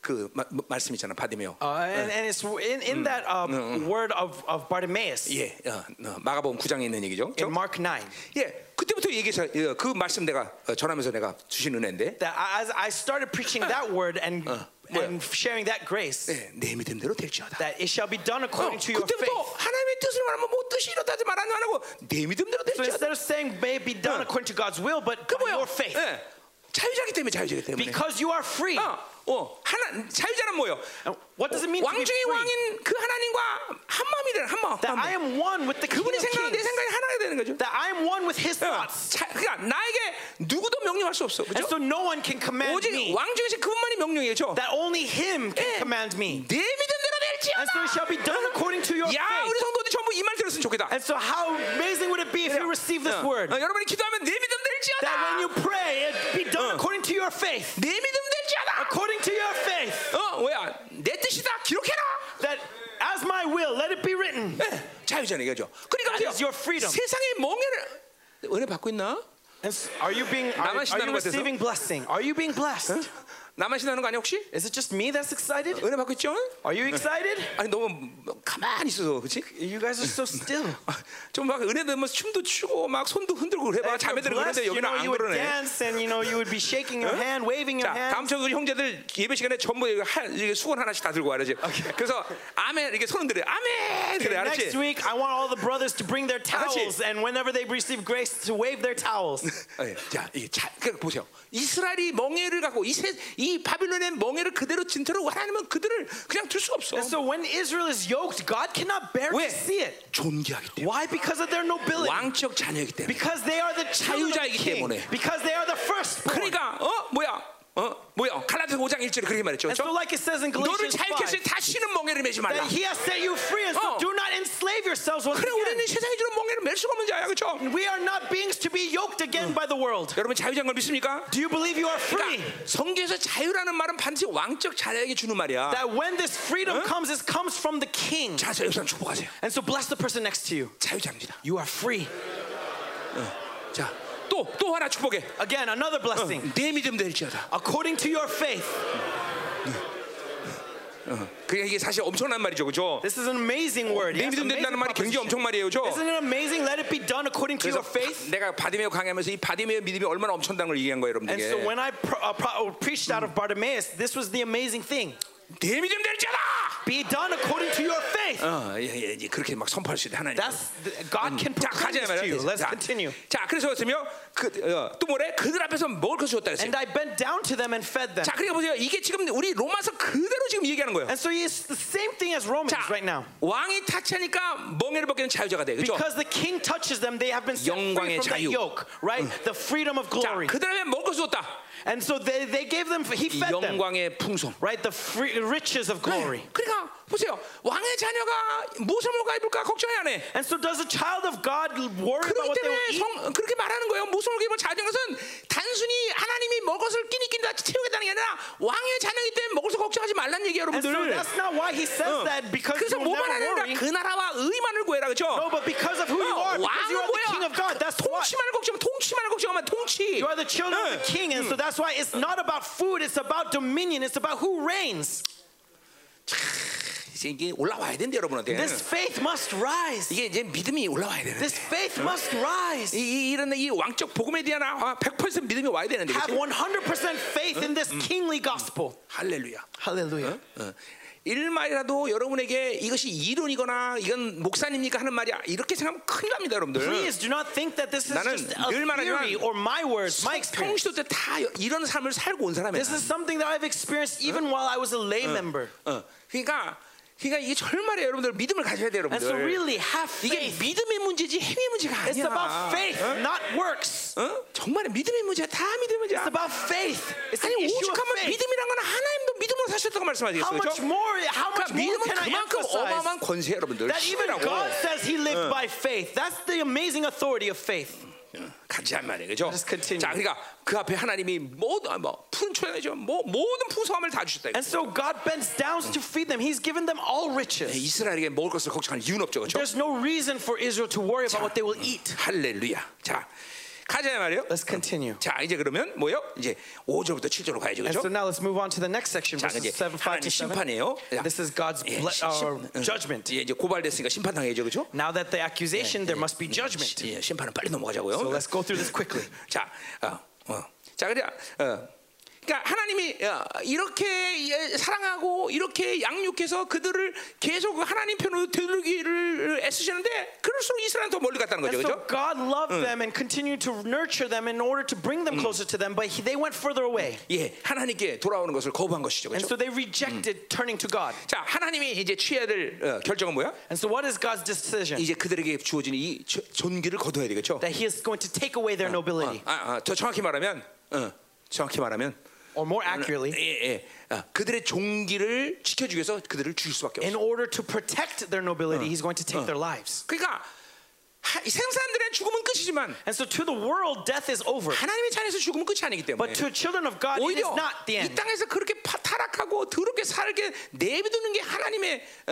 그 마- 마- 말씀 있잖아 바디메오.
Uh, and, and it's in, in that uh, word of, of Bartimaeus
예, 어, 어, 마가복음 9장에 있는 얘기죠. 그렇죠?
in Mark 9.
예, 그때부터 얘기해서 어, 그 말씀 내가 어, 전하면서 내가 주신 은혜인데
That I, as I started preaching that word and,
뭐야?
and sharing that grace,
예, 내 믿음대로 될지어다.
that it shall be done
어,
according to your faith.
그때부터 하나님의 뜻을 말하면 뭐 뜻이 이렇다 하지 말하지 안 하고 내 믿음대로 될지어다.
So instead of saying may it be done
어.
according to God's will, but
그
by
뭐야?
your faith.
예, 자유자기 때문에 자유자기 때문에.
Because you are free.
어, 어, 하나 자유자란 뭐요?
And What does it mean to
왕
be
중의
free?
왕인 그 하나님과 한 마음이래 한 마음.
That
한
I
마음.
am one with the King
그분이
of
생각은 내
Kings.
생각이 하나가 되는 거죠.
That I am one with His
어,
thoughts.
자, 그러니까 나에게 누구도 명령할 수 없어,
And
그렇죠?
so no one can command
오직
me.
왕 중에서 그분만이 명령이죠.
That only Him
Yeah.
can command me.
내 믿음대로
And so it
될지어다.
shall be done according to your
야,
faith.
우리 성도들 전부 이 말 들었으면 좋겠다.
And so how amazing would it be if you receive this
어,
word?
어, 여러분이 기도하면 내 믿음
That when
될지어다.
you pray, it be done according to your faith.
내 믿음 될지어다.
According to your faith.
어, 뭐야? 내 뜻이다. 기록해라.
That as my will, let it be written.
예, 자유잖아 이거죠. 그러니까
That
보세요.
is your freedom.
세상의 멍에를 은혜 받고 있나?
And s- are you being are,
나만
are
신나는
you
것 같아서?
receiving blessing? Are you being blessed?
나만 신나는 거 아니야 혹시?
Is it just me that's excited?
은혜 받고 있죠?
Are you excited?
아니 너무 가만히 있어서 그렇지?
You guys are
(laughs)
so still.
좀 막 은혜 들면 춤도 추고 막 손도 흔들고 그래 봐.
If you're
자매들은
blessed,
그런데
you
여기는
know,
안
you would
그러네.
dance and you know you would be shaking your hand, waving your
자,
hand.
다음 주 우리 형제들 예배 시간에 전부 이거 하- 이게 수건 하나씩 다 들고 와야지. 그래서 아멘 이렇게 손 흔들어. 아멘 그래 알았지?
Next week, I want all the brothers to bring their
같이.
towels, and whenever they receive grace, to wave
(laughs)
their towels.
예, 자, 이 자, 그러니까 보세요. 이스라엘이 멍해를 갖고 이, 세, 이 바빌론의 멍해를 그대로 진토로 하나님은 그들을 그냥 둘 수가 없어.
And so when Israel is yoked, God cannot bear
왜?
to see it.
존귀하기 때문에.
Why? Because of their nobility.
왕적 자녀이기 때문에.
Because they are the children of the
자유자이기
king.
때문에.
Because they are the firstborn.
그러니까 어 뭐야? 어 뭐야? 갈라디아서 5장 1절에 그렇게 말했죠.
And so,
그렇죠?
like it says in
너를
Galatians
자유케
5,
했으니 다시는 멍해를 매지 말라.
that he has set you free, and
어.
so do not enslave yourselves once
그래
again.
우리는 세상에 주는 멍해를 맬 수가 없는 자야. 그렇죠?
We are not beings to be yoked again by the world.
여러분 자유자인 걸 믿습니까?
Do you believe you are free?
그러니까 성경에서 자유라는 말은 반드시 왕적 자녀에게 주는 말이야.
That when this freedom comes, it comes from the king.
자, 여러분 축복하세요.
And so bless the person next to you.
자유자입니다.
You are free.
자, 또 또 하나 축복해.
Again, another blessing.
내 믿음 될지어다.
According to your faith.
어. 그게 이게 사실 엄청난 말이죠, 그죠?
This is an amazing word.
내
Yes,
믿음
amazing
된다는 말이 굉장히 엄청
proposition.
말이에요, 그죠?
Isn't it amazing? Let it be done according to
그래서 아,
your faith.
내가 바디메오 강의하면서 이 바디메오 믿음이 얼마나 엄청난 걸 얘기한 거예요,
And so
여러분들에게.
when I pro- uh, pro- uh, preached out of Bartimaeus, this was the amazing thing.
내 믿음 될 자다.
Be done according to your faith.
어, 예, 예, 예, 그렇게 막 선포할 수 있는 하나님.
That's th- God can
자,
proclaim
가자
this to you.
말이야.
Let's
자,
continue.
자, 그래서 했으며 그, 어, 또 뭐래? 그들 앞에서 먹을 것을 줬다 했어요.
And I bent down to them and fed them.
자, 그러니까 보세요. 이게 지금 우리 로마서 그대로 지금 얘기하는 거예요.
And so it's the same thing as Romans
자,
right now.
왕이 타치하니까 멍에를 벗기는 자유자가 돼. 그죠?
Because the king touches them, they have been set free
영광의
from that
자유.
yoke, right?
Mm.
The freedom of
자,
glory.
그들에게 먹을 것을 줬다.
And so they, they gave them, he
이
fed them,
영광의 풍성.
right? The free, riches
Mm.
of glory.
그러니까 보세요. 왕의 자녀가 무엇을 먹을까 입을까 걱정이 안 해.
And so does a child of God worry about
그렇기
what they will
때문에
eat?
성, 그렇게 말하는 거예요. 무엇을 먹을까 입을 자녀인 것은 단순히 하나님이 먹었을 끼니 끼니 다 채우겠다는 게 아니라 왕의 자녀이기 때문에 먹을서 걱정하지 말라는 얘기예요,
And so
여러분들.
that's not why he says that because
그래서
you'll
뭐
never
말하는 거야?
worry.
그 나라와 의만을 구해라, 그렇죠?
No, but because of who you are, because you
왕은
are the king of God,
뭐야?
that's why.
통치만을 걱정하면 통치만을 걱정하면 통치.
You are the children of the king, and so that's why it's not about food, it's about dominion, it's about who reigns.
이제 이게 올라와야 된대 여러분한테.
This faith must rise.
이게 이제 믿음이 올라와야 되는.
This faith must rise.
이, 이 이런 이 왕적 복음에 대한 아, 100% 믿음이 와야 되는데.
Have
그치?
100% faith in this kingly gospel.
할렐루야.
Hallelujah.
어. 일말이라도 여러분에게 이것이 이론이거나 이건 목사님이니까 하는 말이야 이렇게 생각하면 큰일 납니다 여러분들
Please do not think that this is
나는
just
늘
a
말하지만
theory or my words, my experience.
평시도 때다 이런 삶을 살고 온 사람이야
This is something that I've experienced even while I was a lay member.
어. 그러니까 그러니까 이게 절말이에요 여러분들 믿음을 가져야 돼요
And so
여러분들
really have
이게
faith.
믿음의 문제지 행위 문제가
It's about
아니야
faith, not works.
어? 정말 믿음의 문제야 다 믿음의 문제야
It's about faith. It's an
아니
issue of
오죽하면
faith.
믿음이란 건 하나님도 믿음으로 사셨다고
How
말씀하시겠어요
much
그렇죠?
more? How
그러니까
much more
믿음은
can I
그만큼
emphasize
어마어마한 권세 여러분들
that even
힘이라고
God says He lived by faith? That's the amazing authority of faith.
같이 한 말이에요, 그죠?
Let's continue.
자, 그러니까 그 앞에 하나님이 모든 아, 뭐 푸른 초장이죠, 뭐 모든 풍성함을 다 주셨다. 이거.
And so God bends down to feed them. He's given them all
네,
riches.
이스라엘에게 먹을 것을 걱정할 이유는 없죠, 그죠?
There's no reason for Israel to worry about what they will eat.
할렐루야. 자, 가자 말이요.
Let's continue.
자, 이제 그러면 뭐요? 이제 5절부터 7절로 가야죠,
And
그죠?
so now let's move on to the next section,
자, 이제
verses 7, 5 to
하나님
7.
심판이에요. 자,
This is God's
예,
ble-
시-
uh,
심-
judgment.
예, 이제 고발됐으니까 심판당해야죠, 그죠?
Now that the accusation, there must be judgment.
예, 심판은 빨리 넘어가자고요.
So let's go through this quickly.
그, 자, 어, 어. 자, 그래, 어. 그러니까 하나님이 어, 이렇게 예, 사랑하고 이렇게 양육해서 그들을 계속 하나님 편으로 들기를 애쓰시는데 그럴수록 이스라엘 더 멀리 갔다는
And
거죠,
so
그렇죠?
God loved them and continued to nurture them in order to bring them closer to them, but he, they went further away.
예, 하나님께 돌아오는 것을 거부한 것이죠,
And
그렇죠?
so they rejected turning to God.
자, 하나님이 이제 취해야 될 어, 결정은 뭐야?
And so what is God's decision?
이제 그들에게 주어진 이 저- 존귀를 거둬야 되겠죠?
That he is going to take away their nobility.
아, 아, 더 정확히 말하면, 어, 정확히 말하면,
Or more accurately,
예, 예, 아, 그들의 종기를 지켜주기 위해서 그들을 죽일 수밖에 없어.
in order to protect their nobility, he's going to take their lives.
그러니까 하- 이 생산들의 죽음은 끝이지만
And so to the world, death is over.
하나님의 자녀에서 죽음은 끝이 아니기 때문에
But to children of God, it is
오히려
not
이
the end.
땅에서 그렇게 파- 타락하고 더럽게 살게 내비두는 게 하나님의 어,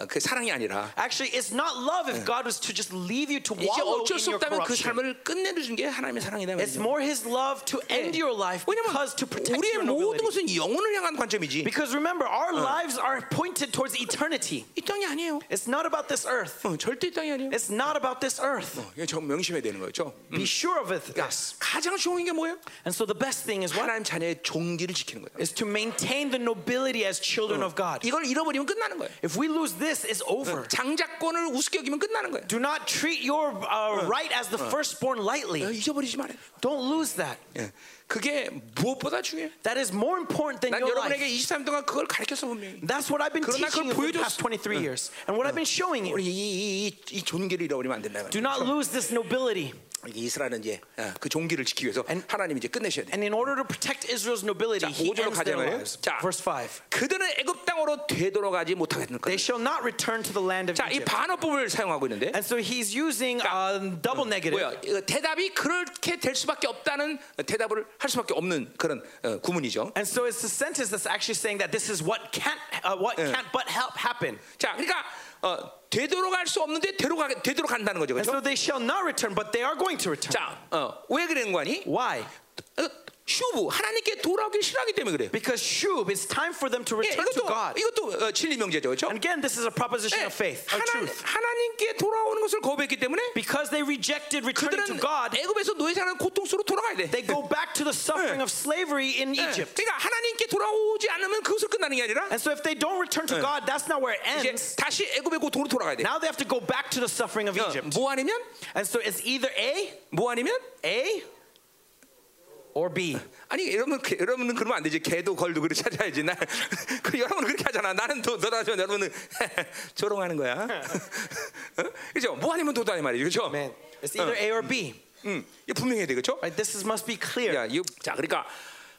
어, 그 사랑이 아니라
Actually, it's not love if God was to just leave you to
이제
wallow
어쩔
in
수
your
없다면 그
corruption.
삶을 끝내주는 게 하나님의 사랑이다 말이죠.
It's more his love to end your life because to
왜냐면
protect
우리의
your
모든 것은
nobility.
영혼을 향한 관점이지
Because remember, our lives are pointed towards eternity.
이 땅이 아니에요.
It's not about this earth.
어, 절대 이 땅이 아니에요.
It's not about this earth.
이게 좀 명심해야 되는 거죠.
Be sure of it. Yes.
가장 좋은 게 뭐예요?
And so the best thing is what?
하나님 자녀의 종기를 지키는 거예요.
Is to maintain the nobility as children of God.
이걸 잃어버리면 끝나는 거예요.
If we lose this, it's over.
어, 장자권을 우습게 여기면 끝나는 거예요.
Do not treat your uh, right as the firstborn
어,
lightly.
잊어버리지 말아요.
Don't lose that.
예. 그게 무엇보다 중요해.
That is more important than
난
your life.
여러분에게 23년 동안 그걸 가르쳤어 분명히.
That's what I've been
그러나
teaching you for the
그걸
past
보여줬어.
23 years. And what I've been showing you.
우리 이, 이, 이, 이 존귀를 잃어버리면 안 된다.
Do not lose this nobility.
이게 이스라엘은 이제 어, 그 종기를 지키기 위해서 하나님 이제 끝내셔야 돼.
And in order to protect Israel's nobility,
자,
he
5절로
ends their
가자 말이에요.
lives.
자.
Verse 5.
그들은 애굽 땅으로 되돌아가지 못하겠는 거예요.
They shall not return to the land of
자, 이
Egypt.
반어법을 사용하고 있는데
And so he's using um, double negative.
뭐야? 이거 대답이 그렇게 될 수밖에 없다는 대답을 할 수밖에 없는 그런 어, 구문이죠.
And so it's a sentence that's actually saying that this is what can't, uh, what can't but help happen.
자, 그러니까 어, 되돌아갈 수 없는데 되돌아 되돌아 간다는 거죠, 어,
And
그렇죠?
so they shall not return, but they are going to return.
자, 어, 왜 그러는 거니?
Why?
어, 슈브 하나님께 돌아오기 싫어하기 때문에 그래요.
Because shub, it's time for them to
예,
return
이것도
to God.
이것도 어, 진리 명제죠, 그렇죠?
And again, this is a proposition of faith, of
하나,
truth.
하나님께 돌아오는 것을 거부했기 때문에
Because they rejected returning
그들은
to God,
애굽에서 노예생활 고통 속으로 돌아가야 돼.
they go back to the
예.
suffering of slavery in
예,
Egypt.
그러니까 하나님께 돌아오지 않으면 그것을 끝나는 게 아니라
And so if they don't return to God, that's not where it
이제
ends.
다시 애굽의 고통으로 돌아가야 돼.
Now they have to go back to the suffering of
어,
Egypt.
뭐 아니면
And so it's either A,
뭐 아니면
A, or B.
아니 여러분 그- 여러분은 그러면 안 되지. 개도 걸도 그렇게 찾아야지. 나, (laughs) 그 여러분은 그렇게 하잖아. 나는 도 너라서 여러분은 (laughs) 조롱하는 거야. (laughs) 그렇죠? 뭐 아니면 도다 이 말이죠. 그렇죠?
Man, it's either A or B.
음, 이거 분명해야 돼, 그렇죠?
Right? This is, must be clear.
야, 이거, 자, 그러니까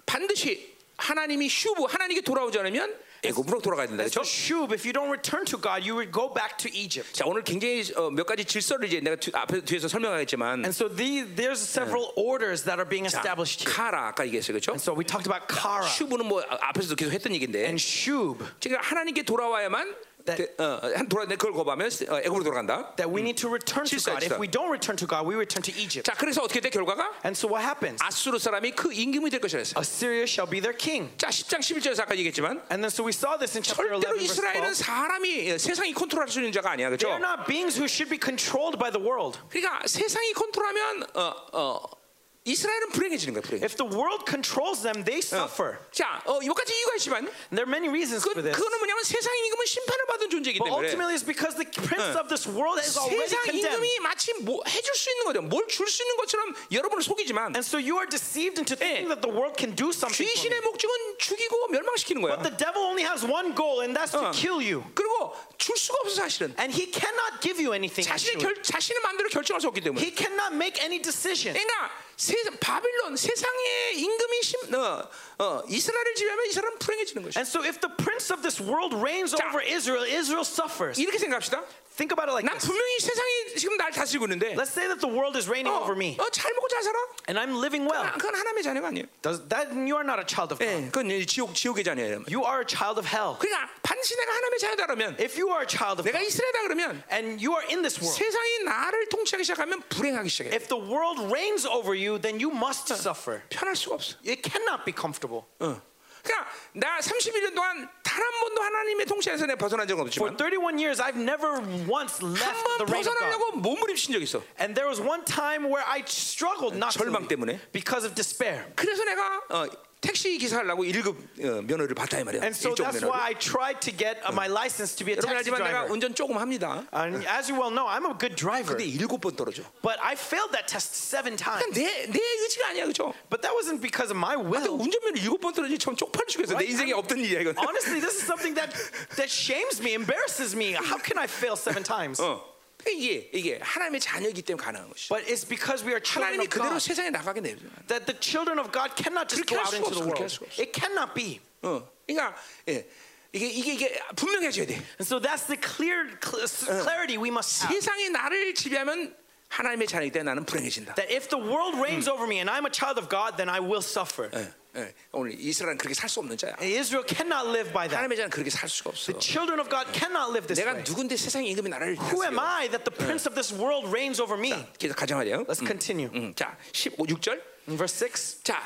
반드시 하나님이 슈브 하나님께 돌아오지 않으면 애굽으로 돌아가야 된다,
And
그렇죠?
So Shub, if you don't return to God, you would go back to Egypt.
자, 오늘 굉장히 어, 몇 가지 질서를 이제 내가 뒤, 앞에 뒤에서 설명하겠지만,
And so the, there's several orders that are being
자,
established here.
카라 아까 얘기했어요, 그렇죠?
And so we talked about Kara
슈브는 뭐 아, 앞에서도 계속 했던 얘기인데,
and Shub,
지금 하나님께 돌아와야만,
That-
그, 어, 한 돌아 내 그걸 거부하면 어, 애굽으로 돌아간다.
that we need to return to
Chisa,
God.
chisa.
If we don't return to God, we return to Egypt.
자, 그래서 어떻게 돼 결과가?
And so what happens?
아수르 사람이 그 임금이 될 것이라 했어요.
Assyria shall be their king.
자, 10장 11절에서 아까 얘기했지만
And then so we saw this in chapter
절대로
11 verse
이스라엘은
12.
사람이 어, 세상이 컨트롤할 수 있는 자가 아니야.
They
그렇죠?
are not beings who should be controlled by the world.
그러니까 세상이 컨트롤하면 어, 어, 이스라엘은 불행해지는 거야 불행.
If the world controls them, they suffer.
자, 어, 몇 가지 이유가 있지만
And there are many reasons
그,
for this.
그거는 뭐냐면 세상 임금은 심판을 받은 존재이기
But
때문에
ultimately, it's because the prince of this world is already
세상 임금이
condemned.
마치 뭐 해줄 수 있는 거죠. 뭘 줄 수 있는 것처럼 여러분을 속이지만
And so you are deceived into thinking that the world can do something. For
귀신의
you.
목적은 죽이고 멸망시키는 거야.
But the devil only has one goal, and that's
Uh.
to kill you.
그리고 줄 수가 없어 사실은.
And he cannot give you anything.
자신의
actually.
결, 자신의 마음대로 결정할 수 없기 때문에.
He cannot make any decision.
그러니까 세상 바빌론 세상의 임금이 심, 어, 어, 이스라엘을 지배하면 이 사람은 불행해지는 것이죠.
And so if the prince of this world reigns
자.
over Israel, Israel suffers.
이렇게 생각합시다.
Think about it like
난
this.
분명히 세상이 지금 날 다스리고 있는데
Let's say that the world is reigning
어,
over me,
어, 잘 먹고 잘 살아?
and I'm living
아,
well.
그건 하나님의 자녀가 아니에요.
Does that then you are not a child of God.
예, 그건 이 지옥 지옥의 자녀예요.
You are a child of hell.
그러니까 반드시 내가 하나님의 자녀다 그러면
If you are a child of
내가
God,
이스라엘이다 그러면
and you are in this world,
세상이 나를 통치하기 시작하면 불행하기 시작해. 요
if the world reigns over you, then you must suffer.
편할 수가 없어.
It cannot be comfortable.
어. 그러니까 나 31년 동안 단 한 번도 하나님의 통치에서 내가 벗어난 적은
For
없지만
31 years, I've never once left
한 번
the reign of God.
벗어나려고 몸부림친 적 있어.
And there was one time where I struggled not to
절망
leave
때문에.
because of despair.
그래서 내가 어, 택시 기사 하려고 1급 어, 면허를 받다 이 말이야.
And so
일종
that's
면허를.
why I tried to get uh, my license to be a
여러분
taxi
알지만 내가
driver. 아.
운전 조금 합니다.
And as you well know, I'm a good driver.
근데 일곱 번 떨어져.
But I failed that test seven times.
그러니까 내, 내 의지가 아니야, 그죠?
But that wasn't because of my
근데
will.
운전면허 일곱 번 떨어지니 어. 참 쪽팔 죽겠어. 내
Right?
인생에
I'm-
없던 일이야, 이건.
Honestly, this is something that, that shames me, embarrasses me. How can I fail seven times?
어. 이게, 이게 하나님의 자녀이기 때문에 가능한 것이죠.
But it's because we are children
하나님이 어,
of
그대로
God
세상에 나가게 내죠.
that the children of God cannot just
그렇게
go
할
out
수가
into
없어,
the
그렇게 할
world.
수가 없어.
It cannot be.
어. 그러니까, 예. 이게, 이게, 이게 분명해져야 돼.
And so that's the clear cl- s- clarity we must have.
세상이 나를 지배하면 하나님의 자녀이기 때문에 나는 불행해진다.
That if the world reigns over me and I'm a child of God, then I will suffer.
예, 예. 오늘 이스라엘은 그렇게 살 수 없는 자야.
And Israel cannot live by that.
하나님의 자는 예. 그렇게 살 수가 없어.
Children of God cannot live this
내가
way.
누군데 세상 임금이 나를
Who
다스려.
am I that the prince of this world reigns over me? Hmm.
계속 가정하세요.
Let's continue.
음, 자, 15, 6절.
In verse 6.
자,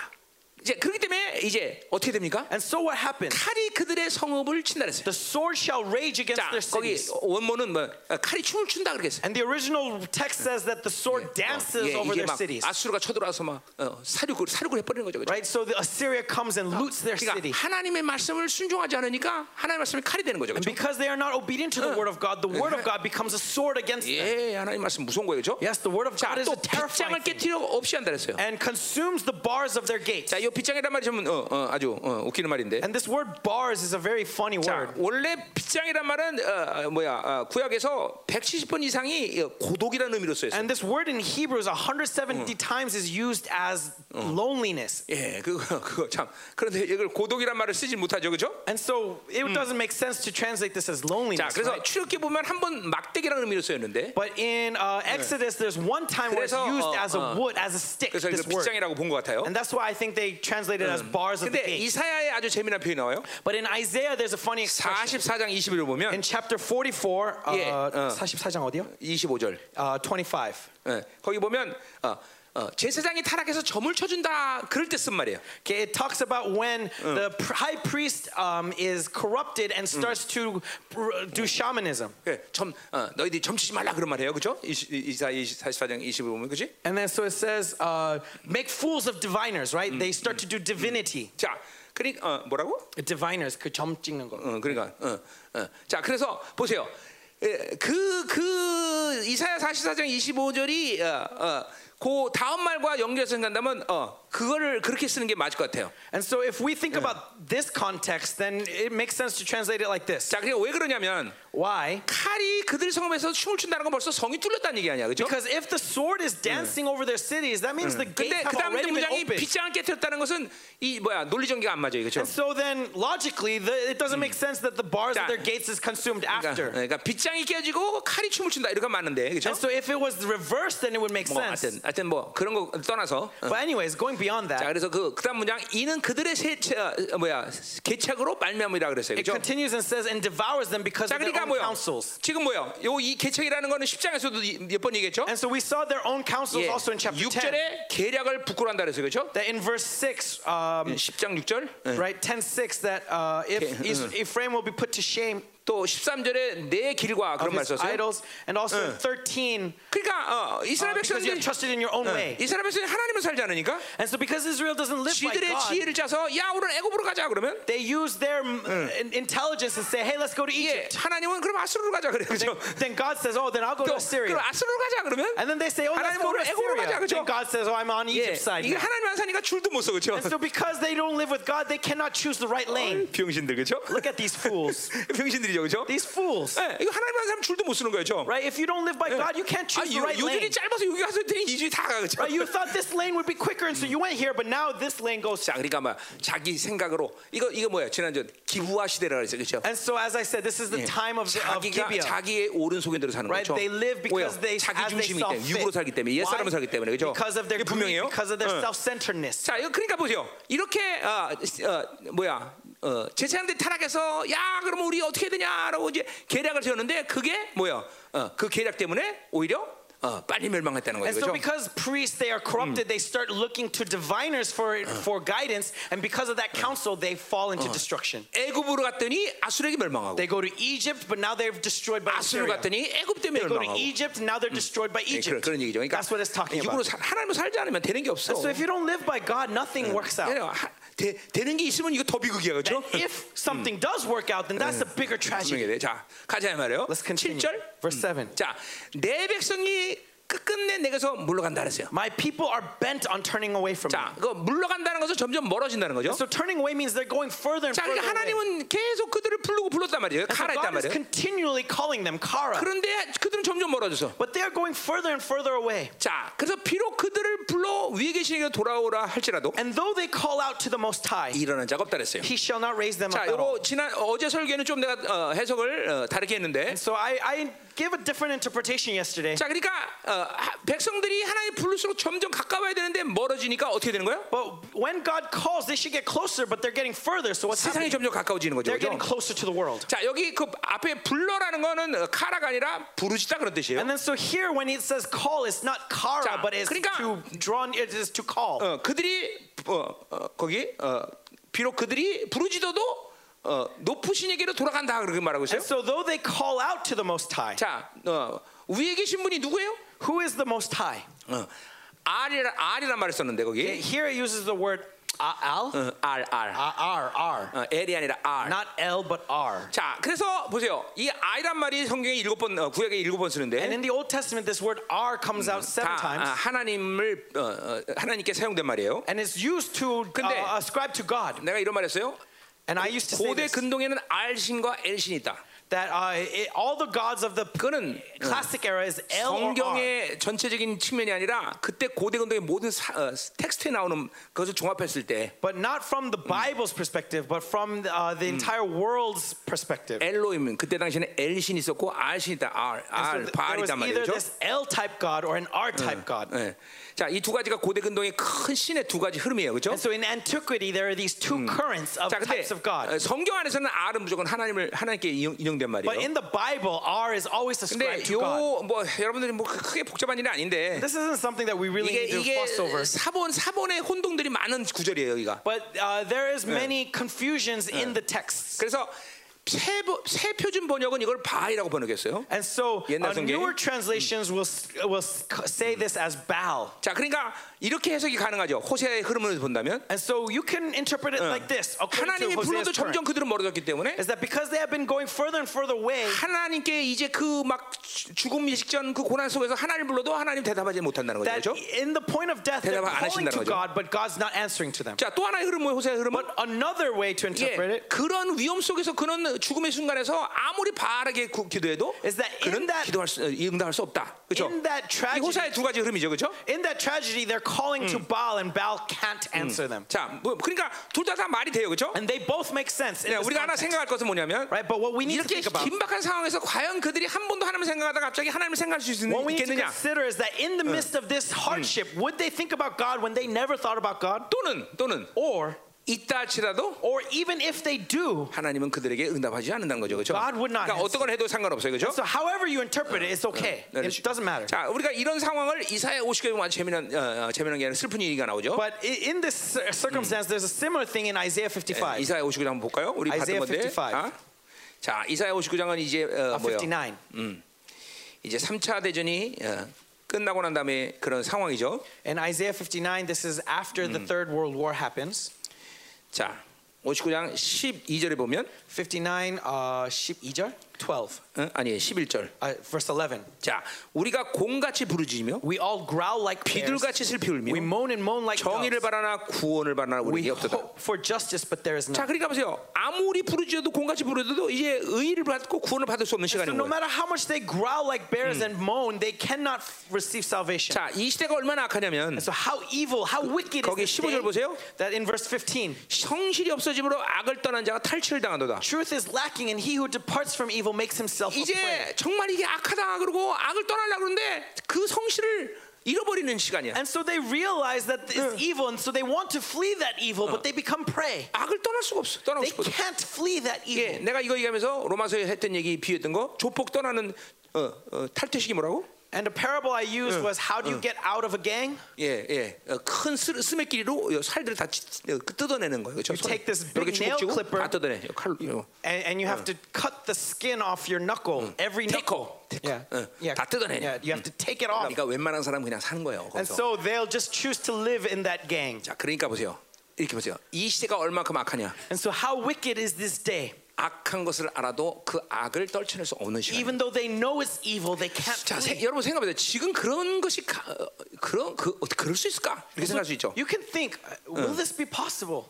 이제 그렇기 때문에 이제 어떻게 됩니까?
And so what happened?
칼이 그들의 성읍을 친다 그랬어요.
The sword shall rage against
자,
their
거기
cities.
원문은 뭐 어, 칼이 춤을 춘다 그랬어요.
And the original text says that the sword dances
예,
over
이게 막
their cities.
아수르가 쳐들어와서 막 어, 사륙을 사륙을 해버리는 거죠. 그죠?
Right? So the Assyria comes and loots their city.
그러니까 하나님의 말씀을 순종하지 않으니까 하나님의 말씀이 칼이 되는 거죠. 그죠?
Because they are not obedient to the word of God, the word of God becomes a sword against them.
예, 하나님 말씀 무서운 거예요. 그죠?
Yes, the word of
자,
God is
또
a
빗장을
terrifying thing.
깨뜨려 없이 한다 그랬어요.
and consumes the bars of their gates.
자, 이 빗장이란 말이 좀 어, 어, 아주 어, 웃기는 말인데.
And this word bars is a very funny
자,
word.
원래 빗장이란 말은 어, 어, 뭐야 어, 구약에서 170번 이상이 어, 고독이라는 의미로 쓰였어요.
And this word in Hebrews 170 times is used as loneliness.
예, 그거 (laughs) 그거 참. 그런데 이걸 고독이란 말을 쓰지 못하죠, 그죠?
And so it doesn't make sense to translate this as
자,
loneliness.
그래서
right?
출애굽기 보면 한 번 막대기라는 의미로 쓰였는데,
But in uh, Exodus, there's one time where it's
그래서,
used
어,
as a
어.
wood, as a Oh. Mm. stick,
그래서 이걸
this word.
빗장이라고 본 것 같아요.
And that's why I think they translate it as bars of the
근데
gate.
이사야에 아주 재미난 표현이 나와요.
But in Isaiah, there's a funny expression.
44장 21을
In
보면
chapter 44, uh,
예, 어.
44장 어디요?
25절.
Uh, 25.
거기 보면 예, 어, 어, 제사장이 타락해서 점을 쳐준다 그럴 때 쓴 말이에요.
Okay, it talks about when the pr- high priest um, is corrupted and starts to pr- do shamanism.
예, 점 어, 너희들이 점치지 말라 그런 말이에요, 그죠? 이사 44장 20을 보면 그지?
And then so it says, uh, make fools of diviners, right? They start to do divinity.
자, 그러니까 어, 뭐라고?
Diviners, 그 점 찍는 거.
어, 그러니까 어, 어. 자 그래서 보세요 그 그 이사야 44장 25절이 어, 어, 그 다음 말과 연결해서 생각한다면 어, 그거를 그렇게 쓰는 게 맞을 것 같아요
And so if we think about this context, then it makes sense to translate it like this.
자 그게 왜 그러냐면
Why?
칼이 그들 성읍에서 춤을 춘다는 건 벌써 성이 뚫렸다는 얘기 아니야 그죠?
Because if the sword is dancing over their cities, that means the
근데
gates
그
have
다음
already been
문장이
opened.
빗장을 깨뜨렸다는 것은 이 뭐야 논리 전개가 안 맞아요 그죠?
And so then, logically, the, it doesn't make sense that the bars
자.
of their gates is consumed
그러니까,
after.
그러니까 빗장이 깨지고 칼이 춤을 춘다 이렇게 맞는데 그죠?
And so if it was reversed, then it would make
뭐 하여튼,
sense.
하여튼 뭐 그런 거 떠나서 어.
But anyways, going beyond
자,
that,
그래서 그 그다음 문장 이는 그들의 세 어, 뭐야 개착으로 말미암이라 그랬어요.
it
그죠?
continues and says, and devours them because
자,
of their
그러니까
own
뭐요?
counsels.
지금 뭐요? 요 이 개착이라는 거는 10장에서도 몇 번 얘기했죠?
And so we saw their own counsels
예.
also in chapter 10.
6절에 계략을 부끄러한다 그랬어요. 예, 그죠?
That in verse 6, um,
10장 6절. 예.
right, 10 6, that uh, if
Okay.
Is- Ephraim will be put to shame
또 13절에 내 길과
of
그런 말
his
썼어요.
idols, and also in 13,
그러니까 어, 이스라엘
uh, because you
백성들이
have trusted in your own way.
이스라엘 백성이 하나님을 살지 않으니까
And so because Israel doesn't live by
지들의
God,
지혜를 짜서 야, 오늘 애굽으로 가자 그러면
they use their mm, in- intelligence and say, hey, let's go to
예,
(laughs) Egypt.
하나님은 그럼 아수르로 가자 그래요. 그죠?
Then God says, oh, then I'll go
또 그럼
to Assyria.
아수르로 가자 그러면
And then they say, oh, let's
하나님
go
오늘
to
애굽으로 가자,
Assyria.
그죠?
And God says, oh, I'm on
예,
Egypt's side
이게
now.
하나님 안 사니까 줄도 못 서 그렇죠?
And (laughs) so because they don't live with God, they cannot choose the right lane.
병신들
(laughs)
그렇죠?
Look at these (laughs) fools.
병신들이죠 그렇죠?
These fools.
예, 이거 하나님 안 사람 줄도 못 쓰는 거예요, 그렇죠?
네. Right? If you don't live by God, you can't
아,
choose the
요,
right lane.
요들이 짧아서 여기 가서 되게 이주이 다가 그렇죠?
Right?
(laughs)
You thought this lane would be quicker, and so you went here, but now this lane goes.
자, 그러니까 막 자기 생각으로 이거 이거 뭐야? 지난주 기부와 시대라 그랬어요, 그렇죠? 예.
And so, as I said, this is the time of, of
자기가
Gibeah.
자기의 오른 소견대로 사는
Right?
거죠.
They live because they,
자기
as they
중심이기
saw
때문에 육으로
fit.
살기 때문에 옛 사람을
Why?
살기 때문에 그렇죠?
Because of their
이게
greed,
분명해요.
because of their
어.
self-centeredness.
자, 이거 그러니까 보세요. 이렇게 어, 어, 뭐야 어, 제사장들이 타락해서 야, 그러면 우리 어떻게 해야 되냐라고 이제 계략을 세웠는데 그게 뭐야? 어, 그 계략 때문에 오히려 어, 빨리 멸망했다는 거죠.
And so,
그렇죠?
because priests they are corrupted, they start looking to diviners for for guidance, and because of that counsel, they fall into destruction.
애굽으로 갔더니 아수르에게 멸망하고
They go to Egypt, but now they're destroyed by
아수르
Assyria.
갔더니 애굽 때문에
They go to
멸망하고
Egypt, now they're destroyed by
예, 그런,
Egypt.
그런 얘기죠. 그러니까
That's what it's talking
육으로 살-
about.
하나님을 살지 않으면 되는 게 없어.
So if you don't live by God, nothing works out.
그냥 하- 되, 되는 게 있으면 이거 더 비극이야, 그렇죠?
And if something does work out, then that's a bigger
분명히
tragedy. Hmm.
돼. 자, 가자 이 말이에요.
Let's continue.
7절.
Verse 7.
자, 내 백성이 끝끝내 내게서 물러간다 그랬어요.
My people are bent on turning away from me.
자, 그 물러간다는 것은 점점 멀어진다는 거죠.
So turning away means they're going further and
자, 그러니까
further away.
하나님은 계속 그들을 부르고 불렀단 말이에요.
And so
가라 했단
God is
말이에요.
continually calling them Kara.
그런데 그들은 점점 멀어져서.
But they're going further and further away.
자, 그래서 비록 그들을 불러 위에 계시니까 돌아오라 할지라도
And though they call out to the Most High,
일어난 자가 없다 그랬어요.
He shall not raise them up
자,
at
요거
all.
지난 어제 설교는 좀 내가 어, 해석을 어, 다르게 했는데.
So I, I gave a different interpretation yesterday.
자, 그러니까 어, 하- 백성들이 하나님 부를수록 점점 가까워야 되는데 멀어지니까 어떻게 되는 거예요?
But when God calls, they should get closer, but they're getting further. So what's
세상이
happening?
점점 가까워지는 거죠.
They're
그죠?
getting closer to the world.
자, 여기 그 앞에 불러라는 거는 어, 카라가 아니라 부르짖다 그런 뜻이에요.
And then so here, when it says call, it's not Kara,
자,
but it's
그러니까-
to drawn. It is to call.
어, 그들이 어, 어, 거기 어, 비록 그들이 부르짖어도 어, 높으신 에게로 돌아간다 그렇게 말하고 있어요.
And so though they call out to the Most High,
자, 어, 위에 계신 분이 누구예요?
who is the Most High?
어, 알이라 알이란 말을 썼는데 거기
Here it uses the word Al,
어, 알 알.
R, R,
어, L이 아니라 R.
not L but R.
자, 그래서 보세요. 이 I란 말이 성경에 일곱 번, 어, 구약에 일곱 번
And
쓰는데
in the Old Testament, this word R comes out
다
seven
아,
times.
하나님을 어, 어, 하나님께 사용된 말이에요.
and it's used to
근데-
uh, ascribe to God.
내가 이런 말했어요.
And I used to say
고대
this,
근동에는 R신과 L신이 있다.
that uh, it, all the gods of the
그거는
classic era is L or R.
성경의 전체적인 측면이 아니라 그때 고대 근동의 모든 사- 어, 텍스트에 나오는 그것을 종합했을 때
But not from the Bible's perspective, but from uh, the entire world's perspective.
엘로임 그때 당시에는 L신이 있었고 R신이 있다. R, R,
And so th- 아, there
바알이
was
있단
either
말이죠.
this L type God or an R
Mm.
type God.
예. 자, 이 두 가지가 고대 근동의 큰 신의 두 가지 흐름이에요. 그렇죠?
And so in
Mm.
antiquity, there are these two currents of
자, 근데
types of God.
어, 성경 안에서는 R은 무조건 하나님을 하나님께 인용- 인용된 된단
But
말이에요.
in the Bible, R is always
근데
ascribed to God.
요 뭐 여러분들이 뭐 크- 크게 복잡한 일은 아닌데
This isn't something that we really
이게
need to
이게
fuss over.
사본 사본의 혼동들이 많은 구절이에요, 여기가.
But uh,
Eh.
there is many confusions in the texts.
그래서 새, 보- 새 표준 번역은 이걸 바이라고 번역했어요.
And so
옛날
uh,
성경이?
newer translations
Mm.
will, s- will s- say this as Baal.
자, 그러니까 이렇게 해석이 가능하죠. 호세의 흐름을 본다면
And so you can interpret it like this. According
Eh. 하나님의
to
불로도
Hosea's current,
점점 그들은 멀어졌기 그렇죠. 때문에
is that because they have been going further and further away,
하나님께 이제 그 막 죽음 직전 그 고난 속에서 하나님 불러도 하나님 대답하지 못한다는 거죠.
that
그렇죠?
in the point of death they're
대답을 안
calling to
하신다는 거죠.
God, but God's not answering to them.
자, 또 하나의 흐름은 호세의 흐름은
But another way to
예,
interpret it
그런 위험 속에서 그는 죽음의 순간에서 아무리 바르게 구- 기도해도
is that in
그는
that
기도할 수, 응답할 수 없다. 그렇죠?
in
이
that tragedy,
호사의 두 가지 흐름이죠, 그렇죠?
in that tragedy, they're calling to Baal, and Baal can't answer them.
자, 뭐, 그러니까 둘 다 다 말이 돼요, 그렇죠?
And they both make sense. In
네,
this
우리가 하나
context,
생각할 것은 뭐냐면
right? But what we need to
이렇게
think about,
긴박한 상황에서 과연 그들이 한 번도 하나님을 생각하다가 갑자기 하나님을 생각할 수 있는-
what we need to
있겠느냐?
consider is that in the midst of this hardship, would they think about God when they never thought about God?
또는 또는
Or,
있다 할지라도
or even if they do,
하나님은 그들에게 응답하지 않는다는 거죠, 그렇죠?
God would not
그러니까
answer.
어떤 걸 해도 상관없어요, 그렇죠?
so however you interpret it, it's okay.
네,
It doesn't matter.
자, 우리가 이런 상황을 이사야 50개 보면 아주 재미난 어, 어, 재미난 게 아니라 슬픈 얘기가 나오죠.
But i- in this cir- circumstance, there's a similar thing in Isaiah 55.
네, 이사야 59장 한번 볼까요? 우리 봤던
Isaiah
건데.
55.
아? 자, 이사야 59장은 이제 어,
uh,
뭐요?
59.
이제 3차 대전이 어, 끝나고 난 다음에 그런 상황이죠.
In Isaiah 59, this is after the Third World War happens.
자, 59장 12절에 보면
59, uh, sheep eater, 12,
어? 아니 11절.
uh, verse 11.
자, 우리가 곰같이 부르짖으며
We all growl like bears.
비둘같이 슬피울며
We moan and moan like
정의를
dogs.
바라나 구원을 바라나
We
우리에게 없도다.
hope for justice, but there is
자,
none.
그러니까 보세요. 아무리 부르짖어도 곰같이 부르짖어도 이제 의를 받고 구원을 받을 수 없는
So
시간인
no
거예요.
matter how much they growl like bears and moan, they cannot f- receive salvation.
자, 이 시대가 얼마나 악하냐면
So how evil, how wicked
거기
is this
15절
day
보세요.
that in verse 15,
성실이 없어짐으로 악을 떠난 자가 탈취를 당하도다.
truth is lacking, and he who departs from evil makes himself a prey.
이제 정말 이게 악하다 그러고 악을 떠나려고 그러는데 그 성실을 잃어버리는 시간이야.
And so they realize that it's evil, and so they want to flee that evil, but they become prey.
악을 떠날 수가 없어. 떠나고
They
싶어도.
can't flee that
예,
evil.
내가 이거 얘기하면서 로마서에 했던 얘기 비유했던 거 조폭 떠나는 어, 어, 탈퇴식이 뭐라고?
And the parable I used was how do you get out of a gang?
예, 예. 어, 큰 스, 스매끼리로 요 살들을 다 찢- 어, 그 뜯어내는 거예요. 그렇죠?
take this
이렇게
big nail
주걱 쥐고
clipper.
다 뜯어내. 요 칼로. 요.
And, and you have to cut the skin off your knuckle, every knuckle.
Take
Mm.
off.
Yeah.
Uh, 다 뜯어내냐.
yeah. You have Mm. to take it off.
그러니까 웬만한 사람 은 그냥 사는 거예요.
And
거기서.
so they'll just choose to live in that gang.
자, 그러니까 보세요. 이렇게 보세요. 이 시대가 얼마큼 악하냐.
And so, how wicked is this day?
악한 것을 알아도 그 악을 떨쳐낼 수 없는 시간.
Even though they know it's evil, they can't
자, 세,
flee.
여러분 생각해보세요. 지금 그런 것이 가, 어, 그런 그 어, 그럴 수 있을까? 이렇게 생각할 수 있죠.
You can think, uh, will this be possible?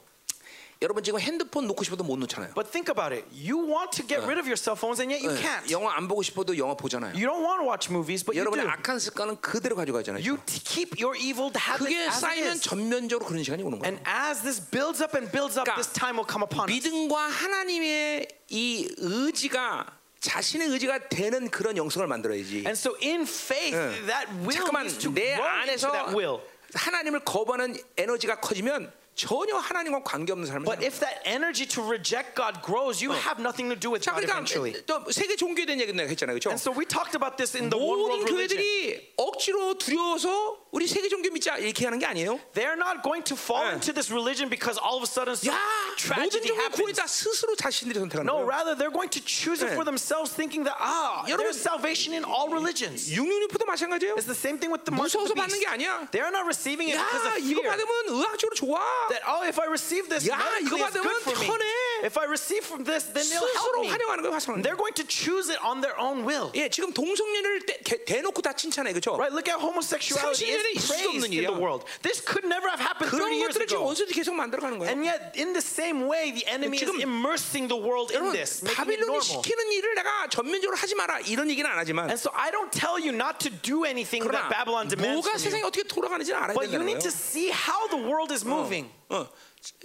여러분 지금 핸드폰 놓고 싶어도 못 놓잖아요. 예,
But think about it. You want to get rid of your cell phones, and yet Mm. you can't.
영화 안 보고 싶어도 영화 보잖아요.
You don't want to watch movies, but you
여러분의
do.
악한 습관은 그대로 가져가잖아요.
You t- keep your evil habits
그게
as it
쌓이면
is.
전면적으로 그런 시간이 오는 거예요.
And as this builds up and builds up,
그러니까
this time will come upon us.
믿음과 하나님의 이 의지가 자신의 의지가 되는 그런 영성을 만들어야지.
And so in faith,
응.
that will
잠깐만
needs to
내
grow into
안에서
that will.
하나님을 거부하는 에너지가 커지면 전혀 하나님과 관계없는 삶을
But
살아요.
if that energy to reject God grows, you have nothing to do with
자,
God
그러니까
eventually.
또 세계 종교에 대한 얘기 내가 했잖아요, 그렇죠?
And so we talked about this in the one
모든
world religion.
교회들이 억지로 두려워서 우리 세계 종교 믿자 이렇게 하는 게 아니에요.
They're not going to fall
예.
into this religion because all of a sudden some
야, 모든
tragedy
종교
happens.
구원자 스스로 자신들이 선택하는
No,
거예요.
rather they're going to choose it
예.
for themselves, thinking that ah,
여러분,
there's salvation in all religions.
육류니프도 마찬가지예요.
It's the same thing with the mark of
무서워서
the
받는 게 아니야.
beast. They're not receiving
야,
it because of
이거
fear.
받으면 의학적으로 좋아.
that oh if I receive this
야,
medically,
이거
it's good
받으면
for me.
편해.
If I receive from this then it'll help
스스로
me.
환영하는 거예요, 화성은.
They're going to choose it on their own will.
예, 지금 동성애를 대, 개- 대놓고 다 칭찬해, 그렇죠?
Right, look at homosexuality.
30 년에 있을
It's
수
praised
없는
in the
일이야.
world. This could never have happened 30
그런
years
것들을 지금
ago.
원수들이 계속 만들어가는 거예요.
And yet, in the same way, the enemy is
지금
immersing the world in
여러분,
this, making
바빌론이
it normal.
시키는 일을 내가 전면적으로 하지 마라 이런 얘기는 안 하지만
And so I don't tell you not to do anything
그러나
that Babylon demands
뭐가
from you.
세상이 어떻게 돌아가는지 는 알아야
But you
된다는 거예요.
need to see how the world is moving.
어,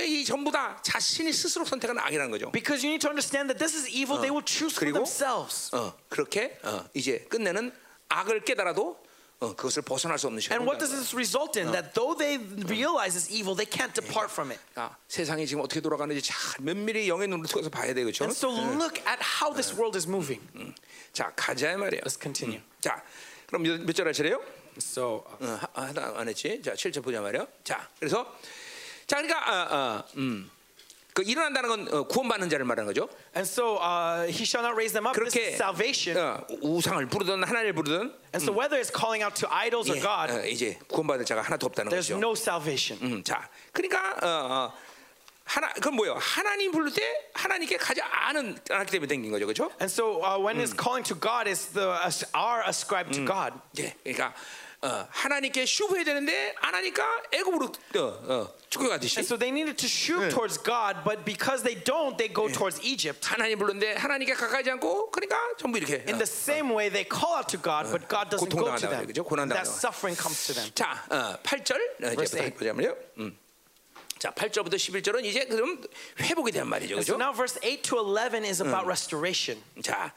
이 전부 다 자신이 스스로 선택한 악이라는 거죠.
Because you need to understand that this is evil they will choose for
어, 그리고-
themselves.
어, 그렇게 어, 이제 끝내는 악을 깨달아도 어, 그것을 벗어날 수 없는 시간.
And what does this result in? That though they realize it's evil, they can't depart from it.
아, 세상이 지금 어떻게 돌아가는지 잘 면밀히 영의 눈으로 통해서 봐야 돼요, 그렇죠?
And so look at how this world is moving.
자, 가자 이 말이에요.
Let's continue.
자, 그럼 몇- 몇절 하시래요?
So uh,
어, 하- 하나 안 했지? 자, 7절 보자 말이요. 자, 그래서 자, 그러니까 아, 아, 음. 그 일어난다는 건 어, 구원받는 자를 말하는 거죠.
and so uh, he shall not raise them up. This
그렇게
is salvation.
어, 우상을 부르든 하나님을 부르든
And so whether it's calling out to idols or
예,
God,
어, 이제 구원받을 자가 하나도 없다는
there's
거죠.
no salvation.
음, 자, 그러니까 어, 어, 하나 그건 뭐예요? 하나님 부를 때 하나님께 가지 않은 않았기 때문에 댕긴 거죠, 그렇죠?
And so uh, when it's calling to God, it's the as- are ascribed to God.
예, 그러니까 어, 하나님께 슈브해야 되는데 안 하니까 애굽으로 어, 어, 쫓겨가듯이
And so they needed to shoot towards God, but because they don't, they go towards Egypt.
하나님 부르는데 하나님께 가까이지 않고 그러니까 전부 이렇게
In
어.
the same way, they call out to God, but God doesn't go to
고통당하다고
them.
그러죠? 고난당하다고.
That suffering comes to them.
자, 어, 8절 어,
Verse
이제
eight.
보자면요. 음. 자, 8절부터 11절은 이제 그럼 회복에 대한 말이죠, 그렇죠?
So now, verse 8 to 11 is about restoration.
자,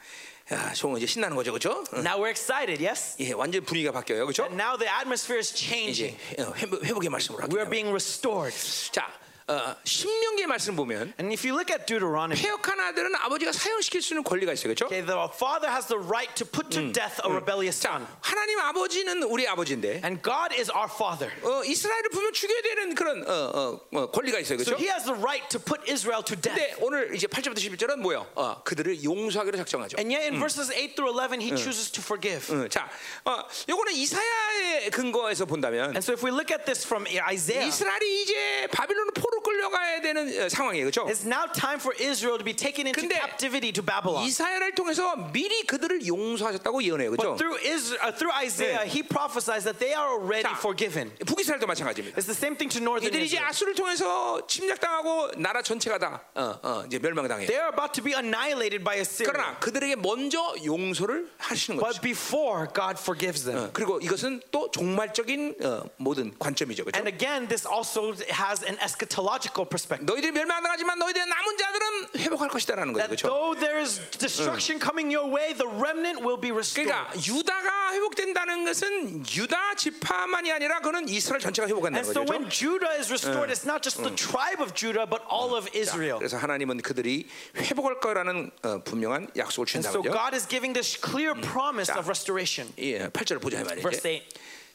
야, 종 이제 신나는 거죠, 그렇죠? 어.
Now we're excited, yes?
예, 완전 히 분위기가 바뀌어요, 그렇죠?
And now the atmosphere is
이제
changing.
어, 회복- 회복의 말씀으로
We are
할게요.
being restored.
자, 어, 신명기의 말씀 보면
And if you look at Deuteronomy,
폐역한 아들은 아버지가 사형시킬 수 있는 권리가 있어요, 그렇죠?
okay, the father has the right to put to death a rebellious son.
하나님 아버지는 우리 아버지인데
And God is our father.
어, 이스라엘을 분명 죽여야 되는 그런 어, 어, 어, 권리가 있어요,
So
그렇죠?
he has the right to put Israel to death.
근데 오늘 이제 8절부터 11절은 뭐요? 어, 그들을 용서하기로 작정하죠.
And yet in verses 8 through 11, he chooses to forgive.
어, 자, 어, 요거는 이사야의 근거에서 본다면
And so if we look at this from Isaiah,
이스라엘이 이제 바빌론 포로 끌려가야 되는 어, 상황이에요, 그렇죠?
it's now time for Israel to be taken into
근데
captivity to Babylon.
이사야를 통해서 미리 그들을 용서하셨다고 예언해요,
But
그렇죠?
through, Israel, uh, through Isaiah, he prophesies that they are already
자,
forgiven.
북이스라엘도 마찬가지입니다.
It's the same thing to northern
이들이 이제
Israel.
아수를 통해서 침략당하고 나라 전체가 다 어, 어, 이제 멸망당해요.
They are about to be annihilated by Assyria.
그러나 그들에게 먼저 용서를 하시는 거죠.
But before God forgives them.
어, 그리고 이것은 또 종말적인 어, 모든 관점이죠, 그렇죠?
And again, this also has an eschatological perspective.
너희들이 멸망당하지만 너희들의 남은 자들은 회복할 것이다라는 거죠,
That
그렇죠?
though there is destruction coming your way, the remnant will be restored.
그러니까 유다가 회복된다는 것은 유다 지파만이 아니라 그는 이스라엘 전체가 회복한다는
And so
거죠.
when
그렇죠?
Judah is restored, it's not just the tribe of Judah, but all of Israel.
그래서 하나님은 그들이 회복할 거라는 어, 분명한 약속을
And
준다
so
거죠.
God is giving this clear promise of restoration.
예, 8절을 보자 이 말이에요.
Verse 8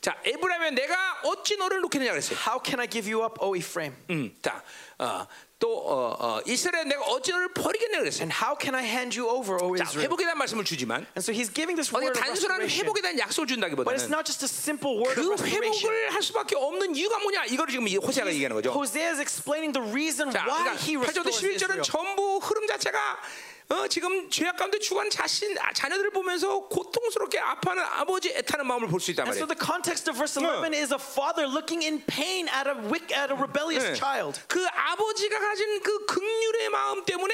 자, 에브라임에 내가 어찌 너를 놓겠느냐 그랬어요.
How can I give you up, O Ephraim?
음, 자, 어, 또 어, 어, 이스라엘 내가 어찌 너를 버리겠냐 그랬어요.
And how can I hand you over, O
자,
Israel?
회복에 대한 말씀을 주지만
And so he's giving this
어디
word of
단순한
restoration.
회복에 대한 약속을
But
준다기보다는
it's not just a simple
그
word of restoration.
회복을 할 수밖에 없는 이유가 뭐냐 이거를 지금 이 호세아가 얘기하는 거죠.
Hosea is explaining the reason
자,
why
그러니까
he
8절부터
restores
11절은
Israel.
전부 흐름 자체가 어, 지금 죄악 가운데 죽은 자신 아, 자녀들을 보면서 고통스럽게 아파하는 아버지 애타는 마음을 볼 수 있단
And so
말이에요.
the context of verse 11 is a father looking in pain at a wick, at a rebellious
예.
child.
그 아버지가 가진 그 극률의 마음 때문에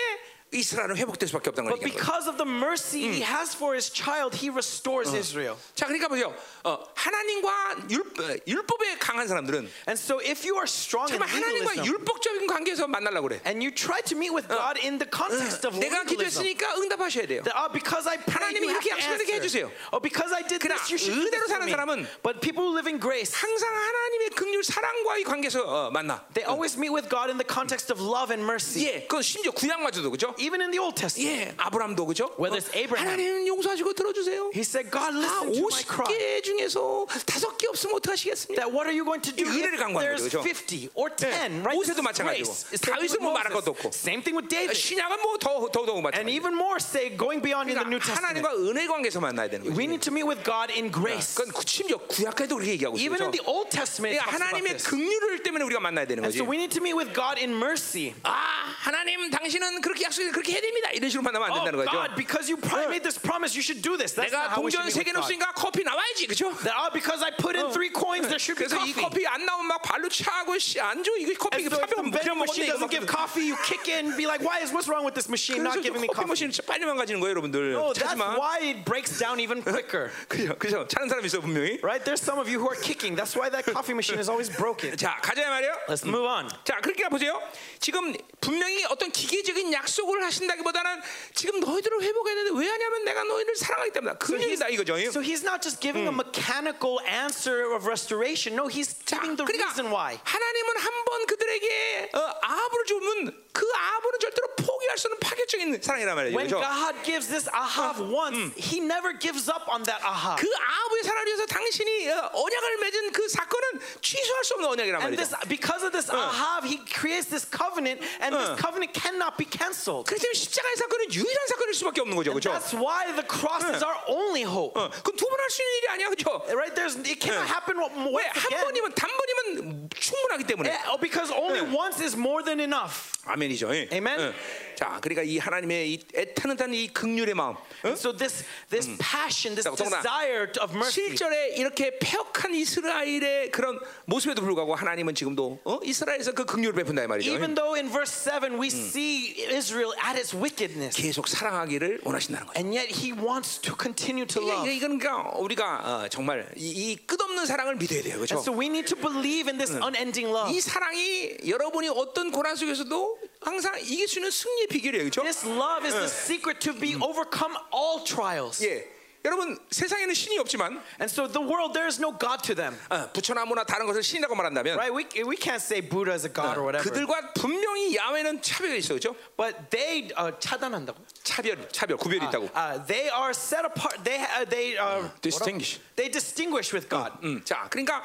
이스라엘은 회복될 수밖에 없다는 걸
But
얘기하는 거예요.
because of the mercy he has for his child, he restores Israel.
자, 그러니까 보세요. 어, 하나님과 율, 어, 율법에 강한 사람들은
And so if you are strong in
정말 하나님과
legalism
율법적인 관계에서 만나려고 그래.
and you try to meet with God in the context of
내가
legalism,
기도했으니까 응답하셔야 돼요.
that oh, because I prayed,
하나님이
you have
이렇게
to
약속을 이렇게
answer.
해주세요.
Oh, because I did
그러나
this, you should do
의대로
this for
사는
me.
사람은
But people who live in grace,
항상 하나님의 극률 사랑과의 관계에서 어, 만나.
they always meet with God in the context of love and mercy.
예, 그건 심지어 구약마저도 그죠?
Even in the Old Testament,
예, 아브람도 그죠? 어,
Whether it's Abraham.
하나님 용서하시고 들어주세요.
he said, God,
아,
listen to my cry.
50개 중에서 다섯 개 없으면 어떡하시겠습니까?
That what are you going to do
이 의뢰를
if
강구하는
there's
거죠, 그죠?
50 or 10, right?
모세도
This is
마찬가지고.
grace. It's same
다윗은
thing
뭐
with
말할 것도 없고.
Moses. Same thing with David.
신약은 뭐더더더욱
And
마찬가지.
even more, say, going beyond in the New
그러니까
Testament,
하나님과 은혜 관계에서 만나야 되는 거죠.
we need to meet with God in grace.
그건 구- 심지어 구약까지도 그렇게 얘기하고 있어요.
Even in the
그죠?
Old Testament, it
그러니까
talks about
하나님의
this.
긍휼을 때문에 우리가 만나야 되는
And
거지.
so we need to meet with God in mercy.
아, 하나님 당신은 그렇게 약속해 그렇게 해야 됩니다. 이런 식으로 만나면 안
Oh
된다는 거죠.
God, because you pri- made this promise, you should do this. That's not
내가
how we should
동전
meet
세
with
개는
God.
없으니까 커피 나와야지, 그죠?
That oh, because I put in three coins, there should be
그래서 이
coffee.
커피 안 나오면 막 발로 차고 씨 안줘 이거 커피
And
이거
so if the
사병
vending
그냥
machine
먹네 이거
doesn't
막
give
그래서
coffee, you kick in and be like, why is what's wrong with this machine not
저
giving me
커피
coffee?
머신 빨리만 가지는 거예요 여러분들
No, that's
찾지마
why it breaks down even quicker.
그죠 그죠 찾는 사람 있어 분명히
Right? There's some of you who are kicking. That's why that coffee machine is always broken.
자 가자 말이요
(laughs) Let's move on.
자, 그러니까 보세요. 지금 분명히 어떤 기계적인 약속을 하신다기보다는 지금 너희들을 회복해야 되는데 왜 하냐면 내가 너희를 사랑하기 때문이다. 근육이다 이거죠.
So he's not just giving a mechanical answer of restoration. No, he's
자,
giving the
그러니까
reason why.
하나님은 한 번 그들에게 어, 아합을 주면 그 아합은 절대로 포기할 수 없는 파격적인 사랑이란 말이죠.
When
그죠?
God gives this ahav once, he never gives up on that ahav.
그 아합의 사랑을 위해서 당신이 어, 언약을 맺은 그 사건은 취소할 수 없는 언약이란
And
말이죠.
this, because of this ahav, he creates this covenant, and
Uh.
this coven의 cannot be canceled.
그래서 십자가의 사건은 유일한 사건일 수밖에 없는 거죠. 그렇죠?
That's why the cross is our only hope.
그건 두 번 할 수 있는 일이 아니야. 그렇죠?
Right? There's it cannot
Uh.
happen o- once
왜한
again.
번이면 단번이면 충분하기 때문에.
Yeah, oh, because only once is more than enough.
아멘이죠. 예.
아멘.
예. 자, 그러니까 이 하나님의 이 애타는 이 극률의 마음.
And so this this passion, this
자, 성당.
desire to- of mercy.
실절에 이렇게 폐역한 이스라엘의 그런 모습에도 불구하고 하나님은 지금도 어? 이스라엘에서 그 극률을 베푼다 이 말이죠.
Even though in verse 7 we see Israel at its wickedness,
예. 계속 사랑하기를 원하신다는 거죠.
and yet he wants to continue to love.
이게 이건 그러니까 우리가 어, 정말 이, 이 끝없는 사랑을 믿어야 돼요.
And
그렇죠?
so we need to believe in this unending love.
이 사랑이 여러분이 어떤 고난 속에서도 항상 이길 수 있는 승리의 비결이에요. 그렇죠?
This love is the secret to be overcome all trials.
예. 여러분 세상에는 신이 없지만
And so the world, there is no God to them.
어, 부처나무나 다른 것을 신이라고 말한다면 아,
Right? We, we can't say Buddha is a God or whatever.
그들과 분명히 야외는 차별이 있어 그죠?
But they uh, 차단한다고.
차별, 차별, 구별이 있다고.
Uh, they are set apart. They uh, they uh,
distinguish. Mm,
They distinguish with God.
음, 자, 그러니까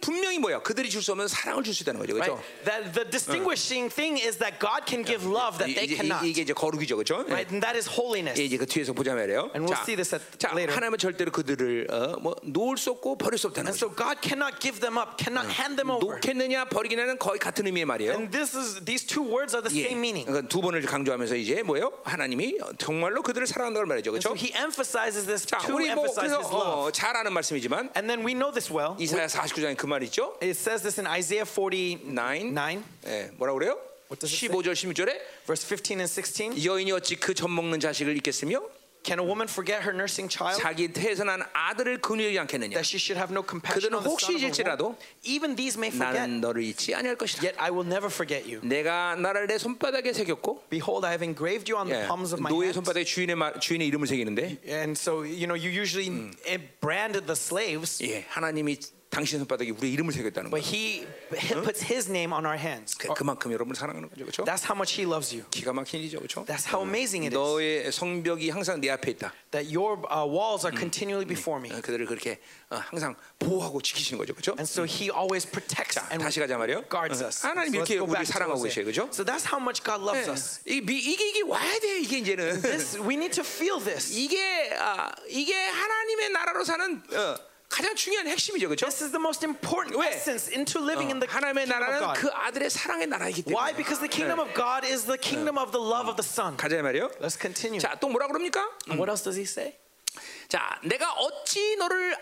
하나님은 분명히 뭐야? 그들이 줄 수 없는 사랑을 줄 수 있다는 거죠,
Right?
그렇죠?
That
Mm.
the distinguishing thing is that God can give love that they cannot.
이게 이제 거룩이죠, 그렇죠?
Right? And that is holiness.
예, 이제 그 뒤에서 보자 말이에요.
And we'll see this at-
자,
later.
하나님은 절대로 그들을 어, 뭐 놓을 수 없고 버릴 수 없다는
And
거죠.
so God cannot give them up, cannot
Mm.
hand them over.
놓겠느냐 버리기는 거의 같은 의미의 말이에요.
And this is these two words are the
예,
same meaning.
그러니까 두 번을 강조하면서 이제 뭐예요? 하나님이 정말로 그들을 사랑한다고 말이죠, 그렇죠?
So he emphasizes this
자,
to
우리 뭐
emphasize
그래서
his love.
어, 잘 아는 말씀이지만
And then we know this well.
이사야 49장에 그 말 있죠?
It says this in Isaiah 49,
9.
Nine.
예, 뭐라 그래요?
What does it say?
15절 16절에
verse 15 and 16.
여인이 어찌 그 젖 먹는 자식을 잊겠으며
Can a woman forget her nursing child?
자기 태선한 아들을 그늘이 않겠느냐
That she should have no compassion
그들은
on the son
혹시
of a
잊을지라도
woman. Even these may forget,
나는 너를 잊지 아니할 것이다
yet I will never forget you.
내가 나를 내 손바닥에 새겼고
Behold, I have engraved you on
예,
the palms of my
노예
hands.
손바닥에 주인의 마- 주인의 이름을 새기는데
And so, you know, you usually
Hmm.
eh, branded the slaves,
예, 하나님이 당신 손바닥에 우리 이름을 새겼다는
but
거예요
he, he puts his name on our hands.
그- 그만큼 여러분을 사랑하는 거죠 그렇죠?
That's how much he loves you.
기가 막힌 일이죠 그렇죠?
That's how amazing it is
너의 성벽이 항상 내 앞에 있다
that your uh, walls
Hmm.
are continually before me.
어, 그들을 그렇게 어, 항상 보호하고 지키시는 거죠 그렇죠?
And so he always protects
자,
and
다시 가자 말이요.
guards us.
하나님
let's
이렇게
go
우리
back to
사랑하고 계셔요,
Hosea.
그죠?
So that's how much God loves us.
네. 이, 미- 이게 이게 와야 돼 이게 이제는 (laughs)
This, we need to feel this.
이게 아, 이게 하나님의 나라로 사는 어, 가장 중요한 핵심이죠, 그렇죠?
This is the most important
왜?
essence into living in the
하나님의
kingdom of
나라는
God.
그 아들의 사랑의 나라이기 때문에.
Why? Because the kingdom of God is the kingdom of the love of the Son.
가자 말이요.
Let's continue.
자, 또 뭐라 그럽니까?
What else does he say?
자, 내가 어찌 너를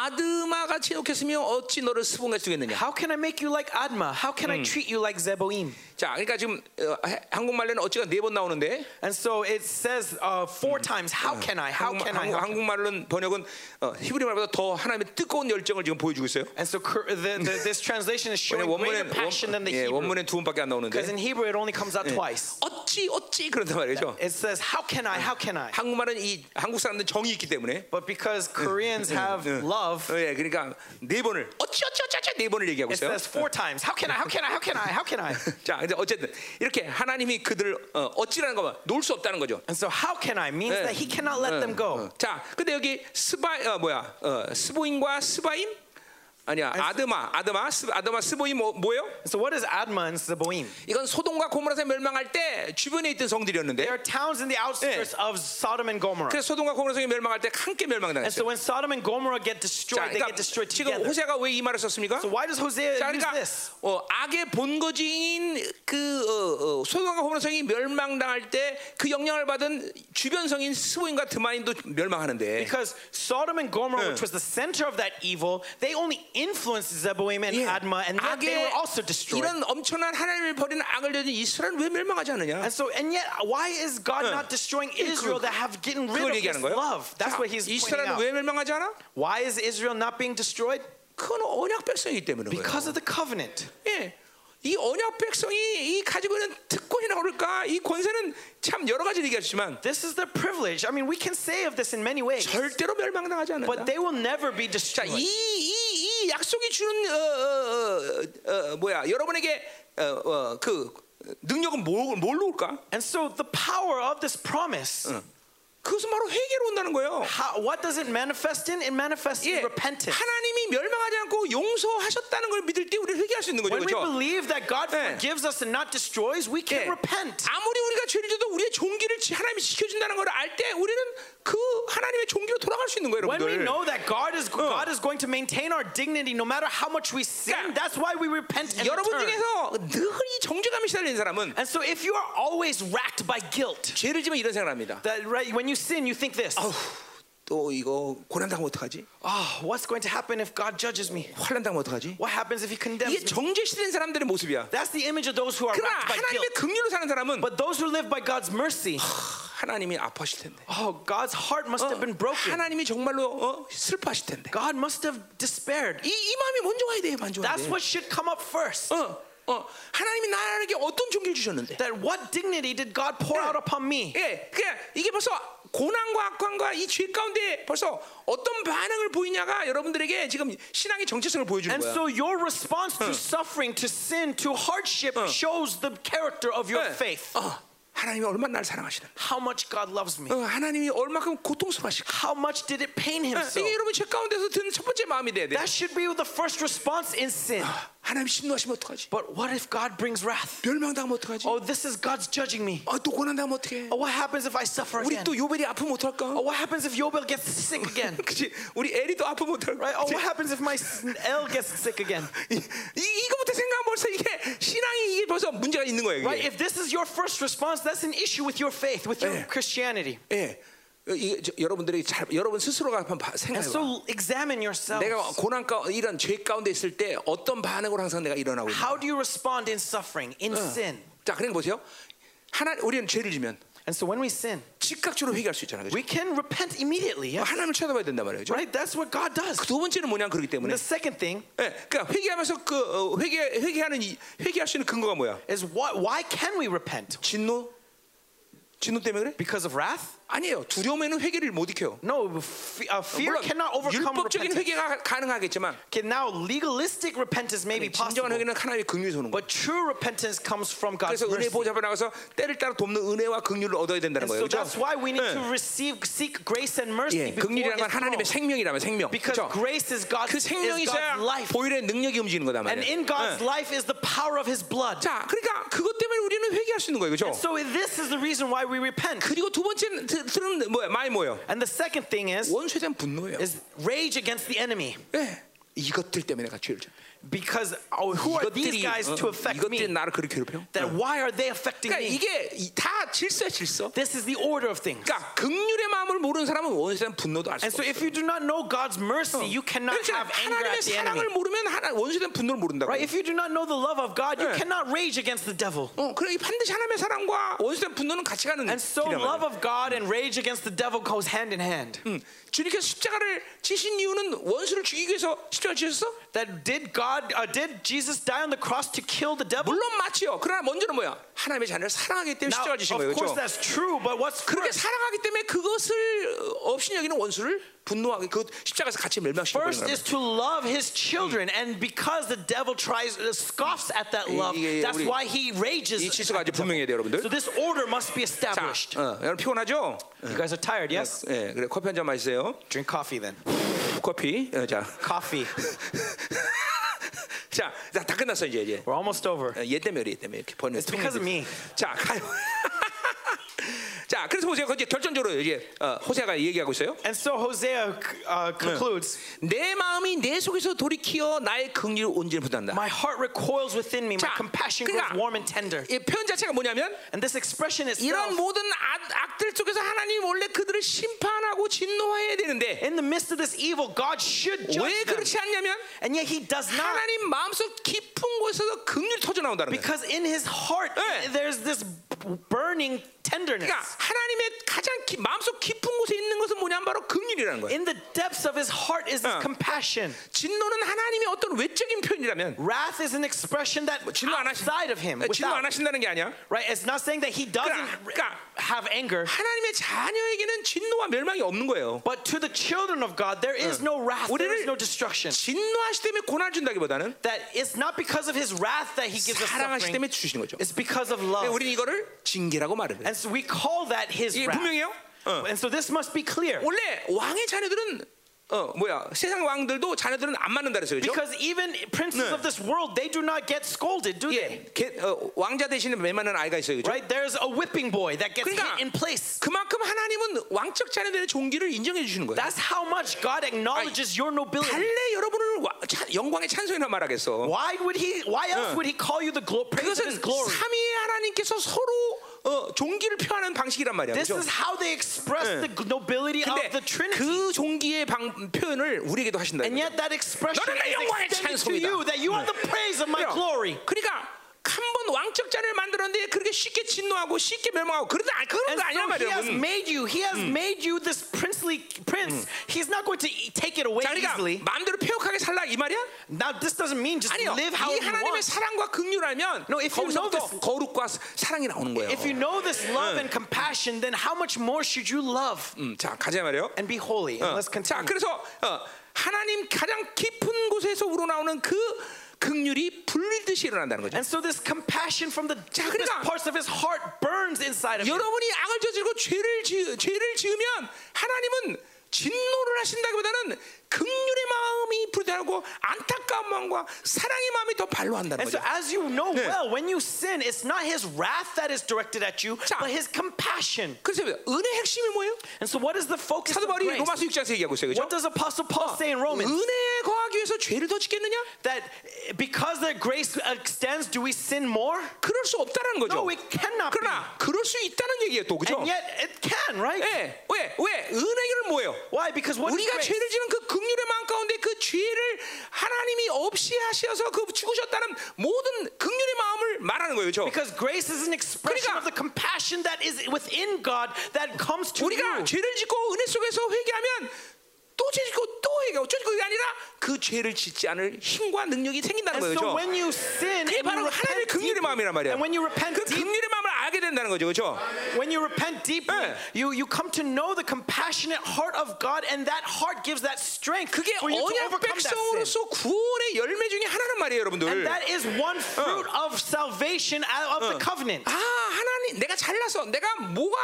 아드마 같이 놓겠으며 어찌 너를 스봉같이 두겠느냐.
How can I make you like Adma? How can I treat you like Zeboim?
자, 그러니까 지금 어, 해- 한국말로는 어찌가 네 번 나오는데
And so it says uh, four times, How can I? How
한국,
can I? How can I?
말로는 번역은 어, 히브리말보다 더 하나님의 뜨거운 열정을 지금 보여주고 있어요.
And so cur- the, the, (laughs) this translation
왜냐면
is showing greater
원문엔
passion than the
예,
Hebrew.
원문엔 두 번밖에 안
Because
나오는데
in Hebrew it only comes out twice.
어찌 어찌 그런단 말이죠.
It says, How can I? How can I?
한국말은 이 한국 사람들 정이 있기 때문에
But because Koreans have love,
어, 예, 그러니까 네 번을 어찌 어찌 어찌 어찌 네 번을 얘기하고
it
있어요.
says four times, How can I? How can I? How can I? How can (laughs) I?
(laughs) 자, 근데 어쨌든 이렇게 하나님이 그들을 어, 어찌라는 거면 놓을 수 없다는 거죠.
And so how can I means
예.
that he cannot let them go.
어. 자, 근데 여기 스바 어, 뭐야 어, 스보인과 스바임 아니야 아드마 아드마 스, 아드마 스보임 뭐, 뭐예요?
So what is Adma and Zeboim?
이건 소돔과 고모라서 멸망할 때 주변에 있던 성들이었는데
They are towns in the outskirts of Sodom and Gomorrah.
그래서 소돔과 고모라성이 멸망할 때 함께
And so
멸망당했어요.
when Sodom and Gomorrah get
자,
destroyed, they get
그러니까
destroyed
지금
together.
호세가 왜 이 말을 썼습니까?
So why does Hosea
자,
use
그러니까
this?
어, 악의 본거지인 그 어, 어, 소돔과 고모라성이 멸망당할 때 그 영향을 받은 주변 성인 스보인과 드마인도 멸망하는데
Because Sodom and Gomorrah, which was the center of that evil, they only influenced Zeboim and
예.
Admah, and yet they
악의
were also destroyed.
이런 엄청난 하나님을 버리는 악을 저진 이스라엘은 왜 멸망하지 않느냐?
And so, and yet, why is God not destroying Israel that have gotten rid
그걸
of His
얘기하는 거예요.
love? That's
자,
what He's pointing
이스라엘은
out.
왜 멸망하지 않아?
Why is Israel not being destroyed?
그건 언약 백성이기 때문에 그래요.
Because of the covenant.
예. 이 언약 백성이 이 가지고 있는 특권이나 그럴까 이 권세는 참 여러 가지 얘기하지만
This is their privilege. I mean, we can say of this in many ways,
절대로 멸망당하지 않는다.
but they will never be
자,
destroyed.
이, 이, 이 약속이 주는 어, 어, 어, 어, 어, 뭐야 여러분에게 어, 어, 그 능력은 뭐, 뭘, 뭘로 올까?
And so, the power of this promise,
Hmm. 그것은 바로 회개로 온다는 거예요.
how, what does it manifest in? It manifests
예,
in repentance.
하나님이 멸망하지 않고 용서하셨다는 걸 믿을 때 우리 회개할 수 있는 거죠.
When we
그렇죠?
believe that God
예.
forgives us and not destroys, we
예.
can repent.
아무리 우리가 죄를 져도 우리의 종기를 지- 하나님이 지켜준다는 걸 알 때 우리는 그 하나님의 종기로 돌아갈 수 있는 거예요,
When we
여러분들.
know that God is God is going to maintain our dignity no matter how much we sin,
그러니까
that's why we repent and
여러분
turn.
중에서 늘 이 정죄감에 시달리는 사람은
And so if you are always racked by guilt,
죄를 지면 이런 생각을 합니다.
that right, when you sin, you think this,
아우, 또 이거 고난 당하면 어떡하지?
oh, what's going to happen if God judges me?
환란 당하면 어떡하지?
What happens if he condemns
이게
me?
정죄 시대인 사람들의 모습이야.
That's the image of those who are
그러나
racked by guilt.
하나님의 긍휼로 사는 사람은
But those who live by God's (sighs) mercy,
하나님이 아파하실 텐데. 어,
oh, God's heart must have been broken.
하나님이 정말로 어, 슬퍼하실 텐데.
God must have despaired.
이, 이 마음이 먼저 와야 돼, 먼저 와야
That's
돼.
what should come up first.
어, 어, 하나님이 나에게 어떤 종기를 주셨는데?
That what dignity did God pour out upon me?
예, 그냥 이게 벌써 고난과 악관과 이 죄 가운데 벌써 어떤 반응을 보이냐가 여러분들에게 지금 신앙의 정체성을 보여주는
And
거야.
so your response to suffering, to sin, to hardship shows the character of your
예.
faith.
어, 하나님이 얼마나 나를 사랑하시는?
How much God loves me.
어, 하나님이 얼마큼 고통스러워하실까?
How much did it pain him
어,
so?
이게 여러분 죄 가운데서 드는 첫 번째 마음이 돼야 돼.
That should be the first response in sin.
하나님 신노하시면 어떡하지?
But what if God brings wrath?
멸망당하면 어떡하지?
Oh, this is God's judging me.
아, 또 고난당하면 어떡해?
Oh, what happens if I suffer
우리
again?
또 요벨이 아프면 어떡할까?
Oh, what happens if Yobel gets sick
(laughs)
again?
그치? 우리 에리도 아프면 어떡할까?
Right? Oh, (laughs) what happens if my L gets sick again?
이, 이, 이거부터 생각하면 벌써 이게 신앙이 이게 벌써 문제가 있는 거예요. 이게.
Right? If this is your first response, that's an issue with your faith, with your
Yeah.
Christianity.
예. 이, 저, 여러분들이 잘, 여러분 스스로가 한번 봐-
And
생각해봐.
so examine yourself.
내가 고난 가 이런 죄 가운데 있을 때 어떤 반응으로 항상 내가 일어나고 있나?
How do you respond in suffering, in sin?
자, 그러니까 보세요. 하나 우리는 죄를 지면
And so when we sin,
즉각적으로 회개할 수 있잖아요. 그죠?
we can repent immediately. yeah?
하나님을 쳐다봐야 된단 말이에요. 그죠?
Right? That's what God does.
두 번째는 뭐냐 그러기 때문에.
The second thing
예, 그러니까 회개하면서 그 어, 회개 회개하는 이- 회개할 수 있는 근거가 뭐야?
is why, why can we repent?
진노? 진노 때문에 그래?
Because of wrath?
아니에요. 두려움에는 회개를 못 익혀요.
No, fe- uh, fear
아, 물론
cannot overcome
율법적인
repentance.
회개가 가능하겠지만
Okay, now legalistic repentance may be possible,
진정한 회개는 하나님의 긍휼에서 오는 거예요.
but true repentance comes from God's
그래서 은혜
mercy.
보좌 앞에 나가서 때를 따라 돕는 은혜와 긍휼을 얻어야 된다는
And
거예요.
so
그렇죠?
that's why we need
예.
to receive, seek grace and
예,
mercy before
긍휼이라는 건
His
하나님의
throne.
생명이라면 생명.
Because
그렇죠?
grace is God's,
그
is
생명이 있어야
God's life.
보일의 능력이 움직이는 거다
And
말이에요.
in God's
예.
life is the power of His blood.
자, 그러니까 그것 때문에 우리는 회개할 수 있는 거예요. 그렇죠?
So this is the reason why we repent.
그리고 두 번째 들- 들은 뭐야? 마이 뭐예요?
And the second thing is
원수에 대한 분노예요.
is rage agast the enemy
예. 이것들 때문에 내가 죄를 졌.
because oh, who are these
이것들이
Uh, guys
어,
to affect
이것들이
me?
나를 그렇게 괴롭혀.
That why are they affecting
그러니까
me?
이게 이- 다 질서야 질서.
This is the order of things.
그러니까 긍휼의 마음을 모르는 사람은 원수에 대한 분노도 알 수
And so
없어요.
if you Oh. do not know God's mercy, you cannot
그렇지,
have anger
하나님의
at the enemy.
사랑을 모르면 하나, 원수에 대한 분노를 모른다고.
Right? If you do not know the love of God, you
네.
cannot rage against the devil.
어, 그래 반드시 하나님의 사랑과 원수에 대한 분노는 같이 가는
And so
길이란
love
말이에요.
of God and rage against the devil goes hand in hand.
음, 주님께서 십자가를 지신 이유는 원수를 죽이기 위해서 십자가 지셨어?
That did God uh, did Jesus die on the cross to kill the devil?
물론 맞지요. 그러나 먼저는 뭐야? 하나님의 자녀를 사랑하기 때문에
Now,
십자가 지신 거예요.
of
그렇죠?
course that's true, but what's
그렇게
first?
사랑하기 때문에 그것을 없인 여기는 원수를 분노하게 그 십자가에서 같이 멸망시키는
First
거예요.
is to love his children, and because the devil tries uh, scoffs at that
이-
love,
이게
that's
우리-
why he rages.
이 질서가 아주 분명해야 돼요,
So
여러분들.
this order must be
자,
established.
어, 여러분 피곤하죠?
You guys are tired, yes?
예, 그래 커피 한 잔 마시세요.
Drink coffee then.
커피. 어, 자,
Coffee.
자, 자, 다 끝났어 이제 이제.
We're almost over.
어, 얘 때문에 그래, 얘 때문에 이렇게 번역.
It's because of me.
(laughs) 자, 가요. 자, 그래서 보세요. 이제 결정적으로 이제 어, 호세아가 얘기하고 있어요.
And so Hosea uh, concludes
내 마음이 내 속에서 돌이키어 나의 긍휼 온전히 부단다.
My heart recoils within me,
자,
my compassion
그러니까-
grows warm and tender.
이 표현 자체가 뭐냐면
And this expression
이런
itself,
모든 악, 악들 속에서 하나님 원래 그들을 심판하고 진노해야 되는데
in the midst of this evil, God should
왜
judge them.
그렇지 않냐면
And yet he does not.
하나님 마음속 깊은 곳에서 긍휼 터져 나온다는 거예요.
Because in his heart,
예.
there's this burning tenderness.
그러니까 하나님의 가장 깊- 마음속 깊은 곳에 있는 것은 뭐냐면 바로 긍휼이라는 거예요.
In the depths of his heart is this
어.
compassion.
진노는 하나님의 어떤 외적인 표현이라면
Wrath is an expression that
진노 안 하신 네,
outside of him,
진노 안
without,
하신다는 게 아니야.
right? It's not saying that he doesn't
그러니까-
have anger,
하나님의 자녀에게는 진노와 멸망이 없는 거예요.
but to the children of God, there is no wrath, there is
우리를
no destruction.
진노하시 때문에 고난 준다기보다는
That it's not because of his wrath that he gives us
사랑하시 때문에
suffering.
주시는 거죠. 네,
It's because of love.
우리는 이거를 징계라고 말을 해요.
And so we call that his
이게
wrath.
분명해요? 어.
And so this must be clear.
원래 왕의 자녀들은 어 뭐야 세상 왕들도 자녀들은 안 맞는다 그랬어요. 그렇죠?
Because even princes
네.
of this world, they do not get scolded, do they?
예, 개- 어, 왕자 대신에 매만한 아이가 있어요. 그렇죠?
Right? There's a whipping boy that gets
그러니까-
hit in place.
그만큼 하나님은 왕적 자녀들의 종기를 인정해 주시는 거예요.
That's how much God acknowledges your nobility.
달래 여러분을 와- 차- 영광의 찬송이라 말하겠어.
Why would he? Why
네.
else would he call you the glo- praise of
그것은
his
(laughs)
glory?
삼위의 하나님께서 서로 어, 종기를 표하는 방식이란 말이야.
This
그죠?
is how they express
네.
the nobility of
근데
the Trinity.
그 종기의 방, 표현을 우리에게도 하신다.
And
이거죠.
yet that expression
너는 내
is
영광의
extended to
찬송이다.
you that you are the praise of my
그래요.
glory.
그러니까 한 번 왕적 자를 만들었는데 그렇게 쉽게 진노하고 쉽게 멸망하고 그런 아 그런
And
거 아니란
so he
말이야. 음.
has
여러분.
made you. He has made you this princely prince. He's not going to e- take it away
자, 그러니까
easily.
마음대로 폐역하게 살라 이 말이야?
Now this doesn't mean just
아니요.
live how
이
you
하나님의
want.
사랑과 긍휼하면
No, if you know
거기서부터
this-
거룩과 사- 사랑이 나오는 거예요.
If you know this love and compassion, then how much more should you love
음, 자, 가자 말이요.
and be holy? And let's
자,
continue.
그래서 어, 하나님 가장 깊은 곳에서 우러나오는 그 긍휼이 불리듯이 일어난다는 거죠.
And so this compassion from the deepest
그러니까-
parts of his heart burns inside of you.
여러분이 악을 저지르고 죄를 지, 죄를 지으면 하나님은 진노를 하신다기보다는 긍휼의 마음이 불타고 안타까운 마음과 사랑의 마음이 더 발로한다는
And so
거죠.
as you know well, when you sin, it's not his wrath that is directed at you,
자.
but his compassion.
그래서 은혜 핵심이 뭐예요?
And so what is the focus
사도
of
바울이
grace?
로마서 6장에서 얘기하고 있어요.
What
그렇죠?
does Apostle Paul say in Romans?
은혜에 거하기 위해서 죄를 더 짓겠느냐?
That eh, because that grace extends, do we sin more?
그럴 수 없다는 거죠.
No, it cannot
그러나 그럴 수 있다는 얘기예요, 또 그죠?
And yet it can, right?
예, 왜, 왜 은혜는 뭐예요?
Why? Because what is
우리가
grace?
죄를 지은 그 극률의 마음 가운데 그 죄를 하나님이 없이 하셔서 그 죽으셨다는 모든 극률의 마음을 말하는 거예요, 그렇죠?
Because grace is an expression
그러니까-
of the compassion that is within God that comes to
우리가
you.
죄를 짓고 은혜 속에서 회개하면 또 죄짓고 또 회개하고 죄짓고 그게 아니라 그 죄를 짓지 않을 힘과 능력이 생긴다는
And
거예요,
so
그렇죠?
when you sin,
그게
and you
바로 하나님의
repent
극률의 마음이란
deeply,
말이야.
and when you repent
그
deep,
극률의 마음을 알게 된다는 거죠, 그렇죠?
when you repent deeply,
예.
you, you come to know the compassionate heart of God, and that heart gives that strength
그게
for you to
언약
overcome that sin.
백성으로서 구원의 열매 중에 하나란 말이에요,
And
여러분들.
that is one fruit of salvation out of the covenant.
아 하나님 내가 잘나서 내가 뭐가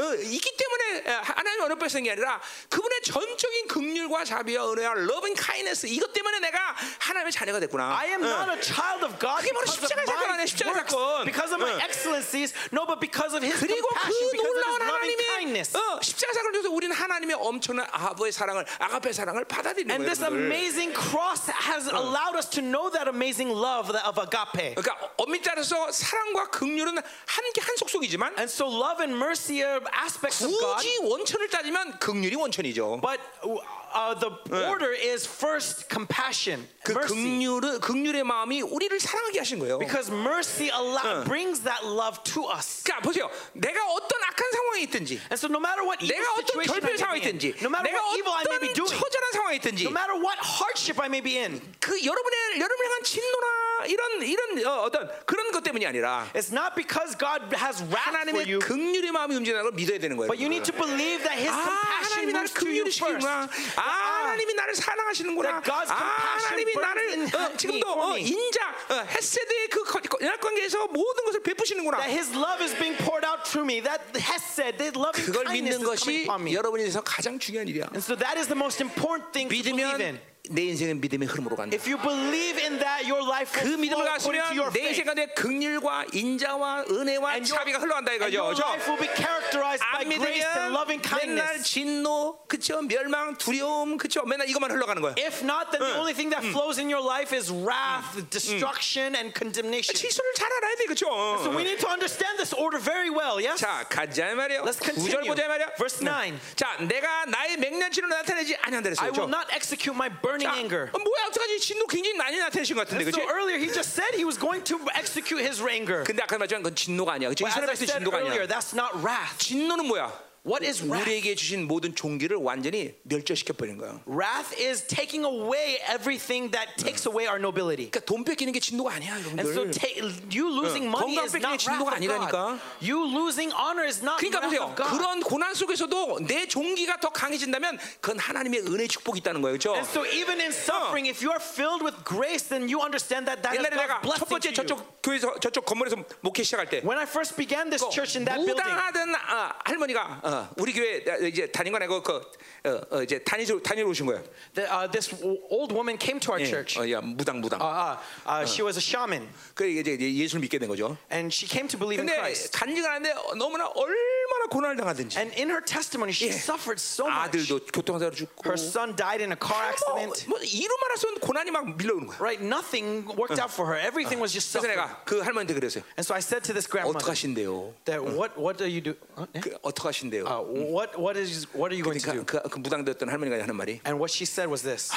어, 있기 때문에 어, 하나님 언어 백성이 아니라 그분의 전적인 긍휼과 자비와 은혜와 러빙 카이네스 이것 때문에 내가 하나님의 자녀가 됐구나.
I am not a child of God
그게 바로
because of,
십자가의 사건
my
아니야, 십자가의
works,
사건.
because of my
응.
excellencies, no, but because of His
그리고 그
compassion, because of His
놀라운
loving
하나님의
kindness.
어, 십자가 사건을 통해서 우리는 하나님의 엄청난 아버의 사랑을 아가페 사랑을 받아들이는
And
거예요.
this
여러분들.
amazing cross has allowed us to know that amazing love that- of agape.
그러니까 엄밀히 따라서 사랑과 긍휼은 한한 속속이지만
And so, love and mercy are aspects of God,
굳이 원천을 따지면 긍휼이 원천이죠.
but uh, the order is first compassion,
그
mercy.
긍휼은 긍휼의 마음이 우리를 사랑하게 하신 거예요.
Because mercy allow, brings that love to us.
그러니까 보세요. 내가 어떤 악한 상황에 있든지,
And so, no matter what evil
내가 어떤
situation
결핍의
I
상황에
may be in,
있든지,
no matter
내가
what evil I may be
어떤
doing,
처절한 상황에 있든지,
no matter what hardship I may be in,
그 여러분의 여러분을 향한 진노나 이런 이런 어, 어떤 그런 것 때문이 아니라
It's not because God has wrath for
하나님의
you,
긍휼의 마음이 움직이는 걸 믿어야 되는 거예요.
but you need to believe that His
아, 하나님이
compassion
나를
moves to you first.
긍휼시키구나. 아, 하나님이 나를 사랑하시는구나.
That God's
아,
compassion
하나님이
burns
나를
in
어, 지금도
me, for
어,
me.
인자, 어, 헤세드의 그 거- 거- 연합관계에서 모든 것을 베푸시는구나.
That His love is being poured out through me. That Hesed, that loving
그걸 믿는
kindness is coming
것이
upon me.
여러분에서 가장 중요한 일이야.
And so that is the most important thing to believe in.
믿으면 내 인생은 믿음의 흐름으로 간다.
If you believe in that, your life
그
will
믿음을
flow according to your
가지면 내 인생
faith.
가운데 극률과 인자와 은혜와
And your,
자비가 흘러간다
and
이거죠.
your
그죠?
life will be characterized by
안
grace and loving
믿으면 맨날
kindness.
진노, 그쵸? 멸망, 두려움, 그쵸? 맨날 이것만 흘러가는 거야.
If not, then the only thing that flows in your life is wrath, destruction, and condemnation.
질서를 잘 알아야 돼, 그쵸?
So we need to understand this order very well, yes?
자, 가자 이 말이요.
Let's
구절
continue.
보자 이 말이요. 네.
Verse nine.
자, 내가 나의 맹렬치로 나타내지 아니한다 그랬어요.
I will
그죠?
not execute my burning
자,
anger.
어, 뭐야, 어떡하지? 진노 굉장히 많이 나타내신 것 같은데, 그치?
So earlier he just said he was going to execute his anger.
근데 아까 말했지만 그건 진노가 아니야. 그치?
But
이스라엘
as
백성
I said
진노가
earlier,
아니야.
that's not wrath.
진노는 뭐야?
What is wrath?
우리에게 주신 모든 종기를 완전히 멸절시켜 버린 거야.
Wrath is taking away everything that takes away our nobility.
그러니까 돈 뺏기는 게 진노가 아니야,
And so
여러분들.
ta- you losing money
건강
is
뺏기는
not wrath
진도가
of God.
아니라니까.
You losing honor is not
그러니까
wrath
보세요.
of God.
그런 고난 속에서도 내 종기가 더 강해진다면 그건 하나님의 은혜 축복이 있다는 거예요. 그렇죠?
And so even in suffering, if you are filled with grace, then you understand that that is
옛날에 내가 첫
God's blessing
번째
to you.
저쪽 교회에서 저쪽 건물에서 목회 시작할 때뭐
When I first began this church in that building,
무당하던 아, 할머니가 어, 우리 교회 에 이제 다닌 거 아니고 그 어, 어, 이제 다니 다니러 오신 거예요.
the, uh, this w- old woman came to our
예.
church.
어, 야, 무당 무당.
Uh, uh, uh, she was a shaman,
그 이제 이제 예수를 믿게 된 거죠.
and she came to believe in
근데
Christ.
간증을 하는데 너무나 얼마나 고난을 당하든지
And in her testimony, she
Yeah.
suffered so much.
아들도 교통사고로 죽고
Her son died in a car
뭐,
accident.
뭐 이루 말하면 고난이 막 밀려오는 거야.
Right, nothing worked out for her. Everything was just
그래서
suffering.
내가 그 할머니한테 그랬어요.
And so I said to this grandmother,
어떡하신대요?
that what what do you do? huh? Eh?
그, 어떡하신대요?
Uh, what what is what are you going to
그러니까
do?
그, 그 무당되었던 할머니가 하는 말이
And what she said was this: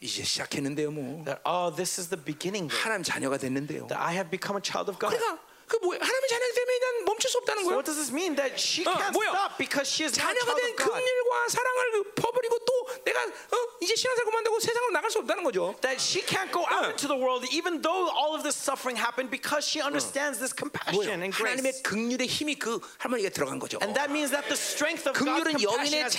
이제 시작했는데요, 뭐
that oh, this is the beginning. though,
하나님 자녀가 됐는데요.
That I have become a child of God.
그러니까 그 뭐야? 하나님의 자녀 때문에 난 멈출 수 없다는
So
거야.
what does this mean? That she
어,
can't
뭐야?
stop because she is not a
자녀가
child
된
of God.
긍휼과 사랑을 그 퍼버리고 또 내가 어? 이제 신앙생활 그만두고 세상으로 나갈 수 없다는 거죠.
That she can't go out into the world, even though all of this suffering happened, because she understands this
뭐예요?
compassion and grace.
하나님의 긍휼의 힘이 그 할머니가 들어간 거죠.
And that means that the strength of God's
긍휼은
compassion
여인의
has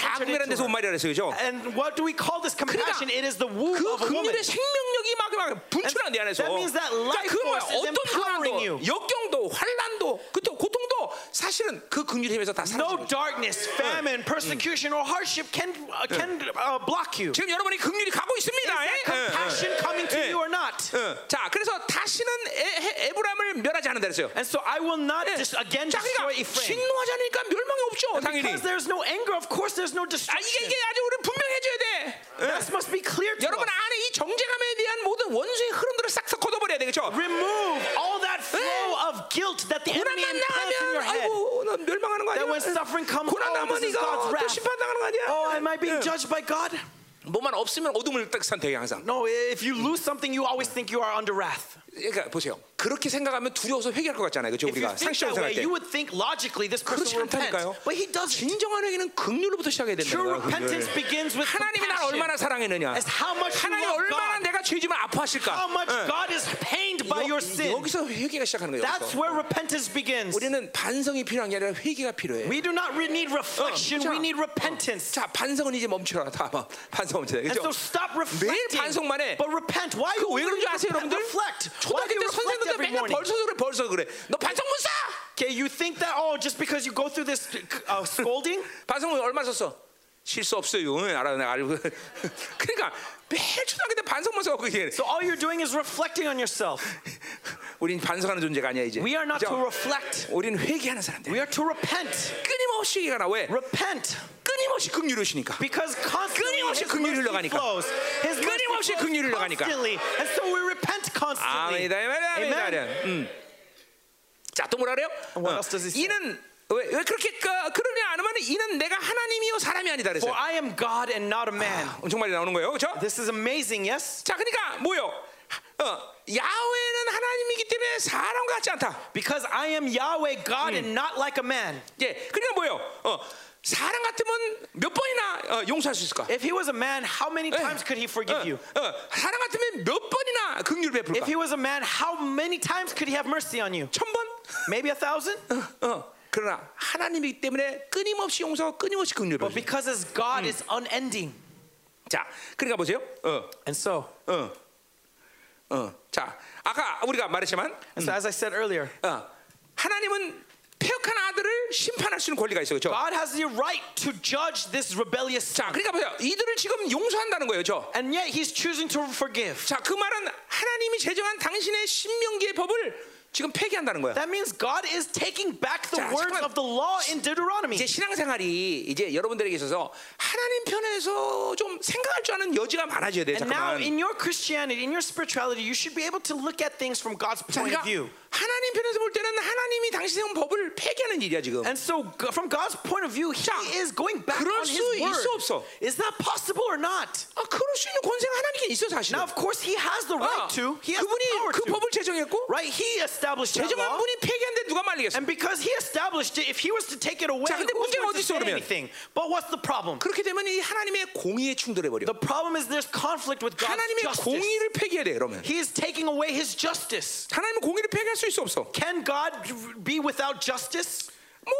자궁이라는
entered into
데서 온
her.
말이라 그랬어요, 그죠?
And what do we call this compassion? 그러니까 It is the womb
그
of a woman.
긍휼의 생명력이 막, 막 분출한 내 안에서.
That means that
그러니까
life
그 뭐야?
force is
어떤
empowering
고난도,
you.
역경도, 환란도, 그때 고통도 사실은 그 긍휼의 힘에서 다 사라져.
No darkness, famine, persecution, or hardship can uh, can uh, block you. Is
지금 여러분이 긍휼이 가고 있습니다.
that
예?
compassion coming to
예.
you or not?
예, 예. 자, 그래서 다시는 에, 브람을 멸하지 않는다 그랬어요.
And so I will not
예.
just again
자, 그러니까
destroy Ephraim.
진노하지 않으니까 멸망이 없죠, 당연히.
Because there's no anger, of course, there's
아,
no
이게
destruction.
이게 아주 우리 분명해져야 돼.
This must be clear to
여러분
us.
안에 이 정제감에 대한 모든 원수의 흐름들을 싹싹 걷어버려야 되겠죠.
Remove all that flow of guilt that the
고난
enemy implants in your
당하면
head.
아이고 나 멸망하는 거
That
아니야?
when suffering comes,
고난
oh,
당하면
this is
이거
God's
또
wrath.
심판당하는 거 아니야?
Oh, am I being
예.
judged by God?
뭐만 없으면 어둠을 딱 선택해 항상.
No, if you lose something, you always think you are under wrath.
그러니까 보세요. 그렇게 생각하면 두려워서 회개할 것 같잖아요. 그죠
If you
우리가
think
상식적으로
that way,
생각할 때.
you would think logically this person
그렇지
will repent.
않다니까요.
But he doesn't.
진정한 회개는 극률로부터 시작해야 된다는
True
거예요.
repentance
긍휼.
begins with
하나님이 날 얼마나
compassion.
사랑했느냐.
As how much you
하나님
love
얼마나
God.
내가 죄지면
How
아파하실까.
much God is pained by your
여-
sin.
여기서 회개가 시작하는 거예요.
That's
여기서.
where repentance begins.
우리는 반성이 필요한 게 아니라 회개가 필요해.
We do not re- need
Uh.
reflection,
어, 그렇죠.
we need repentance.
자 반성은 이제 멈춰라. 다 봐. 반성 멈춰라.
And
그죠?
so stop
반성만 해.
reflecting. But repent. Why
그왜
you
그런 줄 아세요,
repent?
여러분들?
reflect? Why
초등학교
do you
때
reflect
선생님들
every
맨날
morning?
벌써 그래, 벌써 그래. 너 반성 못 사?
Okay, you think that oh, just because you go through this uh, scolding,
반성은 얼마 썼어? 실수 없어요. 응, 알아, 내가 알고. (laughs) 그러니까 매일 초등학교 때 반성 못 사고 이게.
so all you're doing is reflecting on yourself.
우린 반성하는 존재가 아니야 이제.
We are not to
그죠?
reflect.
우린 회개하는 사람들.
We are to repent.
끊임없이 회개가 나 왜?
Repent.
끊임없이 긍휼이시니까.
Because constantly
끊임없이
his
긍휼이
mercy
흘러가니까.
flows. His
끊임없이
mercy
긍휼이
flows
흘러가니까.
constantly. And so we repent constantly.
아멘이다, 아멘이다, 아멘이다.
Amen.
아멘. 음. 자, 또 뭐라 그래요?
What else does he say?
이는 왜, 왜 그렇게 까- 그러냐 안 하면 이는 내가 하나님이요 사람이 아니다
For
그랬어요.
I am God and not a man.
엄청 많이 나오는 거예요, 그렇죠?
This is amazing, yes?
자, 그러니까 뭐요? 어, 야훼는 하나님이기 때문에 사람과 같지 않다.
Because I am Yahweh, God,
Mm.
and not like a man.
예, 그러니까 뭐요? 어, 사람 같으면 몇 번이나 어, 용서할 수 있을까?
If he was a man, how many
예.
times could he
어,
forgive you?
어, 사람 같으면 몇 번이나 긍휼
If
베풀까?
he was a man, how many times could he have mercy on you?
천 번? (laughs)
Maybe a thousand?
어, 어. 그러나 하나님이기 때문에 끊임없이 용서, 끊임없이 긍휼 베풀.
But because as
Mm.
God is unending.
자, 그러니까 보세요. 어,
And so,
어, 어. 자, 아까 우리가 말했지만, Mm.
and so as I said earlier,
어, 하나님은 폐역한 아들을 심판할 수 있는 권리가 있어요. 그렇죠?
God has the right to judge this rebellious
자,
son.
그러니까 보세요. 이들을 지금 용서한다는 거예요. 그렇죠?
And yet he's choosing to forgive.
자, 그 말은 하나님이 제정한 당신의 신명기의 법을 지금 폐기한다는 거야.
That means God is taking back the
자,
words
잠깐만.
of the law in Deuteronomy.
이제 신앙생활이 이제 여러분들에게 있어서 하나님 편에서 좀 생각할 줄 아는 여지가 많아져야 돼.
And now,
잠깐만.
in your Christianity, in your spirituality, you should be able to look at things from God's
자,
point
그러니까
of view.
하나님 편에서 볼 때는 하나님이 당신의 법을 폐기하는 일이야 지금.
And so, go- from God's point of view, He is going back
그럴
on His
수 있어, 없어?
word. Is that possible or not?
아, 그럴 수 있는 권세가 하나님께 있어 사실은.
Now, of course, He has the right
아,
to. He has
그분이
the power
그
to.
법을 제정했고
Right? He established that
제정한
law.
분이 폐기한데 누가 말리겠어?
And because He established it, if He was to take it away,
자, 근데
who's
문제가 어디
going to
있어,
say
그러면?
anything? But what's the problem?
그렇게 되면 이 하나님의 공의에 충돌해 버려.
The problem is there's conflict with God's
하나님의
justice.
공의를 폐기해야 돼 그러면.
He is taking away His justice.
하나님의 공의를 폐기할 수 있어 없어?
Can God be without justice?
뭐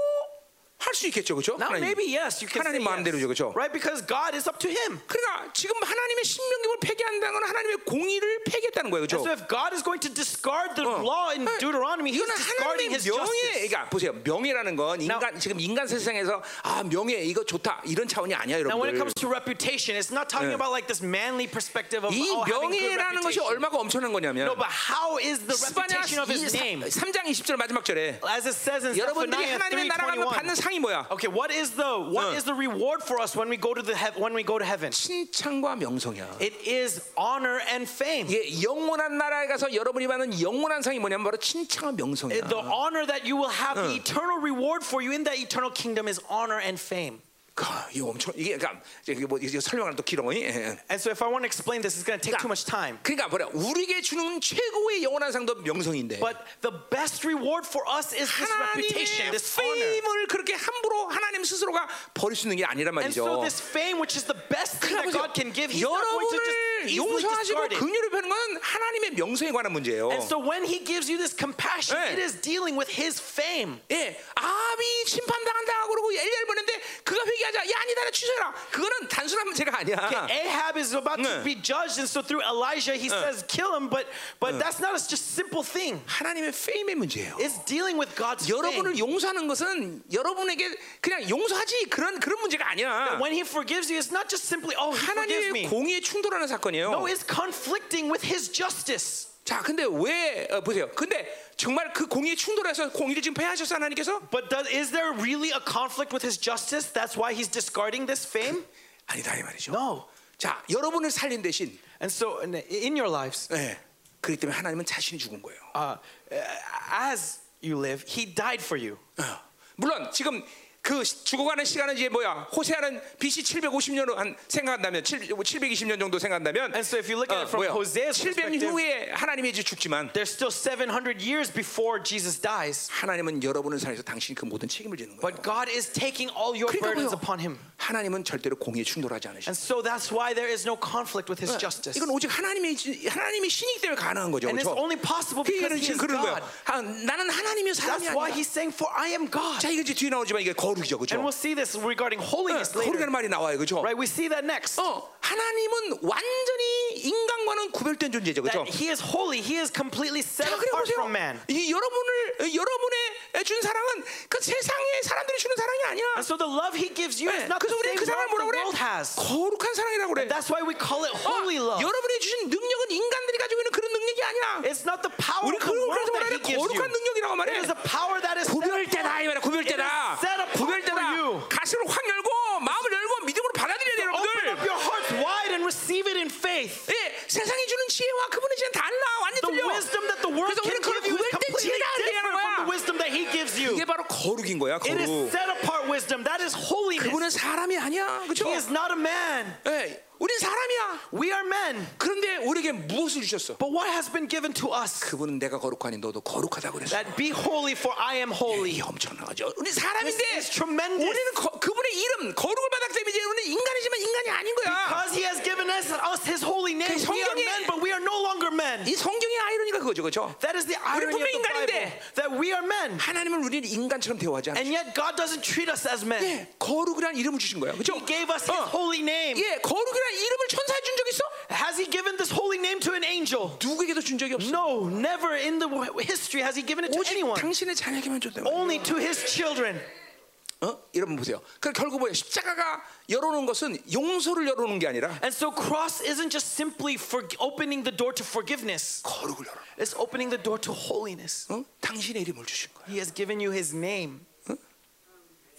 할 수 있겠죠 그렇죠?
Now, maybe yes, you can
하나님
say
마음대로죠,
yes.
그죠?
Right? Because God is up to him.
그러니까 지금 하나님의 신명기를 폐기한다는 건 하나님의 공의를 폐기했다는 거예요
And
그렇죠?
so if God is going to discard the
어.
law in
아,
Deuteronomy, he's
이거는 하나님의 명예.
discarding his justice.
그러니까 보세요. 명예라는 건 인간 지금 인간 세상에서 아 명예 이거 좋다 이런 차원이 아니야
Now, when it
여러분들.
comes to reputation, it's not talking
네.
about like this manly perspective of
이
oh, having good
명예라는 것이
reputation.
얼마가 엄청난 거냐면
No, but how is the
스파냐
reputation of his name?
3장 20절 마지막 절에
As it says in
여러분들이
Zephaniah
하나님의 나라 가면 받는
3:21.
상이 뭐야?
Okay, what is the what
네.
is the reward for us when we go to the heav- when we go to heaven?
칭찬과 명성이야.
It is honor and fame.
예, 영원한 나라에 가서 여러분이 받는 영원한 상이 뭐냐면 바로 칭찬과 명성이야.
The honor that you will have, the eternal reward for you in that eternal kingdom is honor and fame.
그, 이거 엄청 이게 그러니까 이제 이게 뭐 이제 설명하는 또 길어. 예, 예.
And so, if I want to explain this, it's going to take too much time.
그러니까 뭐냐 우리에게 주는 최고의 영원한 상도 명성인데.
But the best reward for us is this reputation,
하나님의
this honor.
페임을 그렇게 함부로 하나님 스스로가 버릴 수 있는 게 아니란
And so,
말이죠.
this fame, which is the best thing that
그러니까
God can give,
보세요.
He's not going to
여러분을
just easily
용서하시고
discard it.
긍휼을 펴는 건 하나님의 명성에 관한 문제예요.
And so, when He gives you this compassion,
네.
it is dealing with His fame.
예, 아비 심판당한다 그러고 엘리야를 보는데 그가 회개하자 야 아니다 나 취소해라 그거는 단순한 문제가 아니야.
Ahab is about to
네.
be judged, and so through Elijah, he says, "Kill him." But but that's not a just simple thing.
하나님의 페임의 문제예요.
It's dealing with God's fame.
여러분을 용서하는 것은 여러분에게 그냥 용서하지 그런 그런 문제가 아니야.
When He forgives you, it's not just simply, "Oh, He forgives
하나님의
네, 뭐, me."
공의에 충돌하는 사건이에요.
No, it's conflicting with His justice.
자, 근데 왜 어, 보세요? 근데 정말 그 공의에 충돌해서 공의를 지금 폐하셨어 하나님께서?
But does, is there really a conflict with his justice? That's why he's discarding this fame?
아니다 이 말이죠.
No.
자, 여러분을 살린 대신
And so in, in your lives,
예. 그렇기 때문에 하나님은 자신이 죽은 거예요.
uh, as you live, he died for you.
어. 물론 지금 그 시- 죽어가는 시간은 이제 뭐야? 호세아는 BC 750년으로 한 생각한다면 7, 720년 정도 생각한다면
And so if you look at it from Hosea's
700년
perspective-
후에 하나님이 이제 죽지만
There's still 700 years before Jesus dies,
하나님은 여러분을 살려서 당신이 그 모든 책임을 지는 거예요.
but God is taking all your
그러니까 뭐예요?
burdens upon him.
하나님은 절대로 공의에 충돌하지 않으시죠.
And so that's why there is no conflict with his justice.
이건 오직 하나님의 하나님이 신이기 때문에 가능한 거죠.
And it's
그렇죠?
only possible because
그는
he
지금
is
그런 거야.
God.
아, 나는 하나님이 사람이
That's
아니야.
why he's saying, For I am God.
자, 이거 이제 뒤에 나오지만 이게 거룩이죠,
And
그렇죠?
we'll see this regarding holiness
거룩이라는
later.
말이 나와요, 그렇죠?
Right? We see that next.
어, 하나님은 완전히 인간과는 구별된 존재죠, 그렇죠?
That he is holy. He is completely set
자, 그래
apart
보세요.
from man.
이 여러분을 어, 여러분의 준 사랑은 그 세상의 사람들이 주는 사랑이 아니야.
And so the love he gives you
네,
is not the
그래서 우리
same
그 사랑을 뭐라
love the
그래?
world has.
거룩한 사랑이라고 그래.
That's why we call it
어,
holy love.
여러분이 주신 능력은 인간들이 가지고 있는 그런 능력이 아니야.
It's not the power
우리
of the
그-
world
그래서
that
말하는
he gives you.
거룩한 능력이라고 말해.
It is a power that is set
구별되다
apart.
이 말이야 구별되다
It is set apart for
구별되다
you.
가슴을 확 열고 마음을 열고 믿음으로 받아들여야 돼요
Open up
여러분들
your hearts wide and receive it in faith.
예, 세상이 주는 지혜와 그분의 지혜는 달라 완전
The
틀려
wisdom that the world
그래서
can
우리는 그걸
give you is
구별된
completely
지혜라 얘기하는 거야.
different from the wisdom that he gives you.
이게 바로 거룩인 거야
It is
거룩
set apart wisdom. That is holiness.
그분은 사람이 아니야 그쵸?
He is not a man.
예, 우린 사람이야
We are men.
그런데 우리에게 무엇을 주셨어?
But what has been given to us?
그분은 내가 거룩하니 너도 거룩하다고 그랬어
That be holy, for I am holy.
이 엄청나죠 우리
This is
사람인데
tremendous.
우리는 거- 그분의 이름 거룩을 받았기 때문에 이제 우리는 인간이지만 인간이 아닌 거야
Because he has given us, us his holy name.
그
We are
성경에-
men, but we are no longer men.
이 성경의 아이러니가 그거죠 그렇죠?
That is the irony of
분명히
the Bible.
인간인데.
That we are men.
하나님은 우리를 인간처럼 대우하지 않아.
And yet God doesn't treat us as men.
예, 거룩이란 이름을 주신 거야. 그죠?
He gave us his holy name.
예, 거룩이란 이름을 천사해 준 적 있어?
Has he given this holy name to an angel.
누구에게도 준 적이 없어.
No, never in the history has he given it to
오직
anyone.
당신의 자녀에게만 줬다.
Only to his children.
어? 여러분 보세요. 그 결국 뭐예요? 십자가가 열어놓은 것은 용서를 열어놓은 게 아니라
And so cross isn't just simply for opening the door to forgiveness.
거룩을 열어.
It's opening the door to holiness.
어? 당신의 이름을 주신 거예요.
He has given you his name.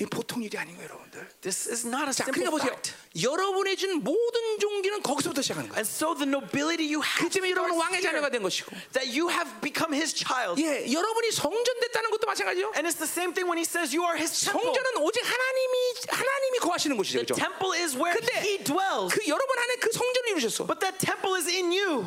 이 보통 일이 아닌 거예요, 여러분들.
This is not a
자, 그러니까
simple
보세요.
fact.
여러분의 준 모든 종기는 거기서부터 시작하는 거예요.
And so the nobility you have
그쯤에 여러분은 왕의
starts
자녀가
here,
된 것이고,
that you have become his child.
예, 여러분이 성전됐다는 것도 마찬가지요.
And it's the same thing when he says you are his temple.
성전은 오직 하나님이 하나님이 거하시는 곳이죠,
The
그렇죠?
temple is where
근데
he dwells.
그 여러분 안에 그 성전을 이루셨어.
But that temple is in you.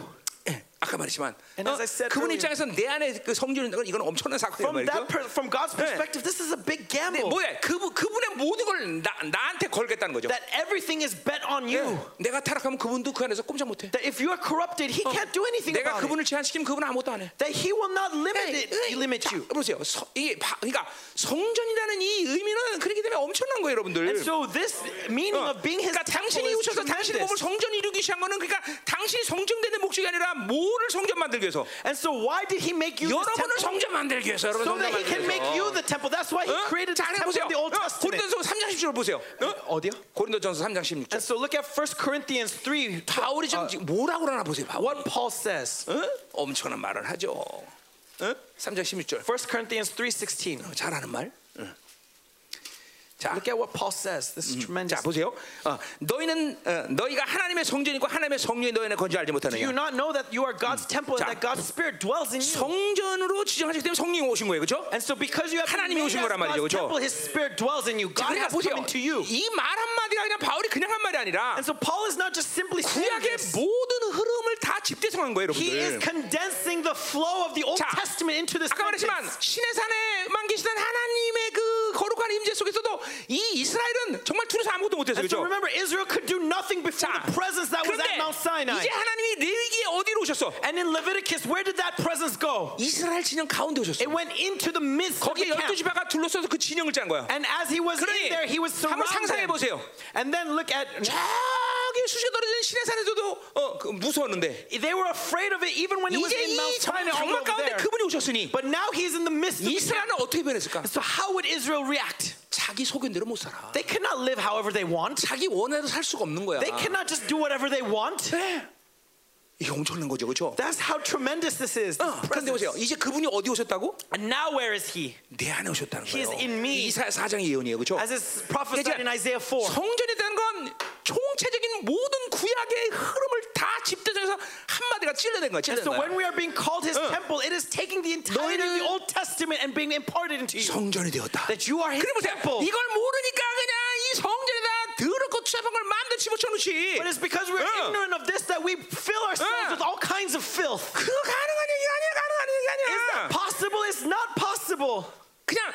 예, 아까 말했지만
And as I
어,
said
그분
earlier,
입장에서 내 안에 그 성전이 있는 건 이건 엄청난 사건이에요,
From
말이죠.
that per, from God's perspective, this is a big gamble.
뭐야? 그분 그분의 모든 걸 나, 나한테 걸겠다는 거죠.
That everything is bet on
예,
you.
내가 타락하면 그분도 그 안에서 꼼짝 못해.
That if you are corrupted, he can't do anything
내가
about it.
그분을 제한시키면 그분은 아무것도 안 해.
That he will not limit
예,
it,
예,
limit
자,
you.
보세요. 서, 이게 바, 그러니까 성전이라는 이 의미는 그렇기 때문에 엄청난 거예요,
And
여러분들.
so this meaning
어,
of being his
그러니까
temple
당신이
is
오셔서 당신의 몸을
tremendous.
성전 이루기 시한 거는 그러니까 당신이 성전되는 목적이 아니라 뭐를 성전 만들기 위해서
And so why did he make you his
여러분을
temple?
성전 만들기 위해서 여러분
So
성전
that he
만들기
can make
위해서
you the temple. That's why he
어?
created the
자, 그냥
temple
보세요.
in the Old
어,
Testament.
고린도전서 3장 16절 보세요. 어?
어디요?
고린도전서 3장 16절.
And so look at 1 Corinthians 3.
바울이
아.
지금 지금 뭐라고 그러나 보세요. 바울.
What Paul says.
어? 엄청난 말을 하죠. 어? 3장 16절.
1 Corinthians 3:16.
잘하는 말. 응. 자,
Look at what Paul says. This is
자
tremendous.
보세요. 어, 너희는 어, 너희가 하나님의 성전이고 하나님의 성령이 너희 안에 건지 알지
Do
못하느냐.
you not know that you are God's temple
자.
and that God's spirit dwells in you?
성전으로 지정하셨기 때문에 성령이 오신 거예요, 그렇죠?
And so because you have been
하나님이
made as
오신 거란 말이죠,
God's
그죠?
temple, his spirit dwells in you. God
그러니까
has
보세요.
come into you.
이 말 한마디가 그냥 바울이 그냥 한 말이 아니라
And so Paul is not just simply saying
구약의
this.
모든 흐름을 다 집대성한 거예요,
He is
여러분들.
condensing the flow of the Old
자,
Testament into this
아까 말했지만
sentence.
신의 산에만 계시던 하나님의 그 거룩한 임재 속에서도 이 이스라엘은 정말 둘이서 아무것도 못했어요,
And
그렇죠?
so remember, Israel could do nothing before
자,
the presence that was
그런데
at Mount Sinai.
이제 하나님이 네 레위기에 어디로 오셨어?
And in Leviticus, where did that presence go?
이스라엘 진영 가운데 오셨어.
It went into the midst of the
거기에 열두
camp.
지파가 둘러싸서 그 진영을 짠 거야.
And as he was
그러니
in there, he was
한번 상상해
surrounded.
보세요.
And then look at
저기 수시가 떨어진 신의 산에서도 어, 그 무서웠는데
they were afraid of it even when it was
이제
in
이
Mount Sinai all
정말
over
가운데
there.
그분이 오셨으니
But now he's in the midst of
이스라엘은 어떻게 변했을까?
So how would Israel react?
자기 소견대로 못 살아.
They cannot live however they want.
자기 원해로 살 수가 없는 거야.
They cannot just do whatever they want.
네. 이게 엄청난 거죠, 그렇죠?
That's how tremendous this is. this
어, Uh, 그런데
presence.
보세요. 이제 그분이 어디 오셨다고?
And now where is he?
내 안에 오셨다는
He is
거예요.
in me.
이사야 사장 예언이에요, 그렇죠?
As is prophesied in Isaiah 4.
성전이라는 건 총체적인 모든 구약의 흐름을 다 집대적에서 한 마디가 찔러낸 거야.
And
찔러낸
so when
거야.
we are being called his
Uh.
temple, it is taking the entirety of
너희는-
the Old Testament and being imparted into you.
성전이 되었다.
That you are his
그래 보세요.
temple.
이걸 모르니까 그냥 이 성전에다 더럽고 추잡한 걸 마음대로 집어쳐놓지.
But it's because we're
Uh.
ignorant of this that we fill
Uh.
ourselves with all kinds of filth.
그거 가능한 얘기 아니야. 가능한
Is
얘기
that
아니야.
possible? It's not possible.
그냥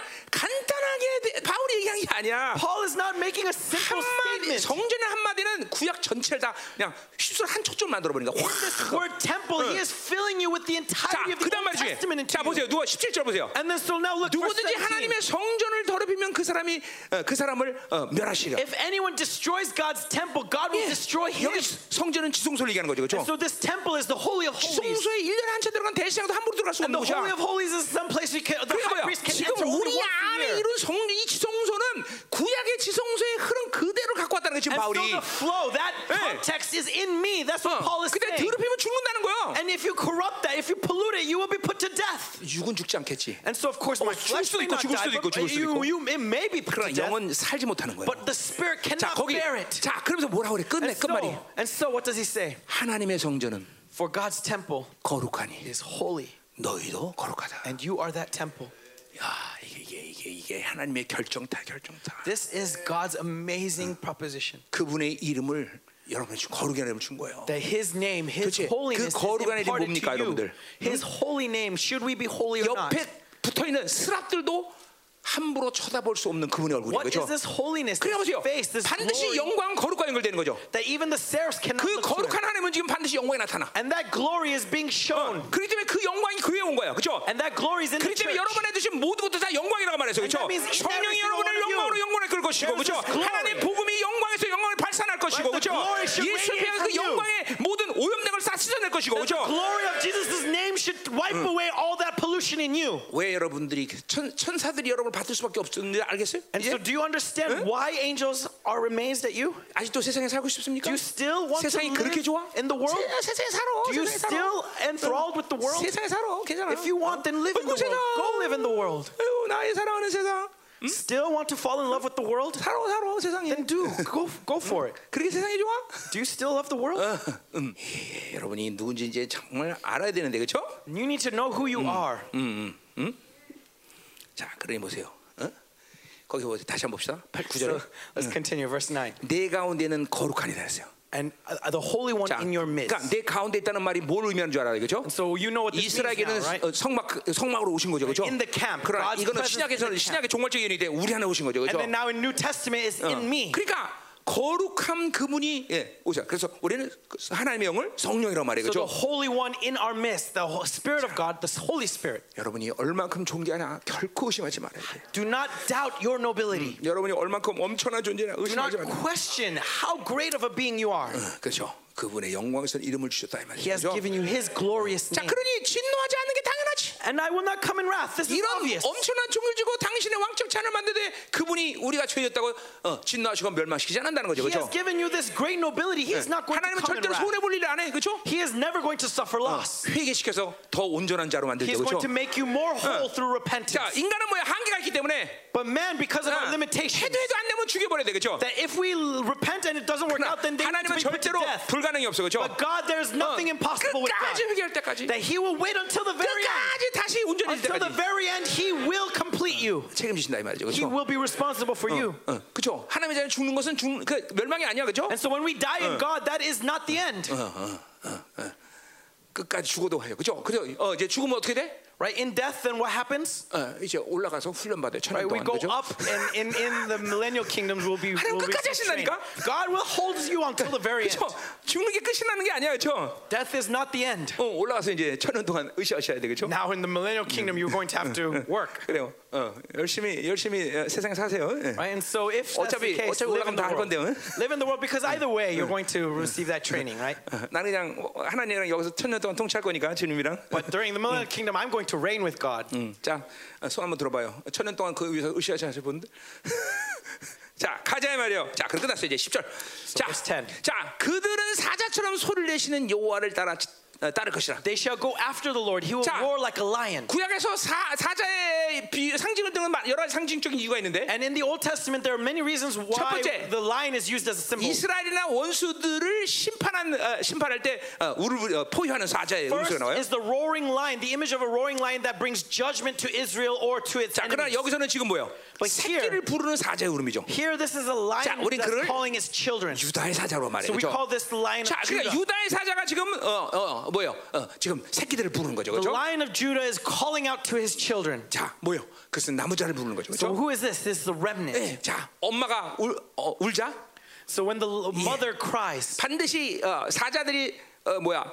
간단하게 대- 바울이 얘기한 게 아니야.
Paul is not making a simple
한마디
statement.
성전의 한마디는 구약 전체를 다 그냥 휩쓸 한 촉점 만들어버리니까 확.
Word temple, he
Uh.
is filling you with
자,
the entirety of the
그다음
Old
말이지.
Testament into
자
you.
보세요. 누가 17절 보세요.
And then so now look verse
누구든지
17.
하나님의 성전을 더럽히면 그 사람이 어, 그 사람을 어, 멸하시리라.
If anyone destroys God's temple, God will destroy him.
여기 성전은 지성소를 얘기하는 거죠, 그렇죠?
So this temple is the holy of holies.
지성소에 1년에 한 차 들어간 대시장도 함부로 들어갈 수가
And
없는
the holy
곳이야.
of holies is some place you can, the
그러니까
high
뭐야? 예.
priest can
지금
enter only
우리
once
안에
a year.
이룬 성, 이 지성소는 구약의 지성소의 흐름 그대로 갖고 왔다는 거지, 지금
And
바울이.
so the flow, that
예.
context is in me. That's what Paul
어,
is
근데
saying.
더럽히면 죽는다는 거야.
And if you corrupt that, if you pollute it, you will be put to death.
육은 죽지 않겠지.
And so of course my
죽을
flesh
수도
may
있고,
not
죽을
die,
수도 있고,
but
죽을 수도 있고.
you, you, it may be put
그러나
to death.
영은 살지 못하는 거야.
But the spirit
자,
cannot
거기.
bear it.
자, 그러면서 뭐라고 그래? 끝내
And
끝말이.
so, and so what does he say?
하나님의 성전은
For God's temple
거룩하니
is holy,
너희도 거룩하다.
and you are that temple.
야, 이게 이게 이게, 이게 하나님의 결정타 결정타.
This is God's amazing proposition.
그분의 이름을 여러분이 주- 거룩의 이름을 준 거예요.
That His name, His
도대체 그
holiness, is
거룩한 이름이
imparted
뭡니까,
to you.
여러분들?
His holy name. Should we be holy or not?
옆에 붙어 있는 스랍들도 함부로 쳐다볼 수 없는 그분의 얼굴이죠.
What is
그렇죠?
this holiness?
그러니까
This
보세요.
face, this
반드시
glory,
영광 거룩과 연결되는 거죠.
that even the seraphs cannot
그
look to
거룩한
it.
하나님은 지금 반드시 영광이 나타나.
And that glory is being shown.
그렇기 때문에 그 영광이 그에온 거야. 그렇죠?
And that glory is in the
그렇기 때문에
church.
여러분의 뜻이 모든 것도 다 영광이라고 말했어요. 그렇죠?
And that means in every
성령이
single
여러분을
one of you,
영광으로 영광을 끌 것이고
there is
그렇죠?
this glory.
하나님 복음이 영광에서 영광을 발산할 것이고
Right, the
그렇죠?
glory should
예수
radiate
그
from you.
영광의 모든 오염된 걸 다 씻어낼 것이고
That the
그렇죠?
glory of Jesus' name should wipe away all that pollution in you.
왜 여러분들이 천, 천사들이 여러분을 받을 수밖에 없었는지 알겠어요?
And
이제
so, do you understand why angels are amazed at you?
아직도 세상에 살고 싶습니까?
Do you still want to
세상이 그렇게 좋아?
live in the world?
세- 세상에 살아.
Do you
세상에 살아.
still enthralled with the world?
세상에 살아. 괜찮아.
If you want, then live in the
어이구, 세상.
world. Go live in the world.
아유, 나의 사랑하는 세상.
Still want to fall in love with the world?
살아, 살아, 세상에. (laughs)
Then do. Go, go for it.
그렇게 세상이 좋아?
Do you still love the world?
음. 예, 여러분이 누군지 이제 정말 알아야 되는데 그렇죠?
You need to know who you are.
자, 그러니 보세요. 어? 거기 보세요. 다시 한번 봅시다. 8, 9절.
So, let's continue. Verse 9.
내 가운데는 거룩한이라 했어요.
And uh, the Holy One
자,
in your midst.
그러니까 내 가운데 있다는 말이 뭘 의미하는 줄 알아요, 그렇죠?
So, you know what this uh, means now,
이스라엘에게는
right?
어, 성막 성막으로 오신 거죠, 그렇죠?
In the camp,
그러나
God's
이거는
presence in
신약에서는
the camp.
신약의 종말적 예언인데 우리 안에 오신 거죠, 그렇죠? 어.
And then now in New Testament, it's in me.
그러니까 거룩함 그분이 예, 오자. 그래서 우리는 하나님의 영을 성령이라고 말해요,
So the
그렇죠?
Holy One in our midst, the Ho- Spirit of God, the Holy Spirit.
여러분이 얼만큼 존귀하냐 결코 의심하지 말아야 돼.
Do not doubt your nobility.
여러분이 얼만큼 엄청난 존재냐
Do
의심하지
not
말아야 돼.
question how great of a being you are.
그렇죠. 그분의 영광에서 이름을 주셨다 이
He
말이죠.
has
그렇죠?
given you His glorious
자,
name.
그러니 진노하지 않는 게 당연하지.
And I will not come in wrath. This is
이런
obvious.
엄청난 종을 주고 당신의 왕적 찬을 만드되 그분이 우리가 죄였다고 어, 진노하시고 멸망시키지 않는다는 거죠.
He has
그렇죠?
given you this great nobility. He is not going
예.
to
하나님은
Uh. come in
절대로
wrath.
손해 볼 일을 안 해. 그렇죠?
He is never going to suffer loss.
회개시켜서 더 온전한 자로
He
만들죠.
is going
그렇죠?
to make you more whole through repentance.
자, 인간은 뭐야? 한계가 있기 때문에
But man, because of
아,
our limitations,
해도 해도 안 되면 죽여 버려야 되겠죠.
that if we l- repent and it doesn't work out, then they need
하나님은
to be put to
절대로
death.
불가능이 없어. 그렇죠?
But God, there is nothing impossible with God.
끝까지 회개할 때까지
That He will wait until the very end.
끝까지 다시 온전히 될
Until the
때까지
very end, He will complete you.
책임지신다 이 말이죠. 그렇죠?
He will be responsible for you.
그렇죠. 하나님의 자녀 죽는 것은 죽, 그 멸망이 아니야, 그렇죠?
And so when we die in God, that is not the end.
끝까지 죽어도 해요, 그렇죠? 그죠? 어, 이제 죽으면 어떻게 돼?
Right? In death, then what happens?
어, 이제 올라가서 훈련 받아요, 천년
Right? We
동안 그렇죠? 그죠?
go up and in, in the millennial kingdoms will be
하나님
will be
끝까지
trained.
하신다니까?
God will hold you until the very end.
그렇죠? 죽는 게 끝이 나는 게 아니야, 그렇죠?
Death is not the end.
어, 올라가서 이제 천년 동안 으쌰으쌰 해야 그렇죠? 되겠죠?
Now in the millennial kingdom you're going to have
(laughs)
to work.
그래요. 어, 열심히 열심히 어, 세상에 사세요. 예.
Right? And so if that's
어차피-
the case,
어차피
live in the
올라가면 다할
world.
건데요.
Live in the world because either way
Mm.
you're going to receive that training, right?
어, 나는 그냥 하나님이랑 여기서 천년 동안 통치할 거니까 주님이랑.
But during the millennial kingdom I'm going to reign with God.
음, 자, 어, 손 한번 들어봐요. 천년 동안 그 위에서 으쌰으쌰 하실 분들. (laughs) 자, 가자 이 말이요. 자, 그럼 끝났어요. 이제 10절.
verse
자,
10.
자, 그들은 사자처럼 소리를 내시는 여호와를 따라 어, 따를 것이라.
They shall go after the Lord. He will
자.
roar like a lion.
구약에서 사, 사자의 비, 상징을 드는 마- 여러 가지 상징적인 이유가 있는데
And in the Old Testament, there are many reasons why
번째.
the lion is used as a symbol.
이스라엘이나 원수들을 심판한 어, 심판할 때 어, 우르 어, 포효하는 사자의 음소가
First
나와요.
is the roaring lion, the image of a roaring lion that brings judgment to Israel or to its
자, 그러나
enemies.
여기서는 지금 뭐예요?
But
새끼를
here-
부르는 사자의 울음이죠.
Here, this is a lion
자, 우린
that's
그를
calling its children.
유다의 사자로
So
말해요.
we
그죠?
call this the lion
자,
of
그러니까
Judah.
유다의 사자가 지금 어, 어, 뭐예요? 어, 지금 새끼들을 부르는 거죠,
The
그렇죠?
lion of Judah is calling out to his children.
자, 뭐요? 그것은 나무자를 부르는 거죠,
So
그렇죠?
who is this? This is the remnant.
예, 자, 엄마가 울, 어, 울자
So when the l- mother cries,
반드시 어, 사자들이 어, 뭐야?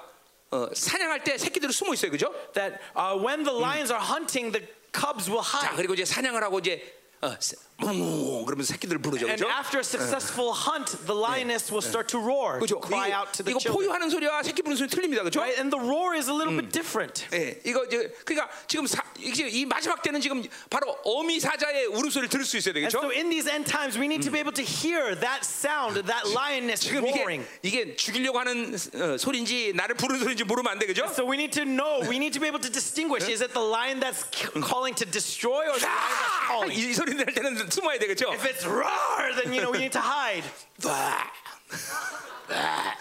어, 사냥할 때 새끼들이 숨어 있어요, 그렇죠? 그죠?
that uh, when the lions are hunting, the cubs will
자,
hide.
그리고 이제 사냥을 하고 이제 어, 세- 웅웅웅 그러면서 새끼들을 부르죠, 그렇죠?
And
그죠?
after a successful hunt, the lioness will start to roar,
그죠?
cry out
그렇죠? 이거,
to the
이거
children.
포유하는 소리와 새끼 부르는 소리 틀립니다, 그렇죠? 그죠?
Right? And the roar is a little bit different.
예, 이거 이제 그러니까 지금 사, 이게 이 마지막 때는 지금 바로 어미 사자의 울음소리를 들을 수 있어야
And
되겠죠?
so in these end times, we need to be able to hear that sound, that lioness
지금
roaring.
이게, 이게 죽이려고 하는 어, 소리인지 나를 부르는 소리인지 모르면 안 돼, 그죠?
So we need to know, we need to be able to distinguish. Is it the lion that's c- calling to destroy or the lion that's
아!
calling?
이 소리 낼 때는 숨어야 돼, 그죠?
If it's roar, then you know we need to hide.
와. 와.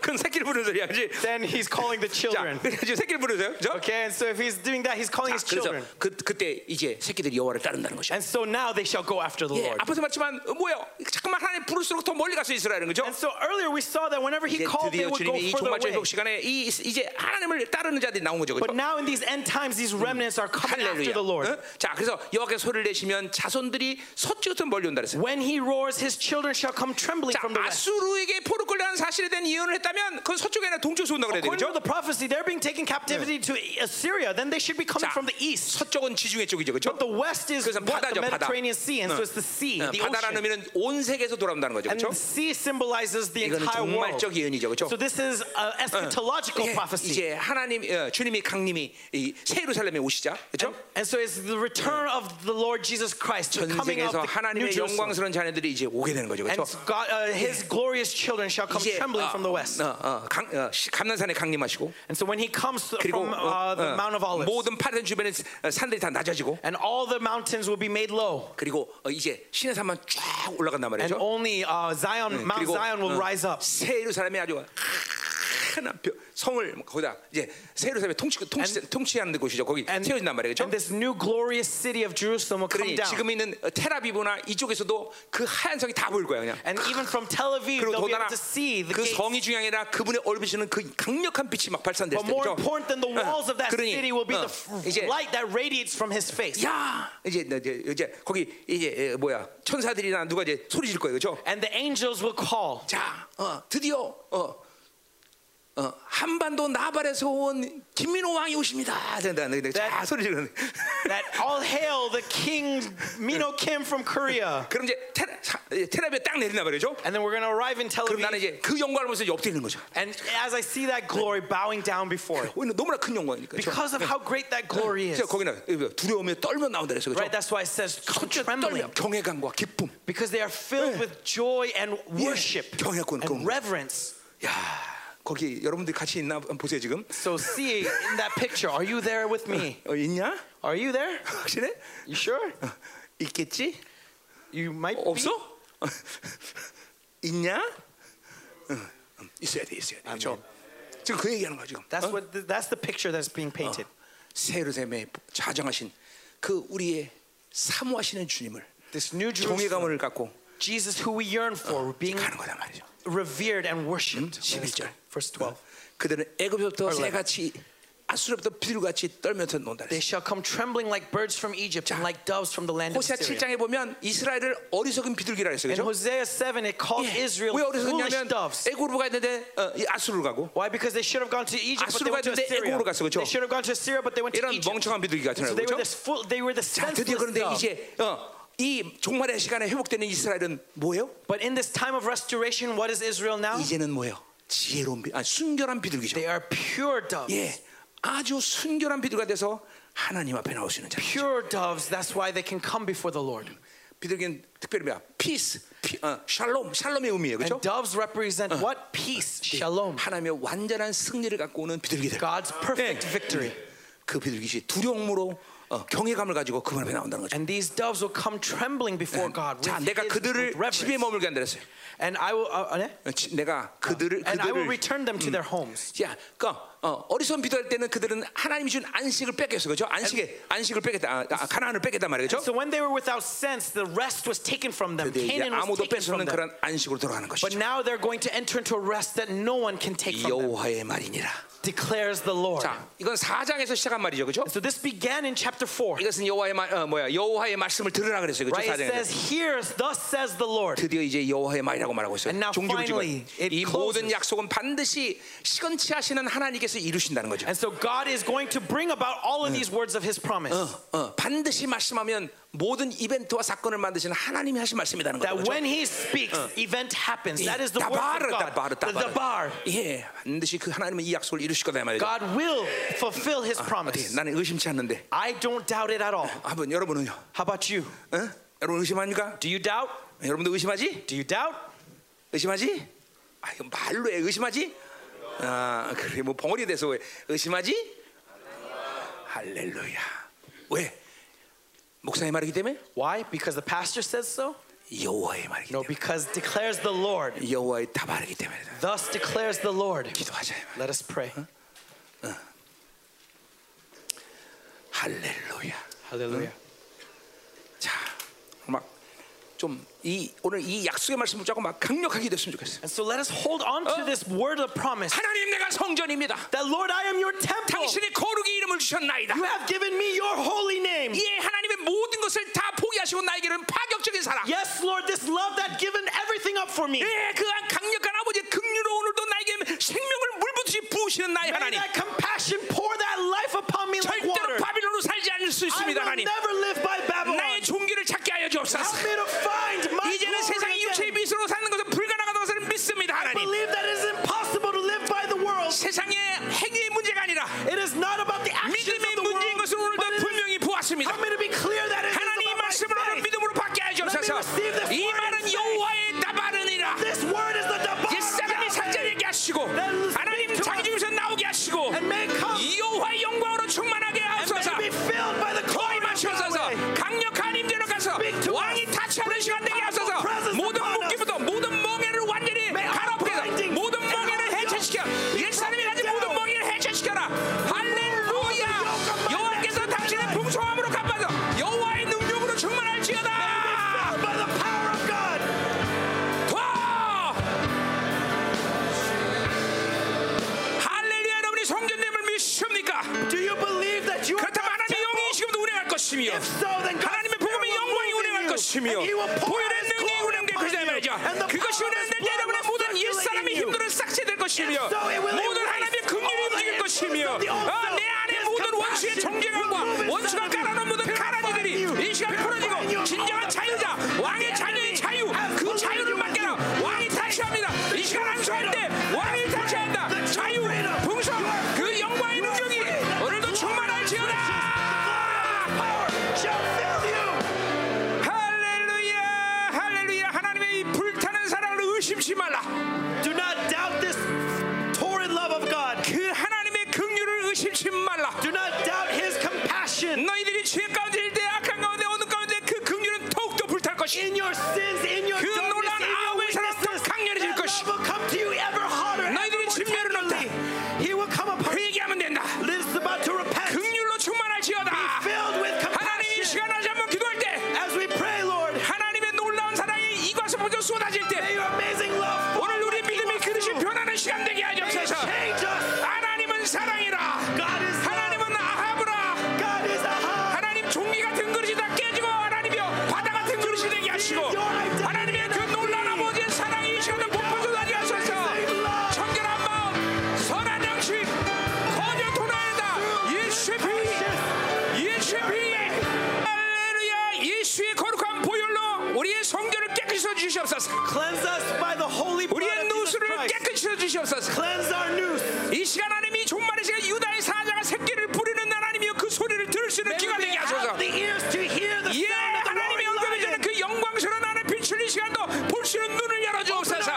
그건 새끼를 부르는 소리야, 그지?
Then he's calling the
자,
children.
그래서 새끼를 부르세요, 그죠?
Okay, and so if he's doing that, he's calling
자,
his children.
그래서 그, 그때 이제 새끼들이 여호와를 따른다는 것이죠.
And so now they shall go after the
예,
Lord.
앞에서 봤지만 어, 뭐예요? 잠깐만 하나님 부를수록 더 멀리 갔어요, 이스라엘은, 그죠?
And so earlier we saw that whenever he
이제
called, they
드디어
would go
주님이 이
further
종말적
away.
회복 시간에 이, 이제 하나님을 따르는 자들이 나온 거죠,
But
그죠?
now in these end times, these remnants are coming after
할렐루야.
the Lord.
어? 자, 그래서 여호와께 소리를 내시면 자손들이 서쪽부터 멀리 온다 그랬어요.
When he roars, his children shall come trembling
자,
from the west.
아수르에게 포로끌려간 잡혔다는 사실에 대한 이혼을 했다면 그건 서쪽이 아니라 동쪽에서 온다 그래야
According
되죠.
to the prophecy, they're being taken captivity to E, Assyria. Then they should be coming
자,
from the east.
서쪽은 지중해 쪽이죠. 그렇죠?
But the west is
그래서
what?
바다죠,
the
바다.
Mediterranean Sea, and so it's the sea,
어,
the
바다라는
ocean.
의미는 온 세계에서 돌아온다는 거죠.
And
그렇죠?
the sea symbolizes the
이거는
entire world.
종말적 예언이죠. 그렇죠?
So this is an eschatological
이게
prophecy.
이제 하나님 어, 주님이 강림이 이 세루살렘에 오시자. 그렇죠?
And so it's the return of the Lord Jesus Christ, the
전
coming of
세계에서
the New
하나님의
Jerusalem.
영광스러운 자녀들이 이제 오게 되는 거죠.
And
그렇죠?
God, uh, his glorious children shall come
이제 어,
trembling from the west.
어, 어, 강, 어, 시- 감난산에 강림하시고
And so when he comes
그리고
from
어,
uh, the
어,
Mount of Olives,
모든 파란 주변에 어, 산들이 다 낮아지고
and all the mountains will be made low,
그리고 어, 이제 신의 산만 쫙 올라간단
and
말이죠.
only uh, Zion, Mount
그리고 어,
Zion will rise up.
세루 사람이 아주 하나 성을 거기다 이제 세루 사람이 통치 통치 통치하는 곳이죠. 거기
And-
세워진단 말이에요. 그렇죠?
And this new glorious city of Jerusalem will come
그러니
down.
지금 있는 테라비브나 이쪽에서도 그 하얀 성이 다 보일 거야 그냥.
And even from Tel Aviv,
그리고
they'll be
더나
able to see the
그
gates.
성이 중요한 게 아니라 그분의 얼굴에는 그 강력한 빛이 막 발산될
But more
때죠. 어,
important than the walls of that
그러니,
city will be
어,
the f-
이제-
light that radiates from his face.
야 이제 나 이제, 이제 거기 이제 에, 뭐야 천사들이나 누가 이제 소리 질 거예요 그렇죠?
And the angels will call.
자 어, 드디어 어, 어, 한반도 나발에서 온 김민호 왕이 오십니다. 된다. 자
That-
소리 지르는.
That all hail the King Mino Kim from
(laughs)
Korea.
그럼 이제 테라, 사- 이제 테라비에 딱 내린다 말이죠.
And then we're going to arrive in Tel
그럼 나는 이제
Aviv.
그 영광을 보면서 옆에 있는 거죠.
And as I see that glory, bowing down before it.
왜냐면 너무나 큰 영광이니까. 그렇죠?
Because of how great that glory
그래서
is.
거기는 두려움에 떨며 나온다 그래서 그렇죠.
Right? That's why it says
떨며
trembling.
경외감과 기쁨.
Because they are filled with joy and worship
경외권, 그런
and
거.
reverence.
야 거기 여러분들 같이 있나 한번 보세요 지금.
So see in that picture, are you there with me?
어, 있냐? (laughs)
Are you there?
확실해?
You sure?
어, 있겠지?
You might be.
없어? 어, (laughs) 있냐? 어, 음, 있어야 돼, 있어야 돼. 그렇죠? 지금 그 얘기하는 거야 지금.
That's what. The, that's the picture that's being painted.
Uh. 세르셈에 자정하신 그 우리의 사모하시는 주님을
This new Jerusalem,
경외감을 갖고
Jesus, who we yearn for, being
가는 거다 말이죠.
revered and worshipped.
Hmm? 11절.
Verse 12.
그들은 애굽부터
Or like-
새같이 아수르부터 비둘같이 떨면서 논다.
They
그랬어요.
shall come trembling like birds from Egypt and like doves from the land of
호세아
Syria.
7장에 보면 이스라엘을 어리석은 비둘기라 그랬어요.
In
그죠?
Hosea 7, it called
예.
Israel
왜
foolish
어리석냐면
doves.
애굽으로 갔는데 어, 이 아수르를 가고
Why? Because they should have gone to Egypt, but they went
아수르
to
갔는데
Assyria.
애굽으로 갔어, 그죠?
They should have gone to Assyria, but they went to
이런
Egypt.
멍청한 비둘기 같은 애고
So they were
그죠?
this full, they were the
자, 드디어
senseless
그런데
dove.
이제 어, 이 종말의 시간에 회복되는 이스라엘은 뭐예요?
But in this time of restoration, what is Israel now?
이제는 뭐예요? 지혜로운 비, 아, 순결한 비둘기죠.
They are pure doves.
예, 아주 순결한 비둘기가 돼서 하나님 앞에 나올 수 있는 자죠.
Pure doves, that's why they can come before the Lord.
비둘기는 특별히 뭐야? 피스, 피, 어, 샬롬, 샬롬의 의미예요, 그렇죠?
And doves represent what? Peace, shalom.
하나님의 완전한 승리를 갖고 오는 비둘기들. 예.
God's perfect victory.
그 비둘기시 두려움으로 어, 경외감을 가지고 그분 앞에 나온다는 거죠.
And these doves will come trembling before God with,
자, 내가
his- with
그들을 집에
reverence.
머물게 한다 그랬어요.
And I will uh,
어,
uh,
지- 내가 그들을
and I will
그들을
return them to their homes.
야, 그러니까 어, 어리선 비도할 때는 그들은 하나님이 준 안식을 뺏겼어, 그렇죠? 안식에 안식을 뺏겠다, 아, 아, 가나안을 뺏겠단 말이죠.
So when they were without sense, the rest was taken from them.
근데 이제
Canaan was
아무도
taken from
뺏어는
them.
그런 안식으로 돌아가는
But
것이죠.
now they're going to enter into a rest that no one can take from them,
여호와의 말이니라.
declares the Lord.
자, 이건 4장에서 시작한 말이죠, 그렇죠?
So this began in chapter 4.
이것은 여호와의 말, 어, 뭐야? 여호와의 말씀을 들으라 그랬어요, 그렇죠?
Right? It
4장에서.
says, Here, thus says the Lord.
드디어 이제 여호와의 말이라고 말하고 있어요.
And now
종종 지금
finally, it
이
closes.
모든 약속은 반드시 시건치 하시는 하나님께서 이루신다는 거죠.
And so God is going to bring about all of these words of his promise.
어, 어, 반드시 말씀하면 모든 이벤트와 사건을 만드시는 하나님이 하신 말씀이라는 거죠. 예.
That
그렇죠?
when he speaks, event happens.
이
That is the word
다바르,
of God.
다바르,
The
다바르.
dabar.
예, 반드시 그 하나님은 이 약속을 이루실 거다 이 말이죠.
God will fulfill his
어떻게,
promise.
나는 의심치 않는데.
I don't doubt it at all.
한번 여러분은요?
How about you?
어? 여러분 의심합니까?
Do you doubt?
여러분도 의심하지?
Do you doubt?
의심하지? 아, 이거 말로 해. 의심하지? 아, 그래 뭐 벙어리 돼서 왜 의심하지? 할렐루야. 왜? 목사의 말이기 때문에
Why? Because the pastor says so?
여호와의 말이기
No,
때문에
because declares the Lord.
여호와의 다말이기 때문에
Thus declares the Lord.
기도하자. 이 말이야.
Let us pray.
할렐루야.
Hallelujah.
자, 막 좀 이 오늘 이 약속의 말씀 붙잡고 막 강력하게 됐으면 좋겠어요.
And so let us hold on
어?
to this word of promise.
하나님 내가 성전입니다.
That Lord, I am your temple.
당신의 거룩의 이름을 주셨나이다.
You have given me your holy name.
예, 하나님의 모든 것을 다 포기하시고 나에게는 파격적인 사랑.
Yes, Lord, this love that given everything up for me.
예, 그 강력한 아버지의 긍휼로 부으시는 나의
May
하나님
that compassion pour that life upon me like
절대로
water.
바빌론으로 살지 않을 수
I
있습니다
will
하나님
never live by Babylon.
나의 종기를 찾게 하여
Help
주옵소서
me to find my
이제는 세상의
glory
육체의
again.
빛으로 사는 것은 불가능하다는 것을 믿습니다 하나님
Believe that it is impossible to live by the world.
세상의 행위의 문제가 아니라
It is not about the actions
믿음의
of the world.
문제인 것을 오늘도
but it is-
분명히 보았습니다
Help me to be clear that it is
하나님의
about my
말씀을 오늘
faith.
믿음으로 받게 하여 주옵소서 이 말은 여호와의 나바르니라
This word is the divine
옛사람이 산자되게 하시고 하나님 자기 중에서 나오게 하시고
and may come
여호와의 영광으로 충만하게 하옵소서
and may be filled by the
거의
glory of
마시옵소서
Yahweh.
강력한 임재로 가서 왕이 타치하는 시간 되게 하옵소서 모든 묶임부터 모든 멍에를 완전히 가로프게 모든 멍에를 해체시켜 옛사람이 가진 모든 멍에를 해체시켜라 할렐루야 여호와께서 당신의 풍성함으로 갚아서 여호와의 능력으로 충만할지어다
By the power of God.
와! 할렐루야 여러분이 성전됨을 믿습니까?
Do you believe that you are
그렇다면
God's
하나님의 영이
temple?
지금도 운행할 것이며
If so, then God's
하나님의
Spirit
복음의
will
영광이
move in
운행할
you,
것이며
and He will pour out
보혈의
His
능력이
glory
운행될 것이다
upon you,
말이죠
and the
그것이
power of His
운행될 때
blood
여러분의
will
모든
circulate
옛사람의
in you.
힘들을 싹세될 것이며
If so, it will
모든
erase
하나님의 긍휼이
all the
움직일
influence
것이며
of the old
아,
self.
내 안에
His
모든 원수의
compassion
정죄감과
will move
원수가
inside of you,
깔아놓은 모든
purify you,
가라지들이 이 시간
purify you
풀어지고
of
진정한
all the
자유자
filth.
왕의
The
자녀의
enemy
자유
has
그
polluted
자유를
you with
맡겨라
you.
왕이 다시합니다 이 시간 안수할 때 왕이 다시한다 자유 풍성 그 영광의 능력이 오늘도 충만할지어다
Power shall fill you.
할렐루야 할렐루야 하나님의 이 불타는 사랑을 의심치 말라
Do not doubt this torrid love of God.
그 하나님의 긍휼을 의심치 말라
Do not doubt His compassion.
너희들이 죄 가운데 일때 악한 가운데 어둠 가운데 그 긍휼은 더욱더 불탈 것이
In your sins, in your
그
darkness, in
놀라운
your
아우의 사랑 더
weaknesses,
강렬해질
that
것이.
love will come to you ever hotter, ever
너희들이
more
진멸을
tenderly. He will come upon
그
you.
얘기하면 된다
This is about to repent.
긍휼로 충만할지어다
Filled with
하나님 이
compassion.
시간 다시 한번 기도할 때
As we pray, Lord,
하나님의 놀라운 사랑이 이과서 먼저 쏟아질
may
때
your amazing love fall
오늘 우리
like
믿음이
eagles
그릇이
do.
변하는 시간 되게 하여
May it
주옵소서
change us.
하나님은 사랑이라
God is love.
하나님은 아하브라
God is a heart.
하나님 종이 같은 그릇이 다 깨지고 하나님이여 바다 같은 그릇이 되게 하시고 하나님의 그 놀라운 아버지의 사랑이 이 시간에 복받아 나게 하소서 청결한 마음 선한 양식 거저 도나이다 예수의 피 예수의 피 할렐루야 예수의 거룩한 보혈로 우리의 성전을 깨끗이 씻어 주시옵소서
Cleanse us by the holy blood
우리의
of Jesus
노수를
Christ.
깨끗이 씻어 주시옵소서
Cleanse our noose.
이 시간 하나님이 종말의 시간 유다의 사자가 새끼를 부리는 하나님이여 그 소리를 들을 수 있는
May
귀가
we
되게 하소서
have the ears to hear the
예,
sound of the
하나님의 영광이
roaring
주는
lion.
그 영광스러운 하나의 빛을 이 시간도 볼 수 있는 눈을 열어주옵소서.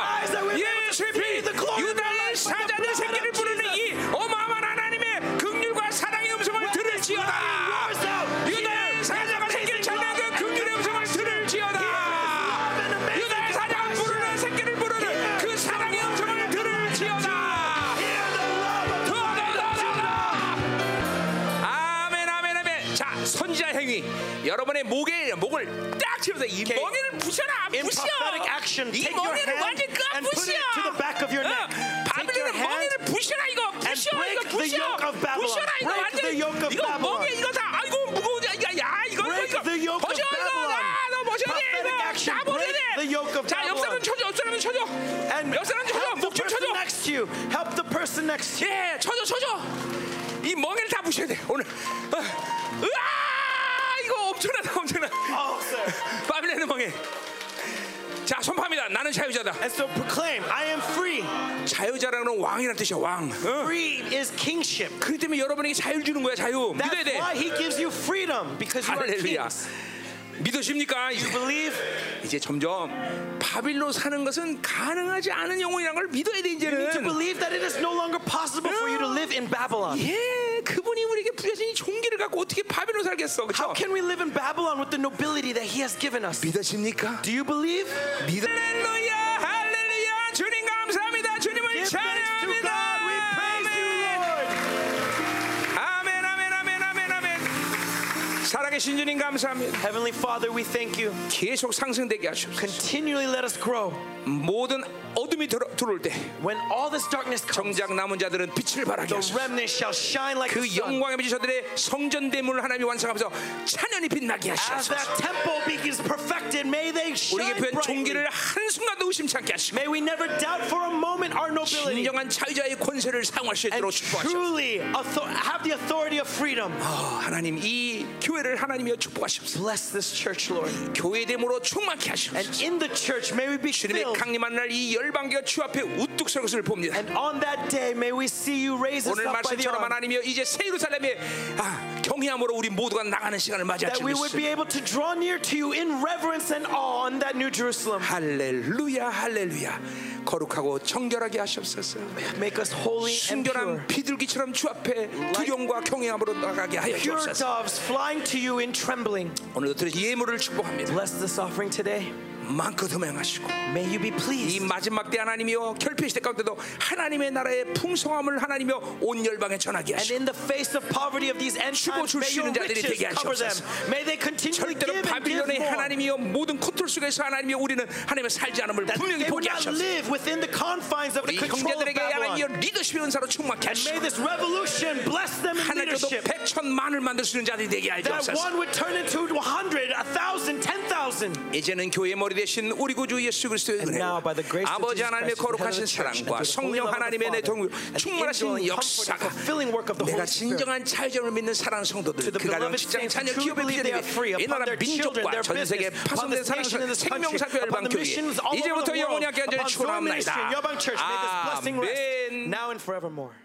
예수의 피, 유다의 사자들 새끼를 부르는 이 어마어마한 하나님의 긍휼과 사랑의 음성을 들을지어다.
Roars out.
유다의 사자가 새끼를 찾는 그 긍휼의 음성을 들을지어다. 유다의 사자가 부르는 새끼를 부르는 그 사랑의 음성을 들을지어다.
Hear the love of
더, 더, 더, 더. 아멘 아멘 아멘 자 선지자 행위 여러분의 목에 목을 딱 채워서 이
Okay.
멍에를 부셔라
In
부셔
prophetic action,
이
take your
멍에를
hand
완전 까
and put
부셔 어,
it to the back of your neck. Take your
바빌론은
hand
멍에를 부셔라 이거 부셔
break
이거
the
부셔
yoke of Babylon.
부셔라 이거
Break
완전
the yoke of
이거 멍에
Babylon.
이거 다 아이고 무거운데 이거 야 이거
Break
이거
the yoke of
버셔 이거
Babylon.
나너 버셔야 돼
Prophetic
이거
action,
나 버셔야
break the yoke of
돼자 옆사람
Babylon.
쳐줘 옆사람 쳐줘
And
옆사람 쳐줘
help the
목좀 쳐줘
person next to you. Help the person next to you.
예, 쳐줘, 쳐줘. 이 멍에를 다 부셔야 돼. 오늘. 어. 으아! 이거 엄청나다, 엄청나.
Oh, sir.
바빌레는 멍에. 자, 선포합니다. 나는 자유자다.
And so proclaim, I am free.
자유자라는 건 왕이라는 뜻이야, 왕. 어?
Free is kingship.
그렇기 때문에 여러분에게 자유를 주는 거야, 자유. 믿어야
That's
돼.
why he gives you freedom because you are
할렐루야.
kings.
믿으십니까?
You
이제,
believe?
이제 점점 바빌로 사는 것은 가능하지 않은 영혼이라는 걸 믿어야 돼,
You need to
이제는.
believe that it is no longer possible for you to live in Babylon.
예, 그분이 우리에게 부여하신 이 종기를 갖고 어떻게 바빌로 살겠어,
How
그렇죠?
can we live in Babylon with the nobility that he has given us?
믿으십니까?
Do you believe?
믿음. 할렐루야 할렐루야 주님 감사합니다 주님을
Give thanks to
찬양합니다
God. We praise you, Lord.
아멘 아멘 아멘 아멘 아멘 살아계신 주님 감사합니다
Heavenly Father, we thank you.
계속 상승되게 하시옵소서
Continually let us grow.
모든 어둠이 들어 딱 들어올 때
When all this darkness comes,
정작 남은 자들은 빛을 발하게
the
하소서.
remnant shall shine like
그
the sun.
영광의 빛이 저들의 성전 대문을 하나님이 완성하면서 찬연히 빛나게
As
하시소서.
that temple begins perfected, may they
우리에게
shine
표현
brightly.
종기를 한 순간도 의심치 않게 하시고
May we never doubt for a moment our nobility.
진정한 자유자의 권세를 사용할 수
and
있도록 축복하시오.
truly author- have the authority of freedom.
아, 하나님 이 교회를 하나님이여 축복하시옵소서.
Bless this church, Lord.
교회 됨으로 충만케
And
하시옵소서.
in the church, may we be
주님의
filled.
강림한 날 이 열방계가 주 앞에 우뚝 설 것을 봅니다.
And on that day, may we see you raise us
오늘
up by the
말씀처럼
arm.
하나님이여 이제 새 예루살렘의 아, 경외함으로 우리 모두가 나가는 시간을 맞이할
That
줄
we would
믿습니다.
be able to draw near to you in reverence and awe on that new Jerusalem.
할렐루야 할렐루야 거룩하고 정결하게 하시옵소서
Make us holy and pure.
순결한 비둘기처럼 주 앞에 두려움과 경외함으로 나가게 하여
Pure
주옵소서
doves flying to you in trembling.
오늘도 드린 예물을 축복합니다
Bless this offering today.
만큼 도명하시고
May you be
이
pleased.
마지막 때 하나님이여 결핍 시대 가운데도 하나님의 나라의 풍성함을 하나님이여 온 열방에 전하게
And
하시고
in the face of poverty of these end
주고
times,
줄
may
수
your
있는 자들이
riches
되게
cover them.
하시옵소서.
May they continually
절대로
give and give
바빌론의
more.
하나님이여 모든 컨트롤 속에서 하나님이여 우리는 하나님의 살지 않음을
that
분명히
they will
보게
not
하셨소
live within the confines of the
우리
control of
형제들에게 하나님이여
Babylon.
리더십의 은사로 충만케
And may
하시고
this revolution bless them in
하나님께도
leadership.
백천만을 만들 수 있는 자들이 되게
That
하옵소서
one would turn into a hundred, a thousand, ten thousand.
이제는 교회의 머리 되신 우리 구주 예수 그리스도의
And
은혜
now by the grace of
아버지
Jesus
하나님의
Christ, the head of
거룩하신
the church, and
사랑과
the holy
성령
love of
하나님의
the
내 동료
Father, and
충만하신
indwelling,
역사가
comforting, fulfilling work of the
내가
Holy Spirit.
진정한 자유자를 믿는 사랑하는 성도들
To the
그 가정
beloved
직장
saints who
자녀 기업의
truly believe they are
비전이 이
free upon
나라
their children,
민족과
their
전 세계
business, upon
파손된
this nation
사랑하는
and this country,
생명사교
upon
열방
the
교회
missions all over
이제부터
the world,
영원히 함께
upon
간절히
Zoe Ministry,
축원합니다
Yeoban Church. May this blessing
아멘
rest now and forevermore.